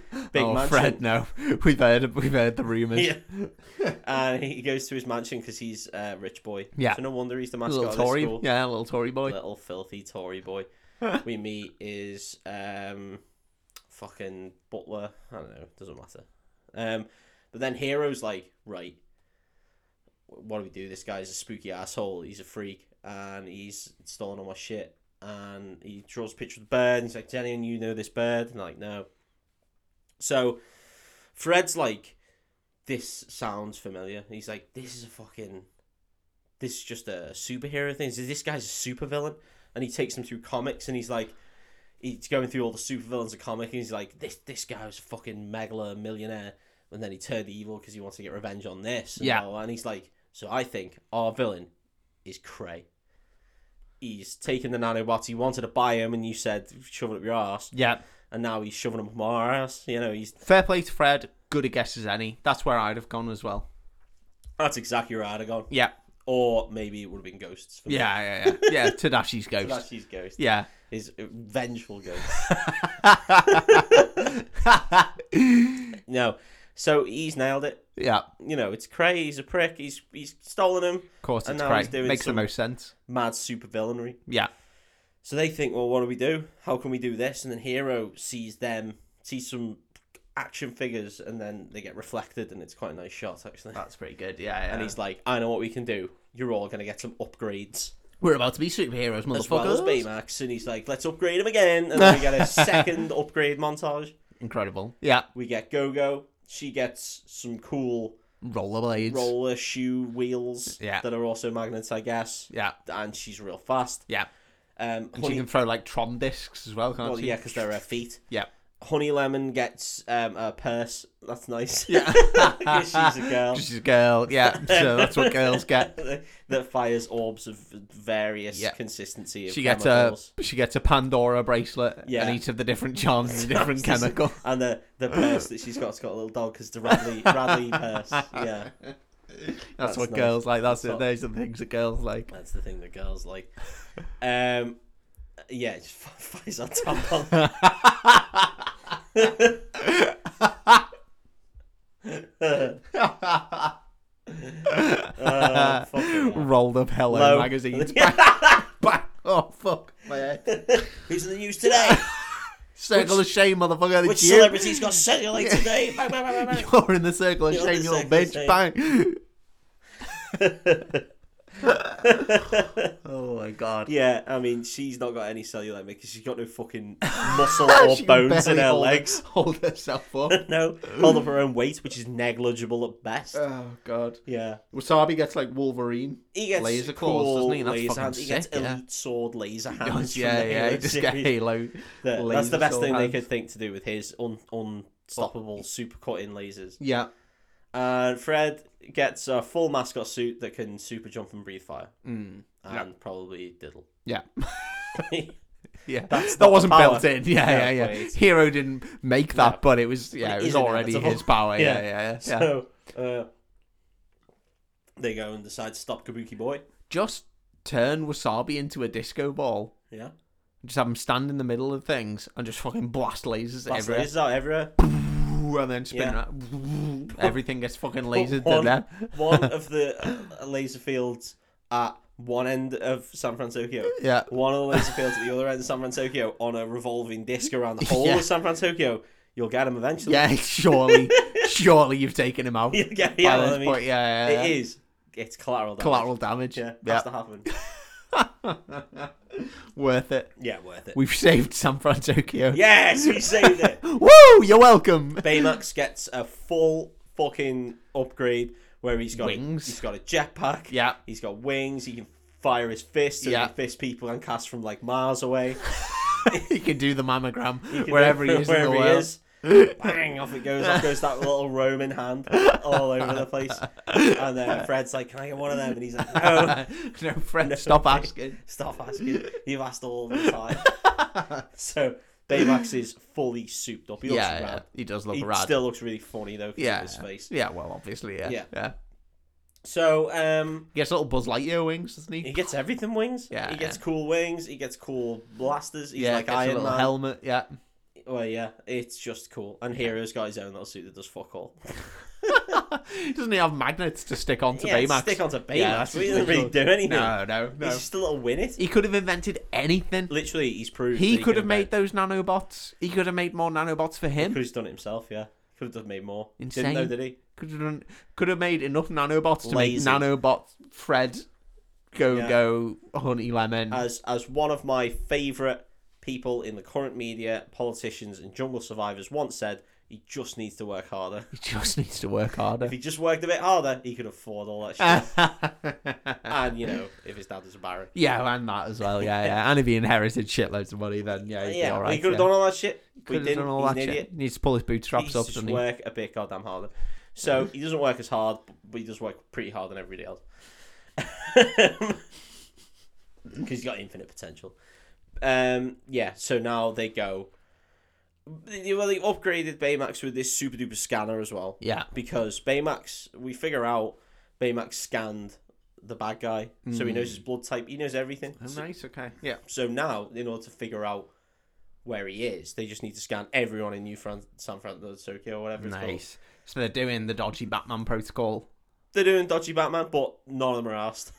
[SPEAKER 1] this, Big
[SPEAKER 2] oh,
[SPEAKER 1] mansion.
[SPEAKER 2] Fred, no. We've heard we've heard the rumors.
[SPEAKER 1] Yeah. and he goes to his mansion because he's a rich boy.
[SPEAKER 2] Yeah.
[SPEAKER 1] So no wonder he's the mascot
[SPEAKER 2] Little
[SPEAKER 1] of this
[SPEAKER 2] Tory.
[SPEAKER 1] school.
[SPEAKER 2] Yeah, little Tory boy.
[SPEAKER 1] little filthy Tory boy we meet is um fucking butler. I don't know, doesn't matter. Um, but then Hero's like, right, what do we do? This guy's a spooky asshole. He's a freak, and he's stolen all my shit. And he draws a picture of the bird. And he's like, does anyone you know this bird? And I'm like, no. So Fred's like, this sounds familiar. He's like, this is a fucking, this is just a superhero thing. This guy's a supervillain. and he takes him through comics and he's like he's going through all the supervillains of comic and he's like this this guy was a fucking megala millionaire and then he turned evil because he wants to get revenge on this and
[SPEAKER 2] Yeah.
[SPEAKER 1] blah, blah, blah. and he's like so I think our villain is Cray he's taken the nanobots he wanted to buy him and you said shove it up your ass
[SPEAKER 2] Yeah.
[SPEAKER 1] and now he's shoving them up our ass you know he's
[SPEAKER 2] Fair play to Fred. Good a guess as any. That's where I'd have gone as well.
[SPEAKER 1] that's exactly where I'd have gone
[SPEAKER 2] Yeah.
[SPEAKER 1] or maybe it would have been ghosts for me.
[SPEAKER 2] Yeah, yeah, yeah. Yeah, Tadashi's ghost.
[SPEAKER 1] that's his ghost
[SPEAKER 2] Yeah.
[SPEAKER 1] his uh, vengeful ghost. no, so he's nailed it.
[SPEAKER 2] Yeah.
[SPEAKER 1] You know, it's Cray. He's a prick. He's he's stolen him.
[SPEAKER 2] Of course,
[SPEAKER 1] And
[SPEAKER 2] it's
[SPEAKER 1] now he's
[SPEAKER 2] great.
[SPEAKER 1] doing
[SPEAKER 2] Makes
[SPEAKER 1] some-
[SPEAKER 2] the most sense.
[SPEAKER 1] Mad super villainry.
[SPEAKER 2] Yeah.
[SPEAKER 1] So they think, well, what do we do? How can we do this? And then Hero sees them, sees some action figures, and then they get reflected, and it's quite a nice shot actually.
[SPEAKER 2] That's pretty good. Yeah, Ah, yeah.
[SPEAKER 1] And he's like, I know what we can do. You're all gonna get some upgrades
[SPEAKER 2] We're about to be superheroes, motherfuckers.
[SPEAKER 1] as well as Baymax. And he's like, let's upgrade him again, and then we get a second upgrade montage.
[SPEAKER 2] Incredible. Yeah.
[SPEAKER 1] We get Go Go. She gets some cool
[SPEAKER 2] Rollerblades.
[SPEAKER 1] roller shoe wheels
[SPEAKER 2] Yeah.
[SPEAKER 1] that are also magnets, I guess.
[SPEAKER 2] Yeah.
[SPEAKER 1] And she's real fast.
[SPEAKER 2] Yeah.
[SPEAKER 1] Um,
[SPEAKER 2] And
[SPEAKER 1] honey,
[SPEAKER 2] she can throw like Tron discs as well, can't
[SPEAKER 1] well,
[SPEAKER 2] she?
[SPEAKER 1] yeah, because they're her feet.
[SPEAKER 2] Yeah.
[SPEAKER 1] Honey Lemon gets um, a purse. That's nice.
[SPEAKER 2] Yeah.
[SPEAKER 1] 'Cause she's a girl.
[SPEAKER 2] 'Cause she's a girl. Yeah. So that's what girls get.
[SPEAKER 1] that fires orbs of various
[SPEAKER 2] Yeah.
[SPEAKER 1] consistency of
[SPEAKER 2] She gets a
[SPEAKER 1] chemicals.
[SPEAKER 2] she gets a Pandora bracelet
[SPEAKER 1] Yeah.
[SPEAKER 2] and each of the different charms is a different chemical.
[SPEAKER 1] And the, the purse that she's got's got a little dog because the Radley, Radley purse. Yeah,
[SPEAKER 2] That's, what
[SPEAKER 1] nice.
[SPEAKER 2] girls like. That's,
[SPEAKER 1] That's
[SPEAKER 2] it.
[SPEAKER 1] not-
[SPEAKER 2] Those are the things that girls like.
[SPEAKER 1] that's the thing that girls like. Um, yeah, just fi- fires on tampon. Oh, fucking hell.
[SPEAKER 2] Rolled up Hello
[SPEAKER 1] Low.
[SPEAKER 2] magazines. Back, back. Oh fuck my head.
[SPEAKER 1] Who's in the news today?
[SPEAKER 2] Circle of shame, motherfucker.
[SPEAKER 1] Which
[SPEAKER 2] You-
[SPEAKER 1] celebrity's got cellulite today? Bang, bang, bang, bang, bang.
[SPEAKER 2] You're in the circle of
[SPEAKER 1] You're in the
[SPEAKER 2] shame, you little
[SPEAKER 1] circle of
[SPEAKER 2] bitch.
[SPEAKER 1] shame.
[SPEAKER 2] Bang. oh my god.
[SPEAKER 1] Yeah, I mean, she's not got any cellulite because she's got no fucking muscle or bones in her
[SPEAKER 2] hold,
[SPEAKER 1] legs.
[SPEAKER 2] Hold herself up.
[SPEAKER 1] No, hold up her own weight, which is negligible at best.
[SPEAKER 2] oh god.
[SPEAKER 1] Yeah,
[SPEAKER 2] Wasabi gets like Wolverine.
[SPEAKER 1] he gets
[SPEAKER 2] Laser claws,
[SPEAKER 1] cool
[SPEAKER 2] doesn't he? That's
[SPEAKER 1] laser
[SPEAKER 2] fucking
[SPEAKER 1] hands. He gets
[SPEAKER 2] sick, yeah.
[SPEAKER 1] elite sword laser
[SPEAKER 2] Yeah,
[SPEAKER 1] hands.
[SPEAKER 2] yeah,
[SPEAKER 1] from the Halo
[SPEAKER 2] yeah. Just get
[SPEAKER 1] series.
[SPEAKER 2] Halo.
[SPEAKER 1] That- that's
[SPEAKER 2] laser
[SPEAKER 1] the best
[SPEAKER 2] sword
[SPEAKER 1] thing they
[SPEAKER 2] hands.
[SPEAKER 1] could think to do with his un- unstoppable super cutting lasers.
[SPEAKER 2] Yeah.
[SPEAKER 1] And Uh, Fred gets a full mascot suit that can super jump and breathe fire,
[SPEAKER 2] Mm.
[SPEAKER 1] and
[SPEAKER 2] Yeah.
[SPEAKER 1] probably diddle.
[SPEAKER 2] Yeah.
[SPEAKER 1] it
[SPEAKER 2] Yeah.
[SPEAKER 1] That's not
[SPEAKER 2] that
[SPEAKER 1] the
[SPEAKER 2] wasn't
[SPEAKER 1] power.
[SPEAKER 2] built in. Yeah,
[SPEAKER 1] No,
[SPEAKER 2] yeah, yeah.
[SPEAKER 1] wait.
[SPEAKER 2] Hero didn't make that,
[SPEAKER 1] No.
[SPEAKER 2] but it was yeah,
[SPEAKER 1] it
[SPEAKER 2] it was
[SPEAKER 1] is
[SPEAKER 2] already
[SPEAKER 1] inevitable.
[SPEAKER 2] his power. Yeah,
[SPEAKER 1] Yeah.
[SPEAKER 2] yeah, yeah. yeah.
[SPEAKER 1] So uh, they go and decide to stop Kabuki Boy.
[SPEAKER 2] Just turn Wasabi into a disco ball.
[SPEAKER 1] Yeah,
[SPEAKER 2] Just have him stand in the middle of things and just fucking blast lasers at
[SPEAKER 1] Blast
[SPEAKER 2] everywhere.
[SPEAKER 1] lasers out everywhere.
[SPEAKER 2] and then spin
[SPEAKER 1] Yeah.
[SPEAKER 2] around. Everything gets fucking lasered
[SPEAKER 1] one,
[SPEAKER 2] to death.
[SPEAKER 1] one of the uh, laser fields at one end of San Francisco.
[SPEAKER 2] Yeah.
[SPEAKER 1] One of the laser fields at the other end of San Francisco on a revolving disc around the whole
[SPEAKER 2] Yeah.
[SPEAKER 1] of San Francisco. You'll get him eventually.
[SPEAKER 2] Yeah, surely, surely you've taken him out.
[SPEAKER 1] You'll
[SPEAKER 2] by
[SPEAKER 1] get- yeah,
[SPEAKER 2] this
[SPEAKER 1] I mean,
[SPEAKER 2] point. yeah, yeah, yeah.
[SPEAKER 1] It is. It's collateral damage.
[SPEAKER 2] collateral damage.
[SPEAKER 1] Yeah,
[SPEAKER 2] Yeah.
[SPEAKER 1] has to happen.
[SPEAKER 2] worth it.
[SPEAKER 1] Yeah, worth it.
[SPEAKER 2] We've saved San Francisco.
[SPEAKER 1] Yes, we saved it.
[SPEAKER 2] Woo! You're welcome.
[SPEAKER 1] Baymax gets a full fucking upgrade where he's got
[SPEAKER 2] Wings.
[SPEAKER 1] he's got a jetpack.
[SPEAKER 2] Yeah.
[SPEAKER 1] He's got wings. He can fire his fists. and
[SPEAKER 2] Yeah.
[SPEAKER 1] he can fist people and cast from like miles away.
[SPEAKER 2] he can do the mammogram
[SPEAKER 1] can
[SPEAKER 2] wherever
[SPEAKER 1] do-
[SPEAKER 2] he is
[SPEAKER 1] wherever
[SPEAKER 2] in the
[SPEAKER 1] he
[SPEAKER 2] world.
[SPEAKER 1] is. Bang! Off it goes. Off goes that little Roman hand all over the place. And then Fred's like, "Can I get one of them?" And he's like, "No,
[SPEAKER 2] no, friend, stop asking.
[SPEAKER 1] stop asking. You've asked all the time." so Baymax is fully souped up. He
[SPEAKER 2] Yeah,
[SPEAKER 1] looks
[SPEAKER 2] yeah,
[SPEAKER 1] rad.
[SPEAKER 2] he does look
[SPEAKER 1] He
[SPEAKER 2] rad.
[SPEAKER 1] still looks really funny though. 'cause of
[SPEAKER 2] yeah,
[SPEAKER 1] his face.
[SPEAKER 2] yeah. Well, obviously, yeah,
[SPEAKER 1] Yeah.
[SPEAKER 2] yeah.
[SPEAKER 1] So um,
[SPEAKER 2] He gets little Buzz Lightyear wings, doesn't he?
[SPEAKER 1] He gets everything wings.
[SPEAKER 2] Yeah,
[SPEAKER 1] He gets
[SPEAKER 2] yeah.
[SPEAKER 1] cool wings. He gets cool blasters. He's
[SPEAKER 2] yeah,
[SPEAKER 1] like
[SPEAKER 2] gets a
[SPEAKER 1] Iron
[SPEAKER 2] little
[SPEAKER 1] Man.
[SPEAKER 2] helmet. Yeah,
[SPEAKER 1] Well, yeah, it's just cool. And Hero's got his own little suit that does fuck all.
[SPEAKER 2] doesn't he have magnets to stick onto
[SPEAKER 1] yeah,
[SPEAKER 2] Baymax?
[SPEAKER 1] stick onto Baymax.
[SPEAKER 2] Yeah, that's
[SPEAKER 1] we
[SPEAKER 2] his
[SPEAKER 1] didn't really do
[SPEAKER 2] literal-
[SPEAKER 1] anything.
[SPEAKER 2] no, no,
[SPEAKER 1] He's
[SPEAKER 2] no.
[SPEAKER 1] just a little win it.
[SPEAKER 2] He could have invented anything.
[SPEAKER 1] Literally, he's proved. that
[SPEAKER 2] He could
[SPEAKER 1] can
[SPEAKER 2] have made
[SPEAKER 1] invent-
[SPEAKER 2] those nanobots. He could have made more nanobots for
[SPEAKER 1] Could
[SPEAKER 2] him.
[SPEAKER 1] have done it himself. Yeah, could have done made more. Didn't
[SPEAKER 2] Insane.
[SPEAKER 1] know, did he?
[SPEAKER 2] Could have done, could have made enough nanobots to
[SPEAKER 1] Lazy.
[SPEAKER 2] make nanobot Fred go
[SPEAKER 1] Yeah. Uh,
[SPEAKER 2] go honey lemon.
[SPEAKER 1] As as one of my favorite people in the current media, politicians and jungle survivors once said, He just needs to work harder.
[SPEAKER 2] He just needs to work harder.
[SPEAKER 1] If he just worked a bit harder, he could afford all that shit. and you know, if his dad was a baron,
[SPEAKER 2] yeah, and that as well. Yeah, yeah. And if he inherited shitloads of money, then yeah, he'd be
[SPEAKER 1] yeah,
[SPEAKER 2] all right.
[SPEAKER 1] he could
[SPEAKER 2] yeah.
[SPEAKER 1] have done all that shit. but he
[SPEAKER 2] Could have
[SPEAKER 1] didn't.
[SPEAKER 2] done all
[SPEAKER 1] He's
[SPEAKER 2] that
[SPEAKER 1] an
[SPEAKER 2] shit.
[SPEAKER 1] idiot.
[SPEAKER 2] Needs to pull his bootstraps
[SPEAKER 1] He
[SPEAKER 2] up,
[SPEAKER 1] needs to
[SPEAKER 2] doesn't
[SPEAKER 1] just
[SPEAKER 2] he? Mm-hmm.
[SPEAKER 1] work a bit goddamn harder. So he doesn't work as hard, but he does work pretty hard than everybody else. Because he's got infinite potential. Um, yeah, so now they go. they- Well, they upgraded Baymax with this super duper scanner as well.
[SPEAKER 2] Yeah.
[SPEAKER 1] Because Baymax, we figure out Baymax scanned the bad guy. So he
[SPEAKER 2] Mm.
[SPEAKER 1] knows his blood type, he knows everything.
[SPEAKER 2] Oh,
[SPEAKER 1] So-
[SPEAKER 2] nice. Okay. Yeah.
[SPEAKER 1] so now, in order to figure out where he is, they just need to scan everyone in New Fran- San Francisco, Tokyo, or whatever it's called.
[SPEAKER 2] Nice. So they're doing the dodgy Batman protocol.
[SPEAKER 1] They're doing dodgy Batman, but none of them are asked.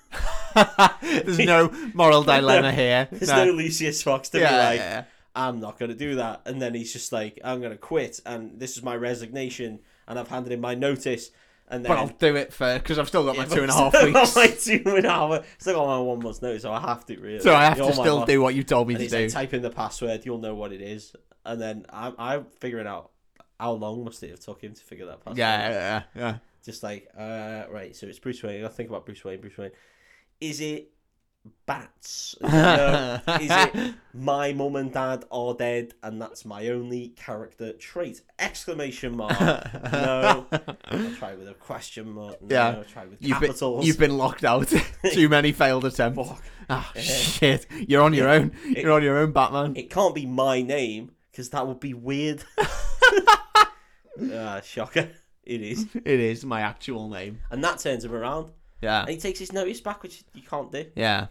[SPEAKER 2] There's no moral dilemma here.
[SPEAKER 1] There's
[SPEAKER 2] No.
[SPEAKER 1] no Lucius Fox to
[SPEAKER 2] yeah,
[SPEAKER 1] be like,
[SPEAKER 2] yeah,
[SPEAKER 1] I'm not going to do that. And then he's just like, I'm going to quit, and this is my resignation, and I've handed in my notice. And then
[SPEAKER 2] But I'll do it first because I've still got my
[SPEAKER 1] Yeah,
[SPEAKER 2] two and a
[SPEAKER 1] but
[SPEAKER 2] half weeks.
[SPEAKER 1] still got my two and a half. Still got my "Oh, one month's notice, so I have to really.
[SPEAKER 2] so I have to
[SPEAKER 1] You're oh my
[SPEAKER 2] still
[SPEAKER 1] boss.
[SPEAKER 2] do what you told me
[SPEAKER 1] And
[SPEAKER 2] to
[SPEAKER 1] he's
[SPEAKER 2] do.
[SPEAKER 1] like, type in the password, you'll know what it is. And then I'm, I'm figuring out how long must it have took him to figure that
[SPEAKER 2] yeah,
[SPEAKER 1] password.
[SPEAKER 2] yeah, yeah.
[SPEAKER 1] Just like, uh, right, so it's Bruce Wayne. I think about Bruce Wayne, Bruce Wayne. Is it bats? no.
[SPEAKER 2] yeah.
[SPEAKER 1] Is it my mum and dad are dead and that's my only character trait? Exclamation mark. No. I'll try with a question mark. No,
[SPEAKER 2] Yeah.
[SPEAKER 1] I'll try with
[SPEAKER 2] You've been,
[SPEAKER 1] capitals.
[SPEAKER 2] you've been locked out. Too many failed attempts.
[SPEAKER 1] Fuck.
[SPEAKER 2] Ah, shit. You're on your own. You're on your own, Batman.
[SPEAKER 1] It can't be my name because that would be weird. Ah, shocker. It is.
[SPEAKER 2] It is my actual name.
[SPEAKER 1] And that turns him around.
[SPEAKER 2] Yeah.
[SPEAKER 1] And he takes his notice back, which you can't do.
[SPEAKER 2] Yeah.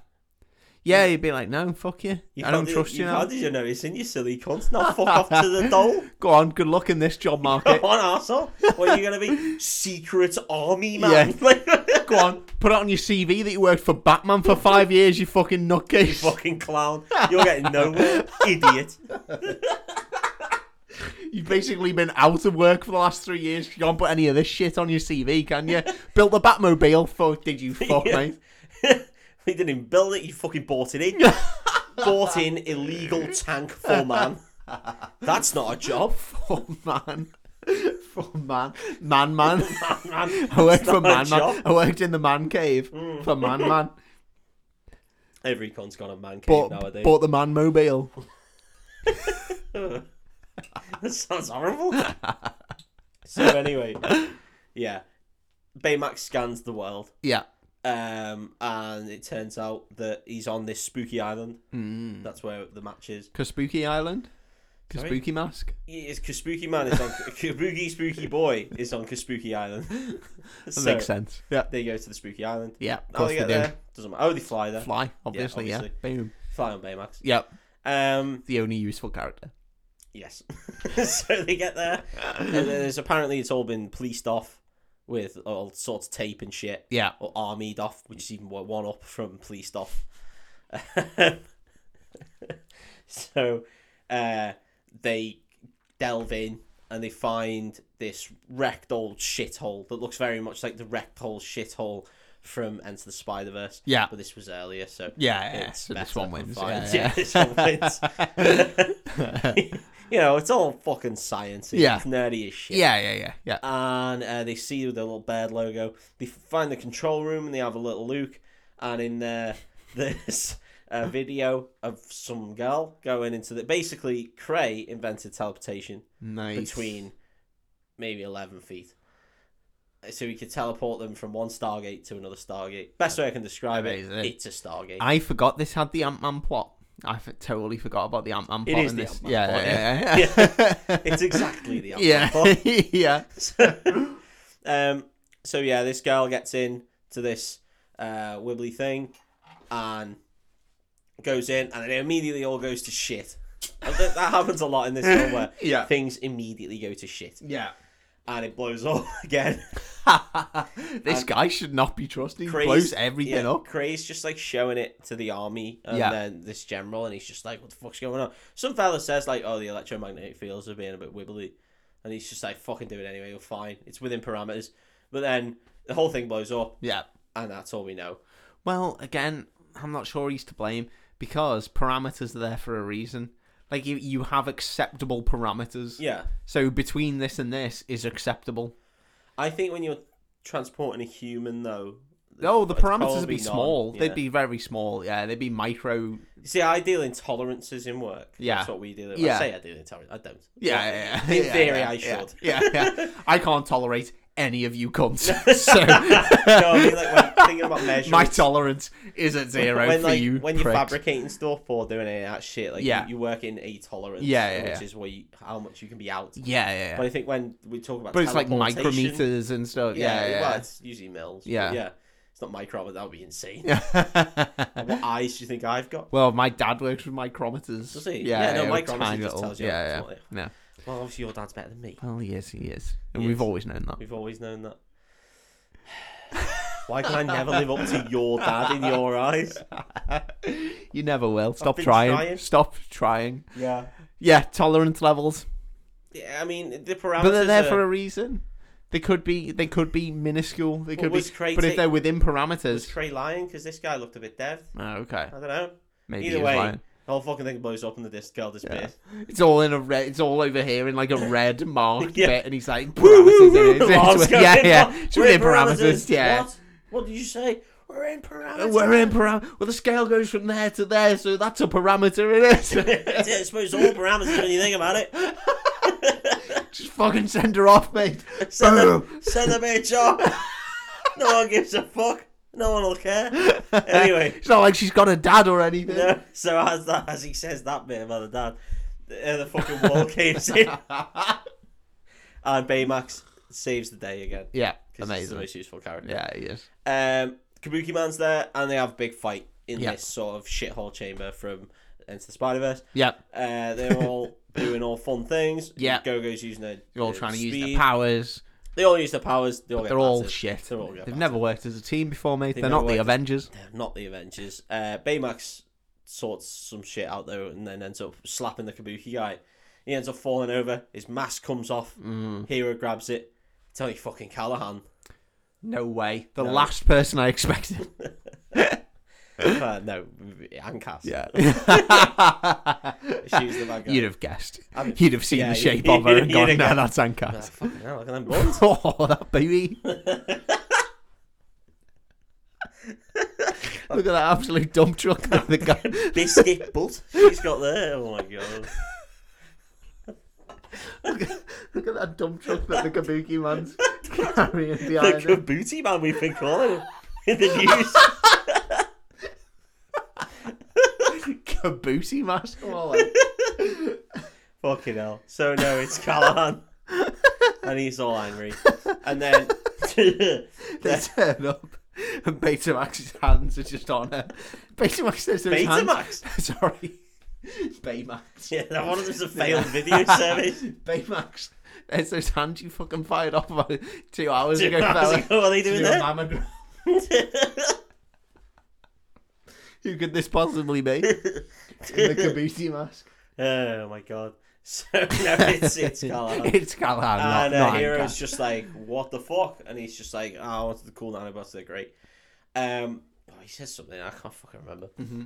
[SPEAKER 2] Yeah, you'd be like, no, fuck you.
[SPEAKER 1] You
[SPEAKER 2] I
[SPEAKER 1] can't
[SPEAKER 2] don't
[SPEAKER 1] do-
[SPEAKER 2] trust you,
[SPEAKER 1] You
[SPEAKER 2] now.
[SPEAKER 1] can't do your notice in, you silly cunt. Now fuck off to the doll.
[SPEAKER 2] Go on, good luck in this job market.
[SPEAKER 1] Come on, arsehole. What are you going to be? Secret army man.
[SPEAKER 2] Yeah.
[SPEAKER 1] Like,
[SPEAKER 2] Go on, put it on your CV that you worked for Batman for five years, you fucking nutcase.
[SPEAKER 1] fucking clown. You're getting nowhere. Idiot.
[SPEAKER 2] You've basically been out of work for the last three years. You can't put any of this shit on your CV, can you? Built the Batmobile. Fuck, did you fuck,
[SPEAKER 1] Yeah.
[SPEAKER 2] mate?
[SPEAKER 1] He didn't even build it. You fucking bought it in. bought in illegal tank for man. That's not a job.
[SPEAKER 2] Full Oh, man. Full man. Man, man.
[SPEAKER 1] Man,
[SPEAKER 2] I worked
[SPEAKER 1] It's
[SPEAKER 2] for
[SPEAKER 1] not
[SPEAKER 2] Man
[SPEAKER 1] a
[SPEAKER 2] Man.
[SPEAKER 1] job. Mm.
[SPEAKER 2] I worked in the man cave for Man Man.
[SPEAKER 1] Every cunt's got a man cave
[SPEAKER 2] Bought,
[SPEAKER 1] nowadays.
[SPEAKER 2] bought the man mobile.
[SPEAKER 1] that sounds horrible. so anyway, yeah, Baymax scans the world,
[SPEAKER 2] Yeah.
[SPEAKER 1] um, and it turns out that he's on this spooky island.
[SPEAKER 2] Hmm.
[SPEAKER 1] Mm. That's where the match is.
[SPEAKER 2] Kaspooky Island.
[SPEAKER 1] Sorry?
[SPEAKER 2] Kaspooky Mask.
[SPEAKER 1] It's Kaspooky Man is on Kabuki Spooky Boy is on Kaspooky Island.
[SPEAKER 2] That
[SPEAKER 1] so
[SPEAKER 2] makes sense. Yeah.
[SPEAKER 1] they go to the spooky island.
[SPEAKER 2] Yeah. Of
[SPEAKER 1] How
[SPEAKER 2] course
[SPEAKER 1] they
[SPEAKER 2] they,
[SPEAKER 1] get
[SPEAKER 2] do.
[SPEAKER 1] there? Doesn't matter. Oh, they fly there. Fly,
[SPEAKER 2] Fly, obviously. Yeah.
[SPEAKER 1] obviously.
[SPEAKER 2] Boom.
[SPEAKER 1] on Baymax.
[SPEAKER 2] Yep.
[SPEAKER 1] Um,
[SPEAKER 2] The only useful character.
[SPEAKER 1] yes. so they get there, and then there's apparently it's all been policed off with all sorts of tape and shit.
[SPEAKER 2] Yeah.
[SPEAKER 1] or armied off, which is even one up from policed off. so uh, they delve in and they find this wrecked old shithole that looks very much like the wrecked old shithole from Enter the Spider Verse.
[SPEAKER 2] Yeah.
[SPEAKER 1] But this was earlier, so
[SPEAKER 2] Yeah, yeah,
[SPEAKER 1] it's
[SPEAKER 2] so this
[SPEAKER 1] better
[SPEAKER 2] one wins,
[SPEAKER 1] confined.
[SPEAKER 2] yeah, yeah.
[SPEAKER 1] this one wins. you know, it's all fucking science.
[SPEAKER 2] Yeah.
[SPEAKER 1] It's nerdy as shit
[SPEAKER 2] Yeah, yeah, yeah, yeah.
[SPEAKER 1] and uh, they see the little bird logo. They find the control room and they have a little look. And in there, there's a video of some girl going into the. Basically, Cray invented teleportation
[SPEAKER 2] nice.
[SPEAKER 1] between maybe 11 feet. So he could teleport them from one Stargate to another Stargate. Best way I can describe
[SPEAKER 2] Amazing.
[SPEAKER 1] it, it's a Stargate.
[SPEAKER 2] I forgot this had the Ant Man plot. I f- totally forgot about the Ant Man
[SPEAKER 1] It
[SPEAKER 2] plot
[SPEAKER 1] is
[SPEAKER 2] in
[SPEAKER 1] the
[SPEAKER 2] this.
[SPEAKER 1] Ant-Man
[SPEAKER 2] Yeah,
[SPEAKER 1] plot,
[SPEAKER 2] yeah, yeah,
[SPEAKER 1] yeah. It's exactly the
[SPEAKER 2] yeah,
[SPEAKER 1] Ant-Man
[SPEAKER 2] yeah.
[SPEAKER 1] um, so yeah, this girl gets in to this uh, wibbly thing and goes in, and it immediately all goes to shit. And that, that happens a lot in this film where
[SPEAKER 2] Yeah.
[SPEAKER 1] things immediately go to shit,
[SPEAKER 2] yeah.
[SPEAKER 1] and it blows up again.
[SPEAKER 2] this guy should not be trusted. He
[SPEAKER 1] Craze-
[SPEAKER 2] blows everything
[SPEAKER 1] yeah,
[SPEAKER 2] up.
[SPEAKER 1] Cray's just like showing it to the army and
[SPEAKER 2] Yeah.
[SPEAKER 1] then this general, and he's just like, "What the fuck's going on?" Some fella says like, "Oh, the electromagnetic fields are being a bit wibbly," and he's just like, "Fucking do it anyway. You're fine. It's within parameters." But then the whole thing blows up,
[SPEAKER 2] Yeah.
[SPEAKER 1] and that's all we know.
[SPEAKER 2] Well, again, I'm not sure he's to blame because parameters are there for a reason. Like you, you have acceptable parameters.
[SPEAKER 1] Yeah.
[SPEAKER 2] So between this and this is acceptable.
[SPEAKER 1] I think when you're transporting a human, though.
[SPEAKER 2] Oh, the
[SPEAKER 1] it's
[SPEAKER 2] parameters would
[SPEAKER 1] probably
[SPEAKER 2] be
[SPEAKER 1] not-
[SPEAKER 2] small.
[SPEAKER 1] yeah.
[SPEAKER 2] They'd be very small. Yeah, they'd be micro.
[SPEAKER 1] See, I deal in tolerances in work.
[SPEAKER 2] Yeah.
[SPEAKER 1] That's what we deal in.
[SPEAKER 2] Yeah.
[SPEAKER 1] I say I deal in tolerance. I don't.
[SPEAKER 2] Yeah, yeah, yeah.
[SPEAKER 1] In
[SPEAKER 2] yeah,
[SPEAKER 1] theory,
[SPEAKER 2] yeah,
[SPEAKER 1] I
[SPEAKER 2] yeah,
[SPEAKER 1] should.
[SPEAKER 2] Yeah, yeah. I can't tolerate any of you cunts.
[SPEAKER 1] no,
[SPEAKER 2] So
[SPEAKER 1] I mean, like, when I'm thinking about measuring.
[SPEAKER 2] my tolerance is at zero
[SPEAKER 1] when,
[SPEAKER 2] for
[SPEAKER 1] like,
[SPEAKER 2] you.
[SPEAKER 1] when you're
[SPEAKER 2] pricks.
[SPEAKER 1] fabricating stuff or doing any of that shit, like,
[SPEAKER 2] Yeah.
[SPEAKER 1] you, you work in a tolerance.
[SPEAKER 2] Yeah, yeah,
[SPEAKER 1] Which
[SPEAKER 2] yeah.
[SPEAKER 1] is where you, how much you can be out.
[SPEAKER 2] Yeah, yeah, yeah.
[SPEAKER 1] But I think when we talk about
[SPEAKER 2] But it's like
[SPEAKER 1] teleportation-
[SPEAKER 2] micrometers and stuff. Yeah,
[SPEAKER 1] well,
[SPEAKER 2] yeah.
[SPEAKER 1] it's usually mils. but
[SPEAKER 2] Yeah.
[SPEAKER 1] yeah. It's not micro, but that would be insane.
[SPEAKER 2] yeah.
[SPEAKER 1] What eyes do you think I've got?
[SPEAKER 2] well, my dad works with micrometers.
[SPEAKER 1] Does he?
[SPEAKER 2] Yeah,
[SPEAKER 1] Yeah, no,
[SPEAKER 2] yeah, with
[SPEAKER 1] micrometers
[SPEAKER 2] tiny
[SPEAKER 1] just tells you
[SPEAKER 2] Yeah, yeah.
[SPEAKER 1] ultimately.
[SPEAKER 2] No.
[SPEAKER 1] Well, obviously your dad's better than me.
[SPEAKER 2] Well, yes, he is, and
[SPEAKER 1] He
[SPEAKER 2] we've
[SPEAKER 1] is.
[SPEAKER 2] always known that.
[SPEAKER 1] We've always known that. Why can I never live up to your dad in your eyes?
[SPEAKER 2] You never will. Stop
[SPEAKER 1] been
[SPEAKER 2] trying.
[SPEAKER 1] trying.
[SPEAKER 2] Stop trying.
[SPEAKER 1] Yeah.
[SPEAKER 2] Yeah, tolerance levels,
[SPEAKER 1] Yeah, I mean the parameters.
[SPEAKER 2] but they're there for
[SPEAKER 1] are-
[SPEAKER 2] a reason. They could be. They could be minuscule. They could
[SPEAKER 1] was
[SPEAKER 2] be.
[SPEAKER 1] Cray
[SPEAKER 2] But if
[SPEAKER 1] take-
[SPEAKER 2] they're within
[SPEAKER 1] was
[SPEAKER 2] parameters,
[SPEAKER 1] Trey lying because this guy looked a bit dead.
[SPEAKER 2] oh, okay.
[SPEAKER 1] I don't know.
[SPEAKER 2] Maybe
[SPEAKER 1] Either
[SPEAKER 2] he's
[SPEAKER 1] way,
[SPEAKER 2] lying.
[SPEAKER 1] the whole fucking thing blows up and the disc girl disappears.
[SPEAKER 2] It's all in a red. It's all over here in like a red marked
[SPEAKER 1] Yeah.
[SPEAKER 2] bit, and he's like,
[SPEAKER 1] Woo, woo,
[SPEAKER 2] parameters in it.
[SPEAKER 1] woo,
[SPEAKER 2] It's-
[SPEAKER 1] what's
[SPEAKER 2] Yeah,
[SPEAKER 1] going
[SPEAKER 2] yeah.
[SPEAKER 1] on?
[SPEAKER 2] It's
[SPEAKER 1] We're
[SPEAKER 2] within
[SPEAKER 1] in
[SPEAKER 2] parameters. Yeah.
[SPEAKER 1] What? What did you say? We're in parameters.
[SPEAKER 2] We're in parameter. Well, the scale goes from there to there, so that's a parameter. It is.
[SPEAKER 1] I suppose all parameters when you think about it.
[SPEAKER 2] Just fucking send her off, mate.
[SPEAKER 1] Send the,
[SPEAKER 2] Boom.
[SPEAKER 1] send the bitch off. no one gives a fuck. No one will care. Anyway,
[SPEAKER 2] It's not like she's got a dad or anything.
[SPEAKER 1] no, so as that, as he says that bit about the dad, the, uh, the fucking wall caves in, and Baymax saves the day again.
[SPEAKER 2] Yeah,
[SPEAKER 1] 'Cause He's the
[SPEAKER 2] amazing.
[SPEAKER 1] most useful character.
[SPEAKER 2] Yeah, he is.
[SPEAKER 1] Um, Kabuki Man's there, and they have a big fight in
[SPEAKER 2] Yeah.
[SPEAKER 1] this sort of shithole chamber from Into the Spider Verse.
[SPEAKER 2] Yeah,
[SPEAKER 1] Uh, they're all doing all fun things.
[SPEAKER 2] Yeah.
[SPEAKER 1] Gogo's using their.
[SPEAKER 2] they're all trying to use
[SPEAKER 1] speed.
[SPEAKER 2] their powers.
[SPEAKER 1] They all use their powers. They all get
[SPEAKER 2] They're all
[SPEAKER 1] battered.
[SPEAKER 2] shit.
[SPEAKER 1] They're all get
[SPEAKER 2] They've
[SPEAKER 1] battered.
[SPEAKER 2] never worked as a team before, mate. They're
[SPEAKER 1] never
[SPEAKER 2] not the
[SPEAKER 1] worked as-
[SPEAKER 2] Avengers.
[SPEAKER 1] They're not the Avengers. Uh, Baymax sorts some shit out though, and then ends up slapping the Kabuki guy. He ends up falling over. His mask comes off.
[SPEAKER 2] Mm.
[SPEAKER 1] Hero grabs it. Tony fucking Callahan.
[SPEAKER 2] No way. The last person I expected.
[SPEAKER 1] uh, no, Ancast.
[SPEAKER 2] Yeah.
[SPEAKER 1] She's the bad guy.
[SPEAKER 2] You'd have guessed.
[SPEAKER 1] I'm-
[SPEAKER 2] You'd have seen
[SPEAKER 1] yeah,
[SPEAKER 2] the
[SPEAKER 1] you-
[SPEAKER 2] shape of her and
[SPEAKER 1] you'd
[SPEAKER 2] gone,
[SPEAKER 1] have
[SPEAKER 2] no,
[SPEAKER 1] guessed."
[SPEAKER 2] that's
[SPEAKER 1] Ah,
[SPEAKER 2] Ankas.
[SPEAKER 1] fucking hell, look at them blondes.
[SPEAKER 2] Oh, that baby. Look at that absolute dump truck that the guy.
[SPEAKER 1] Biscuit butt she's got there. Oh my god.
[SPEAKER 2] Look at that dump truck that the Kabuki man's carrying
[SPEAKER 1] The
[SPEAKER 2] behind him.
[SPEAKER 1] Kabuki man we've been calling him in the news.
[SPEAKER 2] Kabuki mask. Come on, like.
[SPEAKER 1] Fucking hell. So no, it's Callahan. and he's all angry. And then
[SPEAKER 2] They turn up, and Betamax's hands are just on her. Betamax says to his hands.
[SPEAKER 1] Betamax.
[SPEAKER 2] Sorry. Baymax.
[SPEAKER 1] Yeah, that one of them's a failed video service.
[SPEAKER 2] Baymax. There's those hands you fucking fired off about two hours
[SPEAKER 1] Two
[SPEAKER 2] ago,
[SPEAKER 1] hours
[SPEAKER 2] fella.
[SPEAKER 1] ago, what are they
[SPEAKER 2] To
[SPEAKER 1] doing
[SPEAKER 2] your
[SPEAKER 1] there?
[SPEAKER 2] mammogram. Who could this possibly be? In the Kabuki mask.
[SPEAKER 1] oh my god. So no, it's it's Callahan.
[SPEAKER 2] It's Callahan, not,
[SPEAKER 1] And uh,
[SPEAKER 2] not
[SPEAKER 1] Hero's
[SPEAKER 2] Anka.
[SPEAKER 1] just like, what the fuck? And he's just like, oh, I wanted the cool nanobots, they're great. Um, oh, he says something, I can't fucking remember.
[SPEAKER 2] Mm-hmm.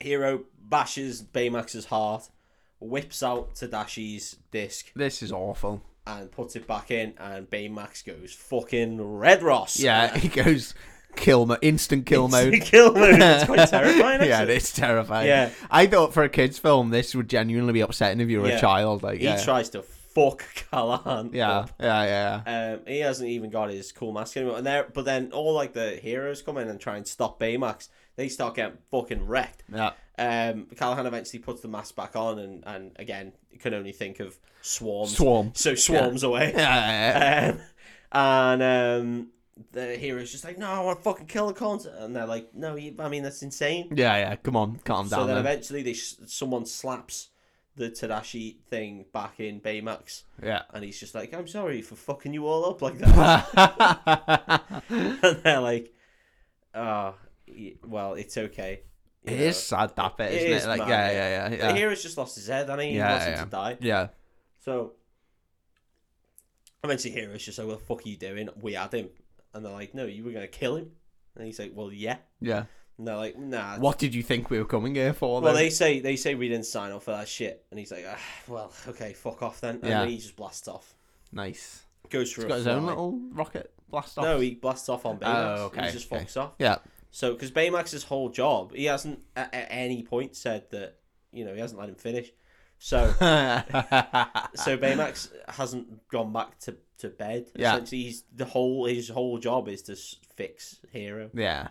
[SPEAKER 1] Hero bashes Baymax's heart, whips out Tadashi's disc,
[SPEAKER 2] This is awful.
[SPEAKER 1] and puts it back in, and Baymax goes fucking Red Ross.
[SPEAKER 2] Yeah, he goes kill mo- instant kill mode.
[SPEAKER 1] Kill mode. It's quite terrifying,
[SPEAKER 2] yeah,
[SPEAKER 1] actually.
[SPEAKER 2] it's terrifying.
[SPEAKER 1] Yeah.
[SPEAKER 2] I thought for a kids' film, this would genuinely be upsetting if you were a
[SPEAKER 1] Yeah.
[SPEAKER 2] child. Like,
[SPEAKER 1] He
[SPEAKER 2] yeah,
[SPEAKER 1] tries to fuck Callahan.
[SPEAKER 2] yeah,
[SPEAKER 1] up.
[SPEAKER 2] yeah, yeah.
[SPEAKER 1] Um, he hasn't even got his cool mask anymore. And there, but then all like the heroes come in and try and stop Baymax. They start getting fucking wrecked.
[SPEAKER 2] yeah.
[SPEAKER 1] Um, Callahan eventually puts the mask back on, and and again can only think of swarms.
[SPEAKER 2] Swarm.
[SPEAKER 1] So swarms away.
[SPEAKER 2] Yeah, yeah, yeah.
[SPEAKER 1] Um, and um, the hero's just like, no, I want to fucking kill the cons, and they're like, no, you, I mean that's insane.
[SPEAKER 2] yeah, yeah. Come on, calm
[SPEAKER 1] so
[SPEAKER 2] down.
[SPEAKER 1] then
[SPEAKER 2] then.
[SPEAKER 1] eventually, they s someone slaps the Tadashi thing back in Baymax,
[SPEAKER 2] Yeah.
[SPEAKER 1] and he's just like, I'm sorry for fucking you all up like that. and they're like, oh, y- well, it's okay. You
[SPEAKER 2] It
[SPEAKER 1] know.
[SPEAKER 2] is sad that bit,
[SPEAKER 1] It
[SPEAKER 2] isn't it?
[SPEAKER 1] is,
[SPEAKER 2] Like,
[SPEAKER 1] man,
[SPEAKER 2] yeah,
[SPEAKER 1] yeah.
[SPEAKER 2] yeah, yeah, yeah.
[SPEAKER 1] The hero's just lost his head, and he
[SPEAKER 2] Yeah,
[SPEAKER 1] wants him
[SPEAKER 2] yeah.
[SPEAKER 1] to die.
[SPEAKER 2] yeah.
[SPEAKER 1] So eventually, hero's just like, "What the fuck are you doing? We had him," and they're like, "No, you were gonna kill him," and he's like, "Well, yeah."
[SPEAKER 2] Yeah.
[SPEAKER 1] And And they're like, nah.
[SPEAKER 2] What did you think we were coming here for?
[SPEAKER 1] Well,
[SPEAKER 2] then?
[SPEAKER 1] they say they say we didn't sign up for that shit, and he's like, ah, well, okay, fuck off then. And
[SPEAKER 2] Yeah.
[SPEAKER 1] then he just blasts off.
[SPEAKER 2] nice.
[SPEAKER 1] Goes for
[SPEAKER 2] He's
[SPEAKER 1] a
[SPEAKER 2] got his own
[SPEAKER 1] fly.
[SPEAKER 2] little rocket blast off.
[SPEAKER 1] No, he blasts off on Baymax.
[SPEAKER 2] Oh,
[SPEAKER 1] and
[SPEAKER 2] okay,
[SPEAKER 1] he just
[SPEAKER 2] okay.
[SPEAKER 1] fucks off.
[SPEAKER 2] Yeah,
[SPEAKER 1] So, because Baymax's whole job, he hasn't at, at any point said that you know he hasn't let him finish. So, so Baymax hasn't gone back to, to bed.
[SPEAKER 2] Yeah.
[SPEAKER 1] Essentially, he's the whole his whole job is to s- fix Hero.
[SPEAKER 2] yeah.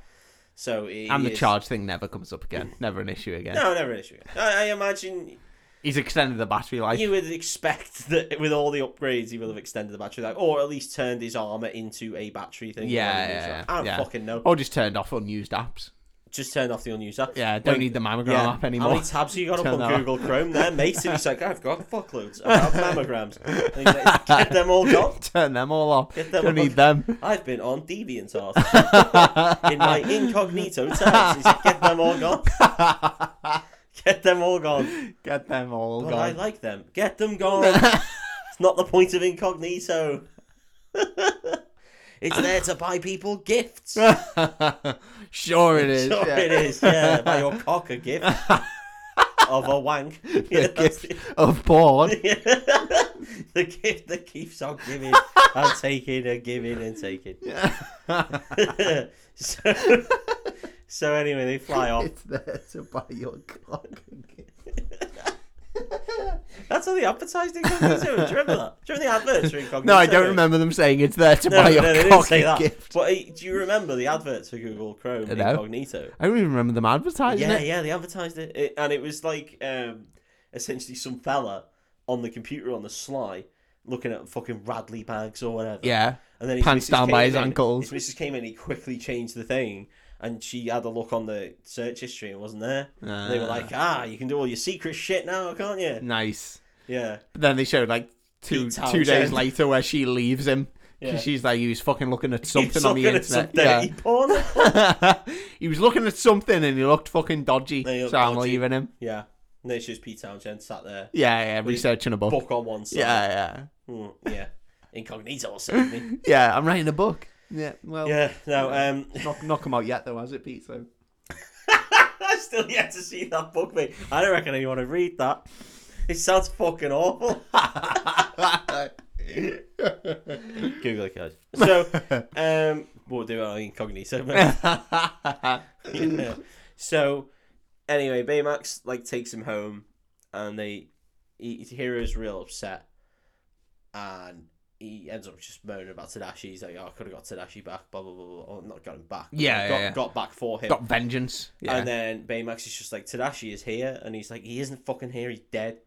[SPEAKER 1] So he
[SPEAKER 2] And the
[SPEAKER 1] is-
[SPEAKER 2] charge thing never comes up again. Never an issue again.
[SPEAKER 1] No, never an issue. I, I imagine
[SPEAKER 2] He's extended the battery life.
[SPEAKER 1] you would expect that with all the upgrades, he will have extended the battery life, or at least turned his armor into a battery thing.
[SPEAKER 2] Yeah,
[SPEAKER 1] Whatever it is.
[SPEAKER 2] yeah, yeah,
[SPEAKER 1] I don't
[SPEAKER 2] yeah. Oh.
[SPEAKER 1] fucking know.
[SPEAKER 2] Or just turned off unused apps.
[SPEAKER 1] Just turn off the unused app.
[SPEAKER 2] Yeah, don't
[SPEAKER 1] Wait,
[SPEAKER 2] need the mammogram
[SPEAKER 1] Yeah.
[SPEAKER 2] app
[SPEAKER 1] How
[SPEAKER 2] anymore.
[SPEAKER 1] many tabs have you got up
[SPEAKER 2] Turn that
[SPEAKER 1] on
[SPEAKER 2] off.
[SPEAKER 1] Google Chrome there, mate? And he's like, I've got fuckloads. I've got mammograms. And he's like, Get them all gone.
[SPEAKER 2] Turn them all off.
[SPEAKER 1] Get them
[SPEAKER 2] don't
[SPEAKER 1] all-
[SPEAKER 2] need them.
[SPEAKER 1] I've been on DeviantArt in my incognito tabs. He's like, Get them all gone. Get them all gone.
[SPEAKER 2] Get them all
[SPEAKER 1] But I
[SPEAKER 2] gone.
[SPEAKER 1] like them. Get them gone. it's not the point of incognito. it's there to buy people gifts.
[SPEAKER 2] sure it is.
[SPEAKER 1] sure
[SPEAKER 2] yeah.
[SPEAKER 1] it is. Yeah, buy your cock a gift of a wank. Yeah, that's it.
[SPEAKER 2] Of porn.
[SPEAKER 1] the gift that keeps on giving and taking and giving and taking. so, so anyway, they fly off.
[SPEAKER 2] it's there to buy your cock.
[SPEAKER 1] That's how they advertised Incognito. Do you remember that? Do you remember the adverts for Incognito?
[SPEAKER 2] No, I don't remember them saying it's there to
[SPEAKER 1] No,
[SPEAKER 2] buy
[SPEAKER 1] no,
[SPEAKER 2] your
[SPEAKER 1] they didn't
[SPEAKER 2] cock.
[SPEAKER 1] say that.
[SPEAKER 2] gift.
[SPEAKER 1] But uh, do you remember the adverts for Google Chrome
[SPEAKER 2] No.
[SPEAKER 1] Incognito?
[SPEAKER 2] I don't even remember them advertising
[SPEAKER 1] Yeah,
[SPEAKER 2] it.
[SPEAKER 1] yeah, they advertised it. it, and it was like um, essentially some fella on the computer on the sly looking at fucking Radley bags or whatever.
[SPEAKER 2] Yeah.
[SPEAKER 1] And then his
[SPEAKER 2] Pants
[SPEAKER 1] missus
[SPEAKER 2] down by
[SPEAKER 1] came
[SPEAKER 2] his
[SPEAKER 1] in-
[SPEAKER 2] ankles.
[SPEAKER 1] His missus came in, he quickly changed the thing, and she had a look on the search history and wasn't there. And they were
[SPEAKER 2] Ah.
[SPEAKER 1] like, ah, you can do all your secret shit now, can't you?
[SPEAKER 2] Nice.
[SPEAKER 1] Yeah.
[SPEAKER 2] But then they showed like two
[SPEAKER 1] Pete
[SPEAKER 2] two days
[SPEAKER 1] Townshend.
[SPEAKER 2] later where she leaves him.
[SPEAKER 1] Yeah.
[SPEAKER 2] Because she's like, he was fucking looking at something
[SPEAKER 1] He's
[SPEAKER 2] on the
[SPEAKER 1] looking at
[SPEAKER 2] internet.
[SPEAKER 1] some dirty porn.
[SPEAKER 2] yeah. he was looking at something and he looked fucking dodgy.
[SPEAKER 1] They
[SPEAKER 2] So
[SPEAKER 1] look
[SPEAKER 2] I'm
[SPEAKER 1] dodgy.
[SPEAKER 2] leaving him.
[SPEAKER 1] yeah. And there's just Pete Townshend sat there,
[SPEAKER 2] Yeah, yeah, researching a book.
[SPEAKER 1] book on one side.
[SPEAKER 2] Yeah, yeah.
[SPEAKER 1] Hmm, yeah. Incognito or something.
[SPEAKER 2] Yeah, I'm writing a book. Yeah, well,
[SPEAKER 1] yeah. No, um,
[SPEAKER 2] not, not come out yet, though, has it, Pete? So.
[SPEAKER 1] I still yet to see that book, mate. I don't reckon anyone would read that. It sounds fucking awful. Google it, guys. So, um, we'll do it on incognito. mate. Yeah. So, anyway, Baymax like takes him home, and they, he, Hero's real upset, and he ends up just moaning about Tadashi. He's like, "Oh, I could have got Tadashi back." Blah blah blah. blah. Or not got him back.
[SPEAKER 2] Yeah,
[SPEAKER 1] got,
[SPEAKER 2] yeah, yeah.
[SPEAKER 1] got back for him.
[SPEAKER 2] Got vengeance. Yeah.
[SPEAKER 1] And then Baymax is just like, Tadashi is here. And he's like, he isn't fucking here, he's dead.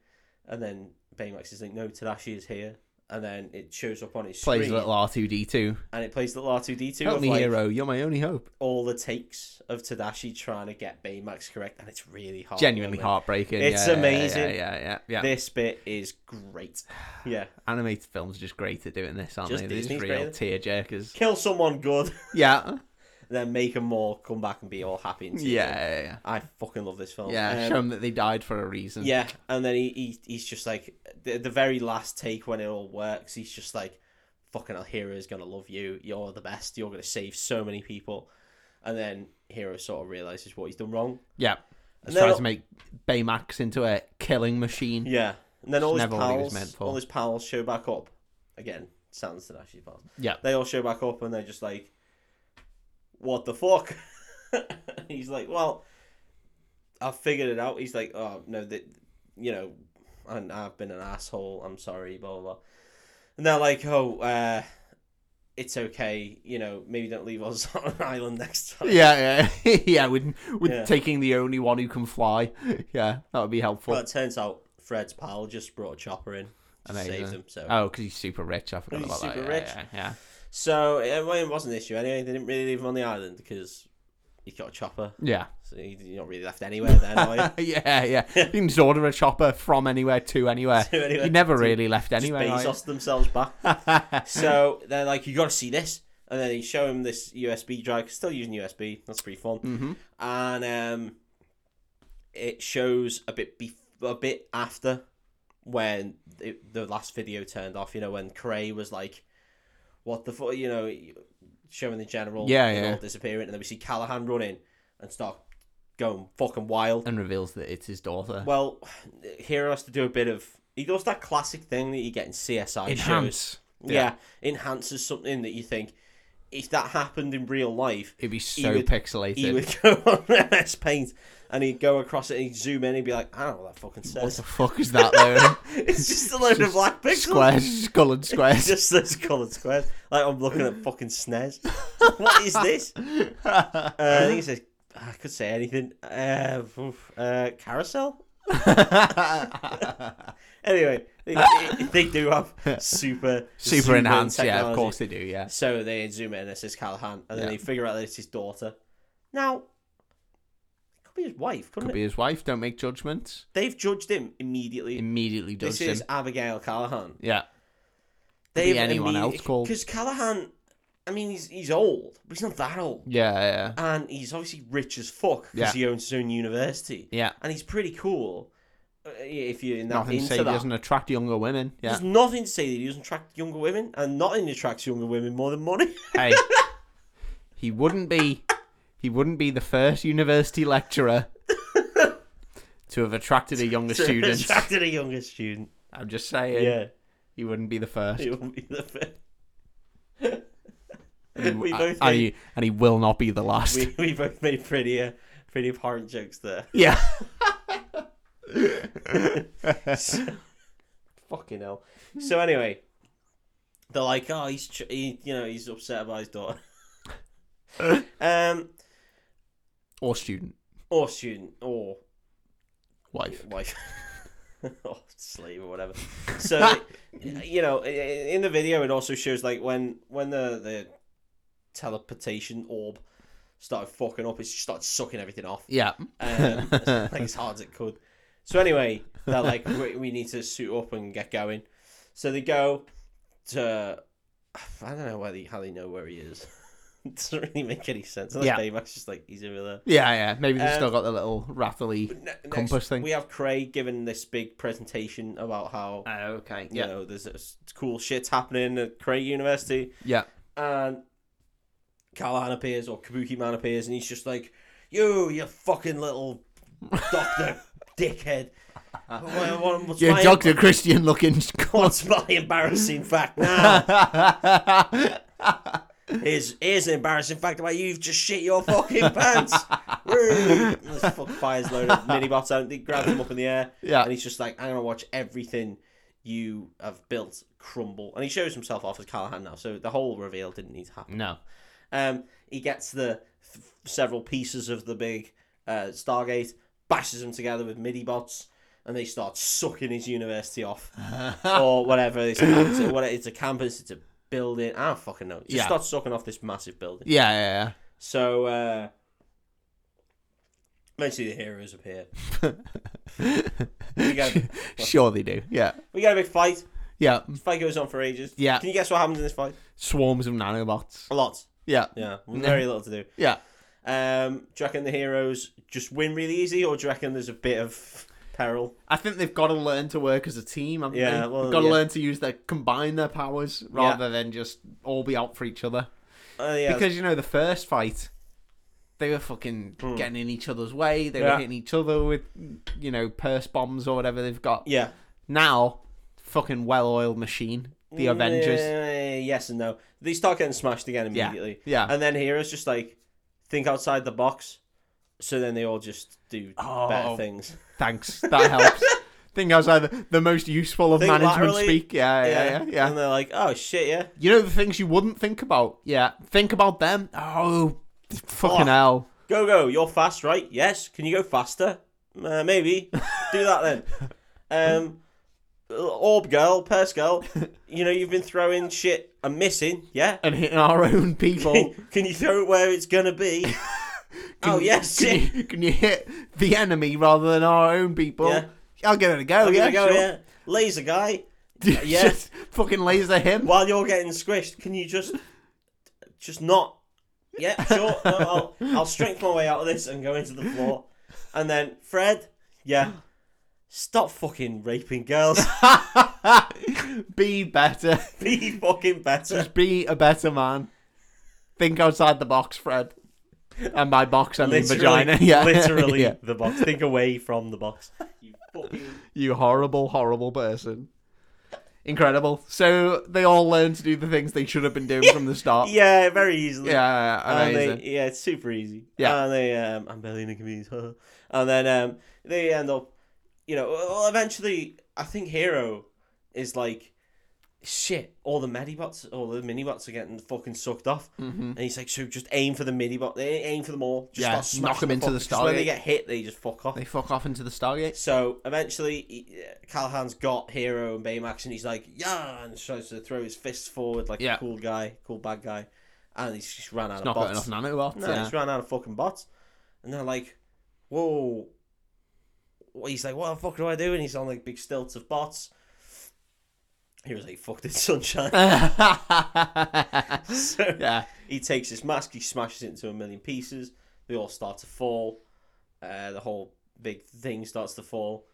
[SPEAKER 1] And then Baymax is like, no, Tadashi is here. And then it shows up on his
[SPEAKER 2] Plays
[SPEAKER 1] screen.
[SPEAKER 2] little R2D2.
[SPEAKER 1] And it plays little R2D2
[SPEAKER 2] Help
[SPEAKER 1] of
[SPEAKER 2] me,
[SPEAKER 1] like,
[SPEAKER 2] hero. You're my only hope.
[SPEAKER 1] all the takes of Tadashi trying to get Baymax correct. And it's really hard.
[SPEAKER 2] Genuinely
[SPEAKER 1] man.
[SPEAKER 2] heartbreaking.
[SPEAKER 1] Oh, It's
[SPEAKER 2] yeah, yeah,
[SPEAKER 1] amazing.
[SPEAKER 2] Yeah, yeah, yeah. yeah.
[SPEAKER 1] This bit is great. Yeah.
[SPEAKER 2] Animated films are just great at doing this, aren't
[SPEAKER 1] Just
[SPEAKER 2] they? They're
[SPEAKER 1] Disney's
[SPEAKER 2] just real
[SPEAKER 1] great.
[SPEAKER 2] tear jerkers.
[SPEAKER 1] Kill someone good,
[SPEAKER 2] Yeah.
[SPEAKER 1] then make them all come back and be all happy. And
[SPEAKER 2] Yeah,
[SPEAKER 1] see them.
[SPEAKER 2] yeah, yeah.
[SPEAKER 1] I fucking love this film.
[SPEAKER 2] Yeah,
[SPEAKER 1] Um,
[SPEAKER 2] show them that they died for a reason.
[SPEAKER 1] Yeah, and then he, he he's just like the, the very last take when it all works. He's just like, "Fucking hell, Hero's gonna love you. You're the best. You're gonna save so many people." And then Hero sort of realizes what he's done wrong.
[SPEAKER 2] Yeah.
[SPEAKER 1] And
[SPEAKER 2] Just
[SPEAKER 1] then
[SPEAKER 2] tries
[SPEAKER 1] all-
[SPEAKER 2] to make Baymax into a killing machine.
[SPEAKER 1] Yeah, and then all his
[SPEAKER 2] never what he was
[SPEAKER 1] pals,
[SPEAKER 2] meant for.
[SPEAKER 1] all his pals show back up. Again, sounds to Dash's pals.
[SPEAKER 2] Yeah.
[SPEAKER 1] They all show back up and they're just like, "What the fuck?" he's like, "Well, I figured it out." He's like, "Oh no, that you know, and I've been an asshole. I'm sorry, blah blah." blah. And they're like, "Oh, uh, it's okay. You know, maybe don't leave us on an island next time."
[SPEAKER 2] Yeah, yeah, yeah. With, with
[SPEAKER 1] Yeah.
[SPEAKER 2] taking the only one who can fly, yeah, that would be helpful.
[SPEAKER 1] Well, it turns out Fred's pal just brought a chopper in to save
[SPEAKER 2] Amazing.
[SPEAKER 1] them. So,
[SPEAKER 2] Oh, because he's super rich. I forgot
[SPEAKER 1] He's
[SPEAKER 2] about that.
[SPEAKER 1] super
[SPEAKER 2] yeah,
[SPEAKER 1] rich.
[SPEAKER 2] Yeah, yeah.
[SPEAKER 1] so it, well, it wasn't an issue anyway. They didn't really leave him on the island because he got a chopper,
[SPEAKER 2] Yeah.
[SPEAKER 1] so he- you're not really left anywhere then, are you?
[SPEAKER 2] yeah, yeah. You can just order a chopper from anywhere to anywhere.
[SPEAKER 1] To anywhere.
[SPEAKER 2] He never
[SPEAKER 1] To-
[SPEAKER 2] really left anywhere.
[SPEAKER 1] just
[SPEAKER 2] right?
[SPEAKER 1] Bezos themselves back. so they're like, you got to see this. And then they show him this USB drive, still using USB. That's pretty fun.
[SPEAKER 2] Mm-hmm.
[SPEAKER 1] And um, it shows a bit bef- a bit after when it, the last video turned off. You know when Cray was like, "What the fuck?" You know, showing the general,
[SPEAKER 2] Yeah,
[SPEAKER 1] and
[SPEAKER 2] yeah.
[SPEAKER 1] all disappearing, and then we see Callahan running, and start going fucking wild.
[SPEAKER 2] and reveals that it's his daughter.
[SPEAKER 1] Well, Hero has to do a bit of. He does that classic thing that you get in CSI shows.
[SPEAKER 2] Enhance.
[SPEAKER 1] Yeah. enhances something that you think if that happened in real life,
[SPEAKER 2] It'd be
[SPEAKER 1] He
[SPEAKER 2] so
[SPEAKER 1] would-
[SPEAKER 2] pixelated.
[SPEAKER 1] he would go on MS Paint and he'd go across it and he'd zoom in and be like, I don't know what that fucking
[SPEAKER 2] what
[SPEAKER 1] says.
[SPEAKER 2] the fuck is that though?
[SPEAKER 1] it's just a load of black pixels.
[SPEAKER 2] squares, colored squares.
[SPEAKER 1] Just those coloured squares. Like I'm looking at fucking SNES. what is this? Uh, I think it says I could say anything. Uh, oof, uh, carousel. Anyway, they, they do have super
[SPEAKER 2] Super enhanced. Yeah, of course they do. Yeah.
[SPEAKER 1] So they zoom in and it says Callahan, and then
[SPEAKER 2] Yeah.
[SPEAKER 1] they figure out that it's his daughter. Now, it could be his wife, couldn't
[SPEAKER 2] Could
[SPEAKER 1] it?
[SPEAKER 2] be his wife. Don't make judgments.
[SPEAKER 1] They've judged him immediately.
[SPEAKER 2] Immediately does
[SPEAKER 1] this
[SPEAKER 2] him.
[SPEAKER 1] is Abigail Callahan.
[SPEAKER 2] Yeah.
[SPEAKER 1] They've
[SPEAKER 2] be anyone else called.
[SPEAKER 1] because Callahan. I mean, he's he's old, but he's not that old.
[SPEAKER 2] Yeah. Yeah.
[SPEAKER 1] and he's obviously rich as fuck because he
[SPEAKER 2] Yeah.
[SPEAKER 1] owns his own university.
[SPEAKER 2] Yeah.
[SPEAKER 1] and he's pretty cool. uh, If you're in that
[SPEAKER 2] Nothing to
[SPEAKER 1] into
[SPEAKER 2] say he
[SPEAKER 1] that,
[SPEAKER 2] doesn't attract younger women. Yeah.
[SPEAKER 1] there's nothing to say that he doesn't attract younger women, and nothing attracts younger women more than money.
[SPEAKER 2] hey, he wouldn't be he wouldn't be the first university lecturer to have attracted a younger student.
[SPEAKER 1] attracted a younger student.
[SPEAKER 2] I'm just saying,
[SPEAKER 1] Yeah,
[SPEAKER 2] he wouldn't be the first.
[SPEAKER 1] it will be the first.
[SPEAKER 2] And
[SPEAKER 1] we
[SPEAKER 2] he-
[SPEAKER 1] both
[SPEAKER 2] and,
[SPEAKER 1] made-
[SPEAKER 2] he, and he will not be the last.
[SPEAKER 1] We, we both made pretty uh, pretty abhorrent jokes there.
[SPEAKER 2] Yeah.
[SPEAKER 1] Fucking hell. So anyway, they're like, oh, he's ch- he, you know he's upset about his daughter. um,
[SPEAKER 2] Or student
[SPEAKER 1] or student, or
[SPEAKER 2] wife.
[SPEAKER 1] wife or slave or whatever. So you know, i- i- in the video, it also shows like when when the the teleportation orb started fucking up, it just started sucking everything off,
[SPEAKER 2] Yeah.
[SPEAKER 1] um, like as hard as it could. So anyway, they're like, we, we need to suit up and get going. So they go to. I don't know where they, how they know where he is. it doesn't really make any sense. Unless
[SPEAKER 2] Yeah.
[SPEAKER 1] Baymax just like he's over there.
[SPEAKER 2] Yeah, yeah. Maybe they've
[SPEAKER 1] Um,
[SPEAKER 2] still got the little rattly.
[SPEAKER 1] Ne- next,
[SPEAKER 2] Compass thing.
[SPEAKER 1] We have Craig giving this big presentation about how
[SPEAKER 2] Uh, Oh, okay.
[SPEAKER 1] you know there's this cool shit's happening at Craig University,
[SPEAKER 2] Yeah.
[SPEAKER 1] and Callahan appears or Kabuki Man appears, and he's just like, "You, you fucking little doctor dickhead! Wha- wha- what's,
[SPEAKER 2] You're
[SPEAKER 1] my,
[SPEAKER 2] Dr. Christian looking.
[SPEAKER 1] what's my embarrassing fact now? Here's, here's an embarrassing fact about you. You've just shit your fucking pants. Woo! And this fuck fires a load of mini bots out. He grabs them up in the air.
[SPEAKER 2] yeah.
[SPEAKER 1] and he's just like, I'm gonna watch everything you have built crumble. And he shows himself off as Callahan now, so the whole reveal didn't need to happen.
[SPEAKER 2] No.
[SPEAKER 1] Um, he gets the f- several pieces of the big uh, Stargate, bashes them together with MIDI bots, and they start sucking his university off or whatever. It's, it's, a, what, it's a campus, it's a building. I don't fucking know. Just
[SPEAKER 2] Yeah.
[SPEAKER 1] start sucking off this massive building.
[SPEAKER 2] Yeah, yeah,
[SPEAKER 1] So uh, eventually the heroes appear. we, get a,
[SPEAKER 2] yeah. Sure they do. Yeah.
[SPEAKER 1] we get a big fight.
[SPEAKER 2] Yeah.
[SPEAKER 1] Fight goes on for ages.
[SPEAKER 2] Yeah.
[SPEAKER 1] Can you guess what happens in this fight?
[SPEAKER 2] Swarms of nanobots.
[SPEAKER 1] A lot.
[SPEAKER 2] Yeah.
[SPEAKER 1] Yeah. Very little to do.
[SPEAKER 2] Yeah.
[SPEAKER 1] Um, do you reckon the heroes just win really easy, or do you reckon there's a bit of peril?
[SPEAKER 2] I think they've got to learn to work as a team. Haven't
[SPEAKER 1] Yeah,
[SPEAKER 2] they?
[SPEAKER 1] well,
[SPEAKER 2] got to
[SPEAKER 1] yeah.
[SPEAKER 2] learn to use their combine their powers rather than just all be out for each other.
[SPEAKER 1] Uh, yeah.
[SPEAKER 2] Because you know the first fight, they were fucking getting in each other's way. They
[SPEAKER 1] Hmm. Yeah.
[SPEAKER 2] were hitting each other with you know purse bombs or whatever they've got.
[SPEAKER 1] yeah.
[SPEAKER 2] Now, fucking well-oiled machine, the Avengers.
[SPEAKER 1] Uh, yes and no. They start getting smashed again
[SPEAKER 2] Yeah.
[SPEAKER 1] immediately.
[SPEAKER 2] Yeah.
[SPEAKER 1] And then heroes just like think outside the box, so then they all just do better
[SPEAKER 2] Oh.
[SPEAKER 1] things.
[SPEAKER 2] Thanks, that helps. Think I was either the most useful of
[SPEAKER 1] Think
[SPEAKER 2] management
[SPEAKER 1] laterally.
[SPEAKER 2] speak. Yeah, yeah, yeah. yeah.
[SPEAKER 1] And they're like, oh shit, yeah.
[SPEAKER 2] You know the things you wouldn't think about. Yeah, think about them. Oh, fucking
[SPEAKER 1] Oh.
[SPEAKER 2] hell.
[SPEAKER 1] Go go. You're fast, right? Yes. Can you go faster? Uh, maybe. Do that then. Um, orb girl, purse girl. You know you've been throwing shit and missing. Yeah.
[SPEAKER 2] and hitting our own people.
[SPEAKER 1] Can you throw it where it's gonna be? oh yes.
[SPEAKER 2] can,
[SPEAKER 1] yeah.
[SPEAKER 2] you, can you hit the enemy rather than our own people?
[SPEAKER 1] Yeah.
[SPEAKER 2] I'll give it a go.
[SPEAKER 1] I'll give
[SPEAKER 2] yeah,
[SPEAKER 1] it a go,
[SPEAKER 2] sure.
[SPEAKER 1] yeah. Laser guy. yeah.
[SPEAKER 2] Just fucking laser him.
[SPEAKER 1] While you're getting squished, can you just, just not? Yeah, sure. No, I'll I'll strength my way out of this and go into the floor, and then Fred. Yeah. Stop fucking raping girls.
[SPEAKER 2] be better.
[SPEAKER 1] Be fucking better.
[SPEAKER 2] Just be a better man. Think outside the box, Fred. and by box I mean
[SPEAKER 1] Literally,
[SPEAKER 2] vagina. Yeah,
[SPEAKER 1] literally
[SPEAKER 2] Yeah.
[SPEAKER 1] the box. Think away from the box. You fucking
[SPEAKER 2] You horrible, horrible person. Incredible. So they all learn to do the things they should have been doing from the start. Yeah,
[SPEAKER 1] yeah, very easily. and
[SPEAKER 2] amazing.
[SPEAKER 1] they, yeah, it's super easy.
[SPEAKER 2] Yeah.
[SPEAKER 1] and they um, I'm barely in a comedian, huh? and then um, they end up, you know, well, eventually I think Hero is like, shit, all the medibots, all the minibots are getting fucking sucked off, and he's like, so just aim for the minibot, eh, aim for them all, just
[SPEAKER 2] Mm-hmm. Yeah,
[SPEAKER 1] start
[SPEAKER 2] knock
[SPEAKER 1] smashing
[SPEAKER 2] them into
[SPEAKER 1] fuck-
[SPEAKER 2] the
[SPEAKER 1] 'cause When they
[SPEAKER 2] Stargate.
[SPEAKER 1] get hit, they just fuck off.
[SPEAKER 2] They fuck off into the Stargate.
[SPEAKER 1] So eventually, he- uh, Callahan's got Hero and Baymax, and he's like, yeah, and tries to throw his fists forward like
[SPEAKER 2] Yeah.
[SPEAKER 1] a cool guy, cool bad guy, and he's just ran out of
[SPEAKER 2] Not
[SPEAKER 1] bots.
[SPEAKER 2] got enough nanobots.
[SPEAKER 1] No,
[SPEAKER 2] yeah.
[SPEAKER 1] he's ran out of fucking bots. And they're like, whoa. Well, He's like, what the fuck do I do? And he's on like big stilts of bots. He was like, fuck this sunshine. so
[SPEAKER 2] yeah.
[SPEAKER 1] he takes his mask, he smashes it into a million pieces. They all start to fall. Uh, the whole big thing starts to fall.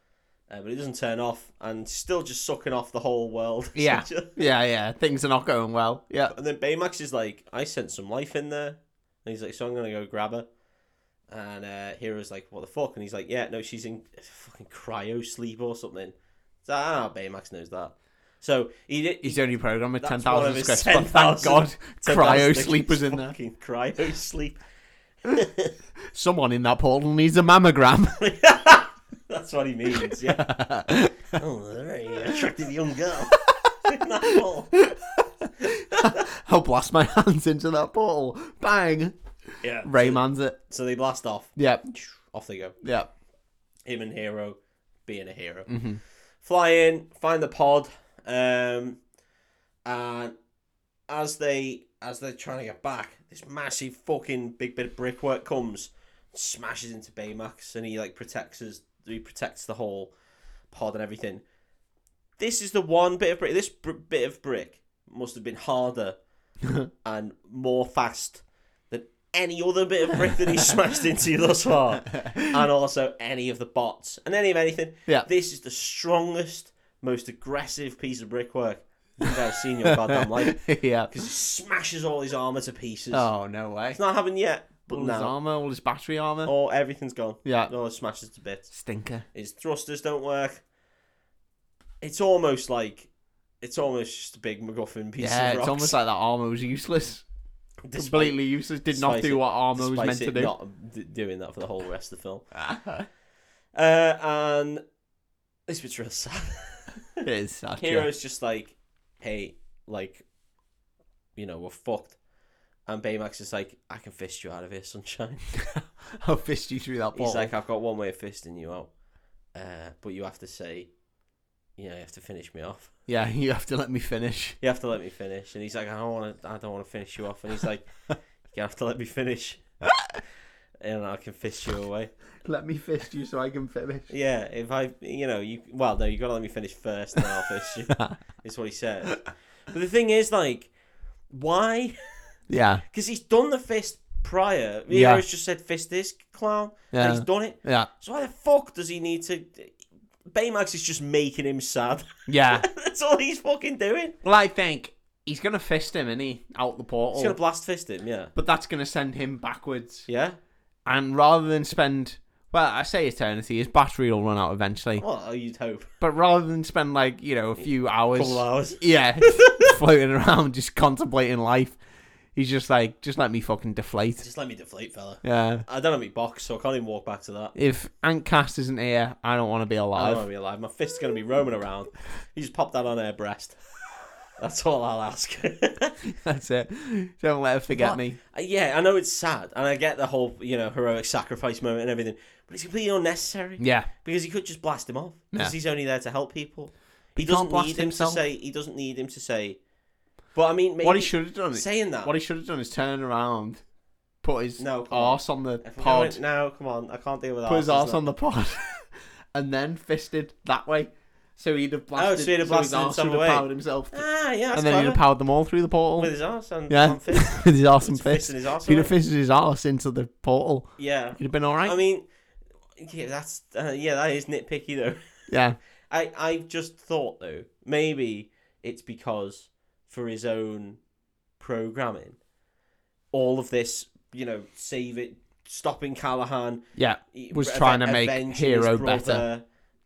[SPEAKER 1] Uh, but it doesn't turn off and still just sucking off the whole world.
[SPEAKER 2] Yeah. Yeah, yeah. Things are not going well. Yeah.
[SPEAKER 1] And then Baymax is like, I sent some life in there. And he's like, so I'm going to go grab her. And uh, Hero's like, what the fuck? And he's like, yeah, no, she's in fucking cryo sleep or something. So, ah, Baymax knows that. So he did.
[SPEAKER 2] He's only programmed with
[SPEAKER 1] That's
[SPEAKER 2] ten
[SPEAKER 1] one of
[SPEAKER 2] thousand
[SPEAKER 1] his
[SPEAKER 2] scripts, but thank
[SPEAKER 1] 10,000
[SPEAKER 2] God cryo
[SPEAKER 1] Fantastic.
[SPEAKER 2] sleep was in there.
[SPEAKER 1] Fucking cryo sleep.
[SPEAKER 2] Someone in that portal needs a mammogram.
[SPEAKER 1] That's what he means, yeah. oh, very attractive young girl. Not at all.
[SPEAKER 2] I'll blast my hands into that portal. Bang.
[SPEAKER 1] Yeah.
[SPEAKER 2] Rayman's it.
[SPEAKER 1] So they blast off.
[SPEAKER 2] Yeah.
[SPEAKER 1] Off they go.
[SPEAKER 2] Yeah.
[SPEAKER 1] him and Hero being a hero.
[SPEAKER 2] Mm-hmm.
[SPEAKER 1] Fly in, find the pod, um, and as they as they're trying to get back, this massive fucking big bit of brickwork comes, smashes into Baymax, and he like protects us. He protects the whole pod and everything. This is the one bit of brick. This br- bit of brick must have been harder and more fast than any other bit of brick that he smashed into thus far, and also any of the bots and any of anything.
[SPEAKER 2] Yeah.
[SPEAKER 1] this is the strongest, most aggressive piece of brickwork you've ever seen in your goddamn life.
[SPEAKER 2] yeah.
[SPEAKER 1] Because he smashes all his armor to pieces.
[SPEAKER 2] Oh no way.
[SPEAKER 1] It's not happened yet, but Oh.
[SPEAKER 2] All his
[SPEAKER 1] now
[SPEAKER 2] armor, all his battery armor.
[SPEAKER 1] all everything's gone.
[SPEAKER 2] Yeah.
[SPEAKER 1] All it smashes to bits.
[SPEAKER 2] Stinker.
[SPEAKER 1] His thrusters don't work. It's almost like it's almost just a big MacGuffin piece
[SPEAKER 2] Yeah,
[SPEAKER 1] of rocks.
[SPEAKER 2] it's almost like that armor was useless.
[SPEAKER 1] Despite-
[SPEAKER 2] Completely useless. Did not
[SPEAKER 1] despite
[SPEAKER 2] do
[SPEAKER 1] it-
[SPEAKER 2] what armor was
[SPEAKER 1] despite
[SPEAKER 2] meant to
[SPEAKER 1] it
[SPEAKER 2] do.
[SPEAKER 1] Not d- doing that for the whole rest of the film. Uh, and this bit's real sad.
[SPEAKER 2] it is sad. yeah.
[SPEAKER 1] Hero's just like, hey, like, you know, we're fucked. And Baymax is like, I can fist you out of here, sunshine.
[SPEAKER 2] I'll fist you through that
[SPEAKER 1] He's
[SPEAKER 2] ball.
[SPEAKER 1] like, I've got one way of fisting you out. Uh, but you have to say, you know, you have to finish me off.
[SPEAKER 2] yeah, you have to let me finish.
[SPEAKER 1] You have to let me finish. And he's like, I don't want to. I don't want to finish you off. And he's like, you have to let me finish, and I can fist you away.
[SPEAKER 2] Let me fist you so I can finish.
[SPEAKER 1] Yeah, if I, you know, you well, no, you gotta let me finish first, and then I'll fish you. is what he says. But the thing is, like, why?
[SPEAKER 2] Yeah.
[SPEAKER 1] Because he's done the fist prior. He
[SPEAKER 2] Yeah.
[SPEAKER 1] always just said fist this clown, and he's
[SPEAKER 2] Yeah.
[SPEAKER 1] done it.
[SPEAKER 2] Yeah.
[SPEAKER 1] So why the fuck does he need to? Baymax is just making him sad.
[SPEAKER 2] Yeah.
[SPEAKER 1] That's all he's fucking doing.
[SPEAKER 2] well, I think he's gonna fist him, and he out the portal.
[SPEAKER 1] He's gonna blast fist him. Yeah,
[SPEAKER 2] but that's gonna send him backwards.
[SPEAKER 1] yeah.
[SPEAKER 2] And rather than spend, well, I say eternity, his battery will run out eventually.
[SPEAKER 1] Well, you'd hope.
[SPEAKER 2] But rather than spend like you know a few hours,
[SPEAKER 1] Couple hours.
[SPEAKER 2] yeah, floating around just contemplating life, he's just like, just let me fucking deflate.
[SPEAKER 1] Just let me deflate, fella.
[SPEAKER 2] Yeah.
[SPEAKER 1] I don't have my box, so I can't even walk back to that.
[SPEAKER 2] If Antcast isn't here, I don't want to be
[SPEAKER 1] I don't
[SPEAKER 2] alive.
[SPEAKER 1] want to be alive. My fist's going to be roaming around. You just pop that on her breast. That's all I'll ask.
[SPEAKER 2] That's it. Don't let her forget me.
[SPEAKER 1] Uh, yeah, I know it's sad, and I get the whole you know heroic sacrifice moment and everything, but it's completely unnecessary
[SPEAKER 2] Yeah.
[SPEAKER 1] because he could just blast him off because
[SPEAKER 2] Yeah.
[SPEAKER 1] he's only there to help people. He,
[SPEAKER 2] can't
[SPEAKER 1] doesn't
[SPEAKER 2] blast
[SPEAKER 1] need him
[SPEAKER 2] himself.
[SPEAKER 1] to say. He doesn't need him to say. But I mean, maybe
[SPEAKER 2] What he should have done. Is,
[SPEAKER 1] saying that.
[SPEAKER 2] what he should have done is turn around, put his
[SPEAKER 1] No, come on.
[SPEAKER 2] arse on the
[SPEAKER 1] If I'm
[SPEAKER 2] pod,
[SPEAKER 1] going- no, come on, I can't deal with that.
[SPEAKER 2] put his arse on the pod, and then fisted that way. So he'd have blasted.
[SPEAKER 1] Oh, so he'd have
[SPEAKER 2] his
[SPEAKER 1] blasted
[SPEAKER 2] arse
[SPEAKER 1] himself
[SPEAKER 2] would
[SPEAKER 1] away.
[SPEAKER 2] have powered himself.
[SPEAKER 1] Ah, yeah, that's
[SPEAKER 2] and then he'd
[SPEAKER 1] clever.
[SPEAKER 2] have powered them all through the portal.
[SPEAKER 1] with his arse and
[SPEAKER 2] yeah,
[SPEAKER 1] on fist.
[SPEAKER 2] with his arse and
[SPEAKER 1] Just fisting
[SPEAKER 2] fist.
[SPEAKER 1] his arse
[SPEAKER 2] If he'd have
[SPEAKER 1] away.
[SPEAKER 2] fisted his arse into the portal,
[SPEAKER 1] Yeah,
[SPEAKER 2] he'd have been all right.
[SPEAKER 1] I mean, yeah, that's uh, yeah, that is nitpicky though.
[SPEAKER 2] yeah,
[SPEAKER 1] I I just thought though maybe it's because for his own programming, all of this you know, save it, stopping Callahan.
[SPEAKER 2] Yeah,
[SPEAKER 1] e-
[SPEAKER 2] was
[SPEAKER 1] ave-
[SPEAKER 2] trying to make
[SPEAKER 1] avenging his
[SPEAKER 2] Hero
[SPEAKER 1] brother.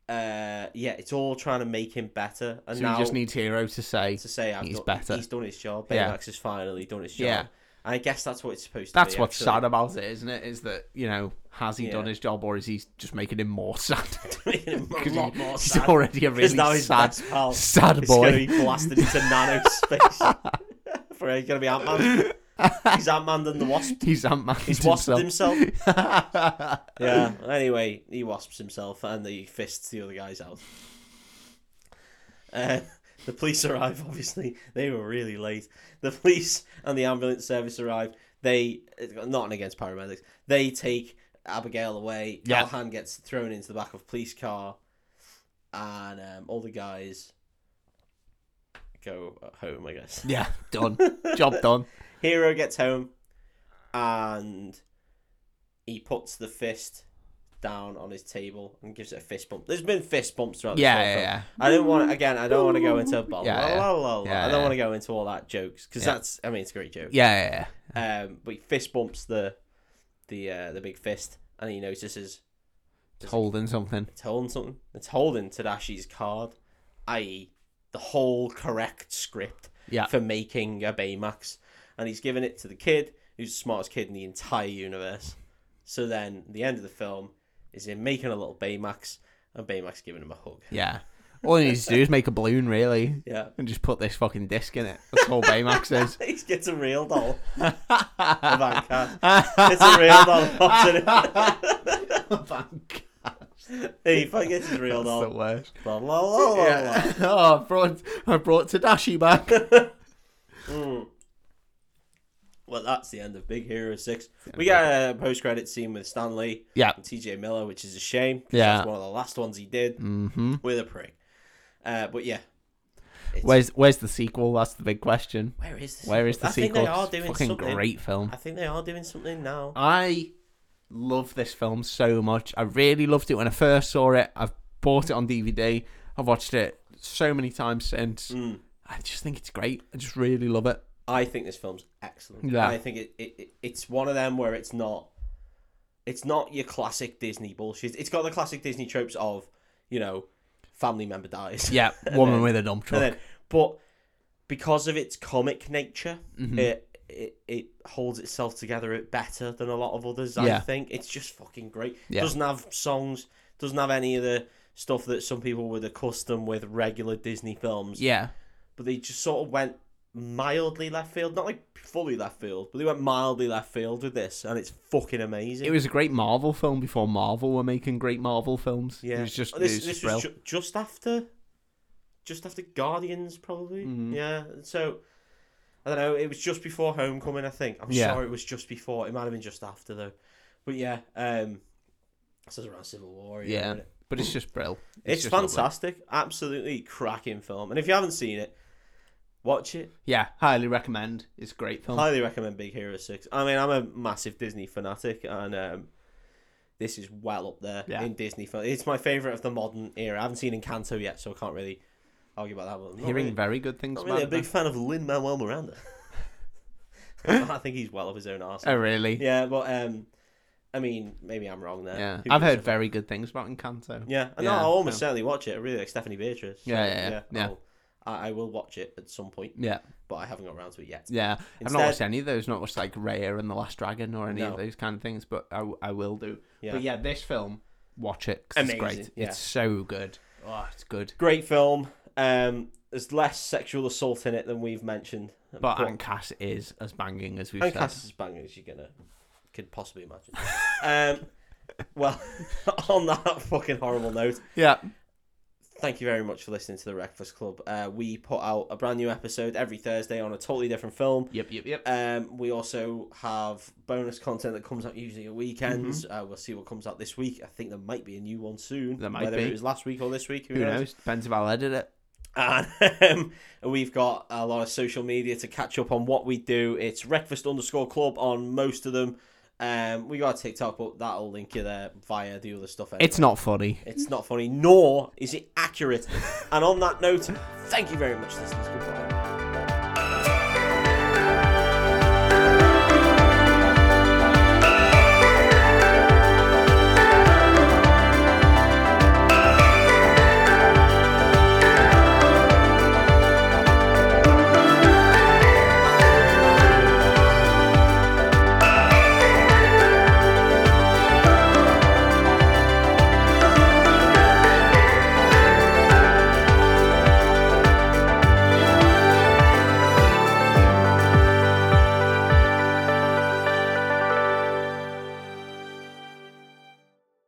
[SPEAKER 1] Uh, yeah, it's all trying to make him better. And
[SPEAKER 2] so
[SPEAKER 1] now
[SPEAKER 2] he just needs Hero to say
[SPEAKER 1] to say I've
[SPEAKER 2] he's
[SPEAKER 1] done,
[SPEAKER 2] better.
[SPEAKER 1] He's done his job.
[SPEAKER 2] Yeah.
[SPEAKER 1] Baymax has finally done his job.
[SPEAKER 2] Yeah.
[SPEAKER 1] And I guess that's what it's supposed
[SPEAKER 2] That's
[SPEAKER 1] to be.
[SPEAKER 2] what's
[SPEAKER 1] actually.
[SPEAKER 2] sad about it, isn't it? Is that you know has he done
[SPEAKER 1] Yeah.
[SPEAKER 2] his job or is he just making him more sad?
[SPEAKER 1] a
[SPEAKER 2] 'Cause
[SPEAKER 1] lot
[SPEAKER 2] he-
[SPEAKER 1] more
[SPEAKER 2] he's
[SPEAKER 1] sad.
[SPEAKER 2] already a really
[SPEAKER 1] now his
[SPEAKER 2] sad,
[SPEAKER 1] best pal
[SPEAKER 2] sad
[SPEAKER 1] It's going to
[SPEAKER 2] boy.
[SPEAKER 1] be blasted into nanospace. For he's going to be Ant Man. He's Ant Man and the Wasp.
[SPEAKER 2] He's Ant Man.
[SPEAKER 1] He's wasped himself. yeah. Anyway, he wasps himself and he fists the other guys out. Uh, the police arrive. Obviously, they were really late. The police and the ambulance service arrive. They not and against paramedics. They take Abigail away.
[SPEAKER 2] Yeah.
[SPEAKER 1] Callahan gets thrown into the back of a police car, and um, all the guys go home. I guess.
[SPEAKER 2] Yeah, done. Job done.
[SPEAKER 1] Hero gets home and he puts the fist down on his table and gives it a fist bump. There's been fist bumps throughout
[SPEAKER 2] Yeah,
[SPEAKER 1] this whole
[SPEAKER 2] yeah,
[SPEAKER 1] film.
[SPEAKER 2] yeah.
[SPEAKER 1] I don't want again, I don't want to go into blah,
[SPEAKER 2] Yeah,
[SPEAKER 1] blah,
[SPEAKER 2] yeah.
[SPEAKER 1] blah, blah, blah.
[SPEAKER 2] Yeah,
[SPEAKER 1] I don't
[SPEAKER 2] yeah.
[SPEAKER 1] want to go into all that jokes because that's I mean it's a great joke.
[SPEAKER 2] Yeah, yeah, yeah.
[SPEAKER 1] Um but he fist bumps the the uh, the big fist and he notices
[SPEAKER 2] It's holding something.
[SPEAKER 1] it's holding something. It's holding Tadashi's card, i.e., the whole correct script
[SPEAKER 2] Yeah.
[SPEAKER 1] for making a Baymax. And he's giving it to the kid who's the smartest kid in the entire universe. So then the end of the film is him making a little Baymax and Baymax giving him a hug.
[SPEAKER 2] Yeah. All he needs to do is make a balloon, really,
[SPEAKER 1] Yeah.
[SPEAKER 2] and just put this fucking disc in it. That's all Baymax is.
[SPEAKER 1] He gets a real doll. a van cat. It's a real doll. isn't it? he fucking gets his real
[SPEAKER 2] That's the
[SPEAKER 1] doll.
[SPEAKER 2] worst.
[SPEAKER 1] Blah, blah, blah, blah, blah.
[SPEAKER 2] Yeah. Oh, I brought I brought Tadashi back.
[SPEAKER 1] Well, that's the end of Big Hero 6. We got a post credit scene with Stanley
[SPEAKER 2] Yeah.
[SPEAKER 1] and TJ Miller, which is a shame. 'cause
[SPEAKER 2] Yeah.
[SPEAKER 1] That's one of the last ones he did
[SPEAKER 2] Mm-hmm.
[SPEAKER 1] with a prick. Uh, but yeah. It's-
[SPEAKER 2] Where's Where's the sequel? That's the big question.
[SPEAKER 1] where is this?
[SPEAKER 2] Where is the
[SPEAKER 1] I
[SPEAKER 2] sequel?
[SPEAKER 1] think they are
[SPEAKER 2] It's a
[SPEAKER 1] doing
[SPEAKER 2] fucking
[SPEAKER 1] something.
[SPEAKER 2] great film.
[SPEAKER 1] I think they are doing something now.
[SPEAKER 2] I love this film so much. I really loved it when I first saw it. I've bought it on DVD. I've watched it so many times since.
[SPEAKER 1] Hmm.
[SPEAKER 2] I just think it's great. I just really love it.
[SPEAKER 1] I think this film's excellent.
[SPEAKER 2] Yeah.
[SPEAKER 1] I think it, it, it it's one of them where it's not it's not your classic Disney bullshit. It's got the classic Disney tropes of, you know, family member dies.
[SPEAKER 2] Yeah, woman with a dump truck.
[SPEAKER 1] And then- but because of its comic nature,
[SPEAKER 2] Mm-hmm.
[SPEAKER 1] it, it it holds itself together it better than a lot of others. I
[SPEAKER 2] Yeah.
[SPEAKER 1] think it's just fucking great.
[SPEAKER 2] Yeah.
[SPEAKER 1] Doesn't have songs. Doesn't have any of the stuff that some people would accustom with regular Disney films.
[SPEAKER 2] yeah,
[SPEAKER 1] But they just sort of went mildly left field, not like fully left field, but they went mildly left field with this, and it's fucking amazing.
[SPEAKER 2] it was a great Marvel film before Marvel were making great Marvel films.
[SPEAKER 1] Yeah,
[SPEAKER 2] it was just
[SPEAKER 1] Oh,
[SPEAKER 2] it
[SPEAKER 1] this,
[SPEAKER 2] was
[SPEAKER 1] this
[SPEAKER 2] just real.
[SPEAKER 1] was ju- just after, just after Guardians, probably.
[SPEAKER 2] Mm-hmm.
[SPEAKER 1] Yeah, so I don't know. It was just before Homecoming, I think. I'm
[SPEAKER 2] Yeah.
[SPEAKER 1] sorry, it was just before. It might have been just after though, but yeah, um, this is around Civil War. you know,
[SPEAKER 2] yeah,
[SPEAKER 1] innit?
[SPEAKER 2] but it's just brill.
[SPEAKER 1] it's,
[SPEAKER 2] just lovely.
[SPEAKER 1] fantastic, absolutely cracking film. And if you haven't seen it, watch it.
[SPEAKER 2] Yeah, highly recommend. It's a great film.
[SPEAKER 1] Highly recommend Big Hero Six. I mean, I'm a massive Disney fanatic, and um, this is well up there
[SPEAKER 2] Yeah.
[SPEAKER 1] in Disney film. It's my favorite of the modern era. I haven't seen Encanto yet, so I can't really argue about that one. I'm not
[SPEAKER 2] Hearing
[SPEAKER 1] really,
[SPEAKER 2] very good things
[SPEAKER 1] not
[SPEAKER 2] about
[SPEAKER 1] really a
[SPEAKER 2] it,
[SPEAKER 1] big
[SPEAKER 2] though.
[SPEAKER 1] fan of Lin Manuel Miranda. I think he's well of his own arse.
[SPEAKER 2] Oh really? Yeah,
[SPEAKER 1] Yeah, but um, I mean, maybe I'm wrong there. Who
[SPEAKER 2] I've
[SPEAKER 1] gives
[SPEAKER 2] heard
[SPEAKER 1] a-
[SPEAKER 2] very good things about Encanto.
[SPEAKER 1] Yeah, no,
[SPEAKER 2] Yeah,
[SPEAKER 1] I'll almost
[SPEAKER 2] so-
[SPEAKER 1] certainly watch it. I really like Stephanie Beatrice. so,
[SPEAKER 2] Yeah, yeah, yeah, yeah.
[SPEAKER 1] I'll- I, I will watch it at some point,
[SPEAKER 2] yeah.
[SPEAKER 1] but I haven't got around to it yet.
[SPEAKER 2] Yeah, I've
[SPEAKER 1] Instead-
[SPEAKER 2] not watched any of those. Not watched like Raya and the Last Dragon or any
[SPEAKER 1] No.
[SPEAKER 2] of those kind of things. But I, w- I will do.
[SPEAKER 1] Yeah.
[SPEAKER 2] But yeah, this film, watch it. 'cause It's great.
[SPEAKER 1] Amazing, yeah.
[SPEAKER 2] It's so good. Oh, it's good.
[SPEAKER 1] great film. Um, there's less sexual assault in it than we've mentioned.
[SPEAKER 2] But Ancass is as banging as we've
[SPEAKER 1] and
[SPEAKER 2] said.
[SPEAKER 1] cast as banging as you're gonna could possibly imagine. um, well, on that fucking horrible note,
[SPEAKER 2] Yeah,
[SPEAKER 1] thank you very much for listening to the Breakfast Club. Uh, we put out a brand new episode every Thursday on a totally different film.
[SPEAKER 2] yep, yep, yep.
[SPEAKER 1] Um, we also have bonus content that comes out usually at weekends. Uh, we'll see what comes out this week. I think there might be a new one soon.
[SPEAKER 2] Mm-hmm. There might
[SPEAKER 1] Whether
[SPEAKER 2] be.
[SPEAKER 1] it was last week or this week, who,
[SPEAKER 2] Who
[SPEAKER 1] knows?
[SPEAKER 2] knows? Depends if I'll edit it.
[SPEAKER 1] and um, we've got a lot of social media to catch up on what we do. It's breakfast underscore club on most of them. Um, we got a TikTok, but that'll link you there via the other stuff. Anyway.
[SPEAKER 2] It's not funny.
[SPEAKER 1] It's not funny, nor is it accurate. and on that note, thank you very much, listeners. Goodbye.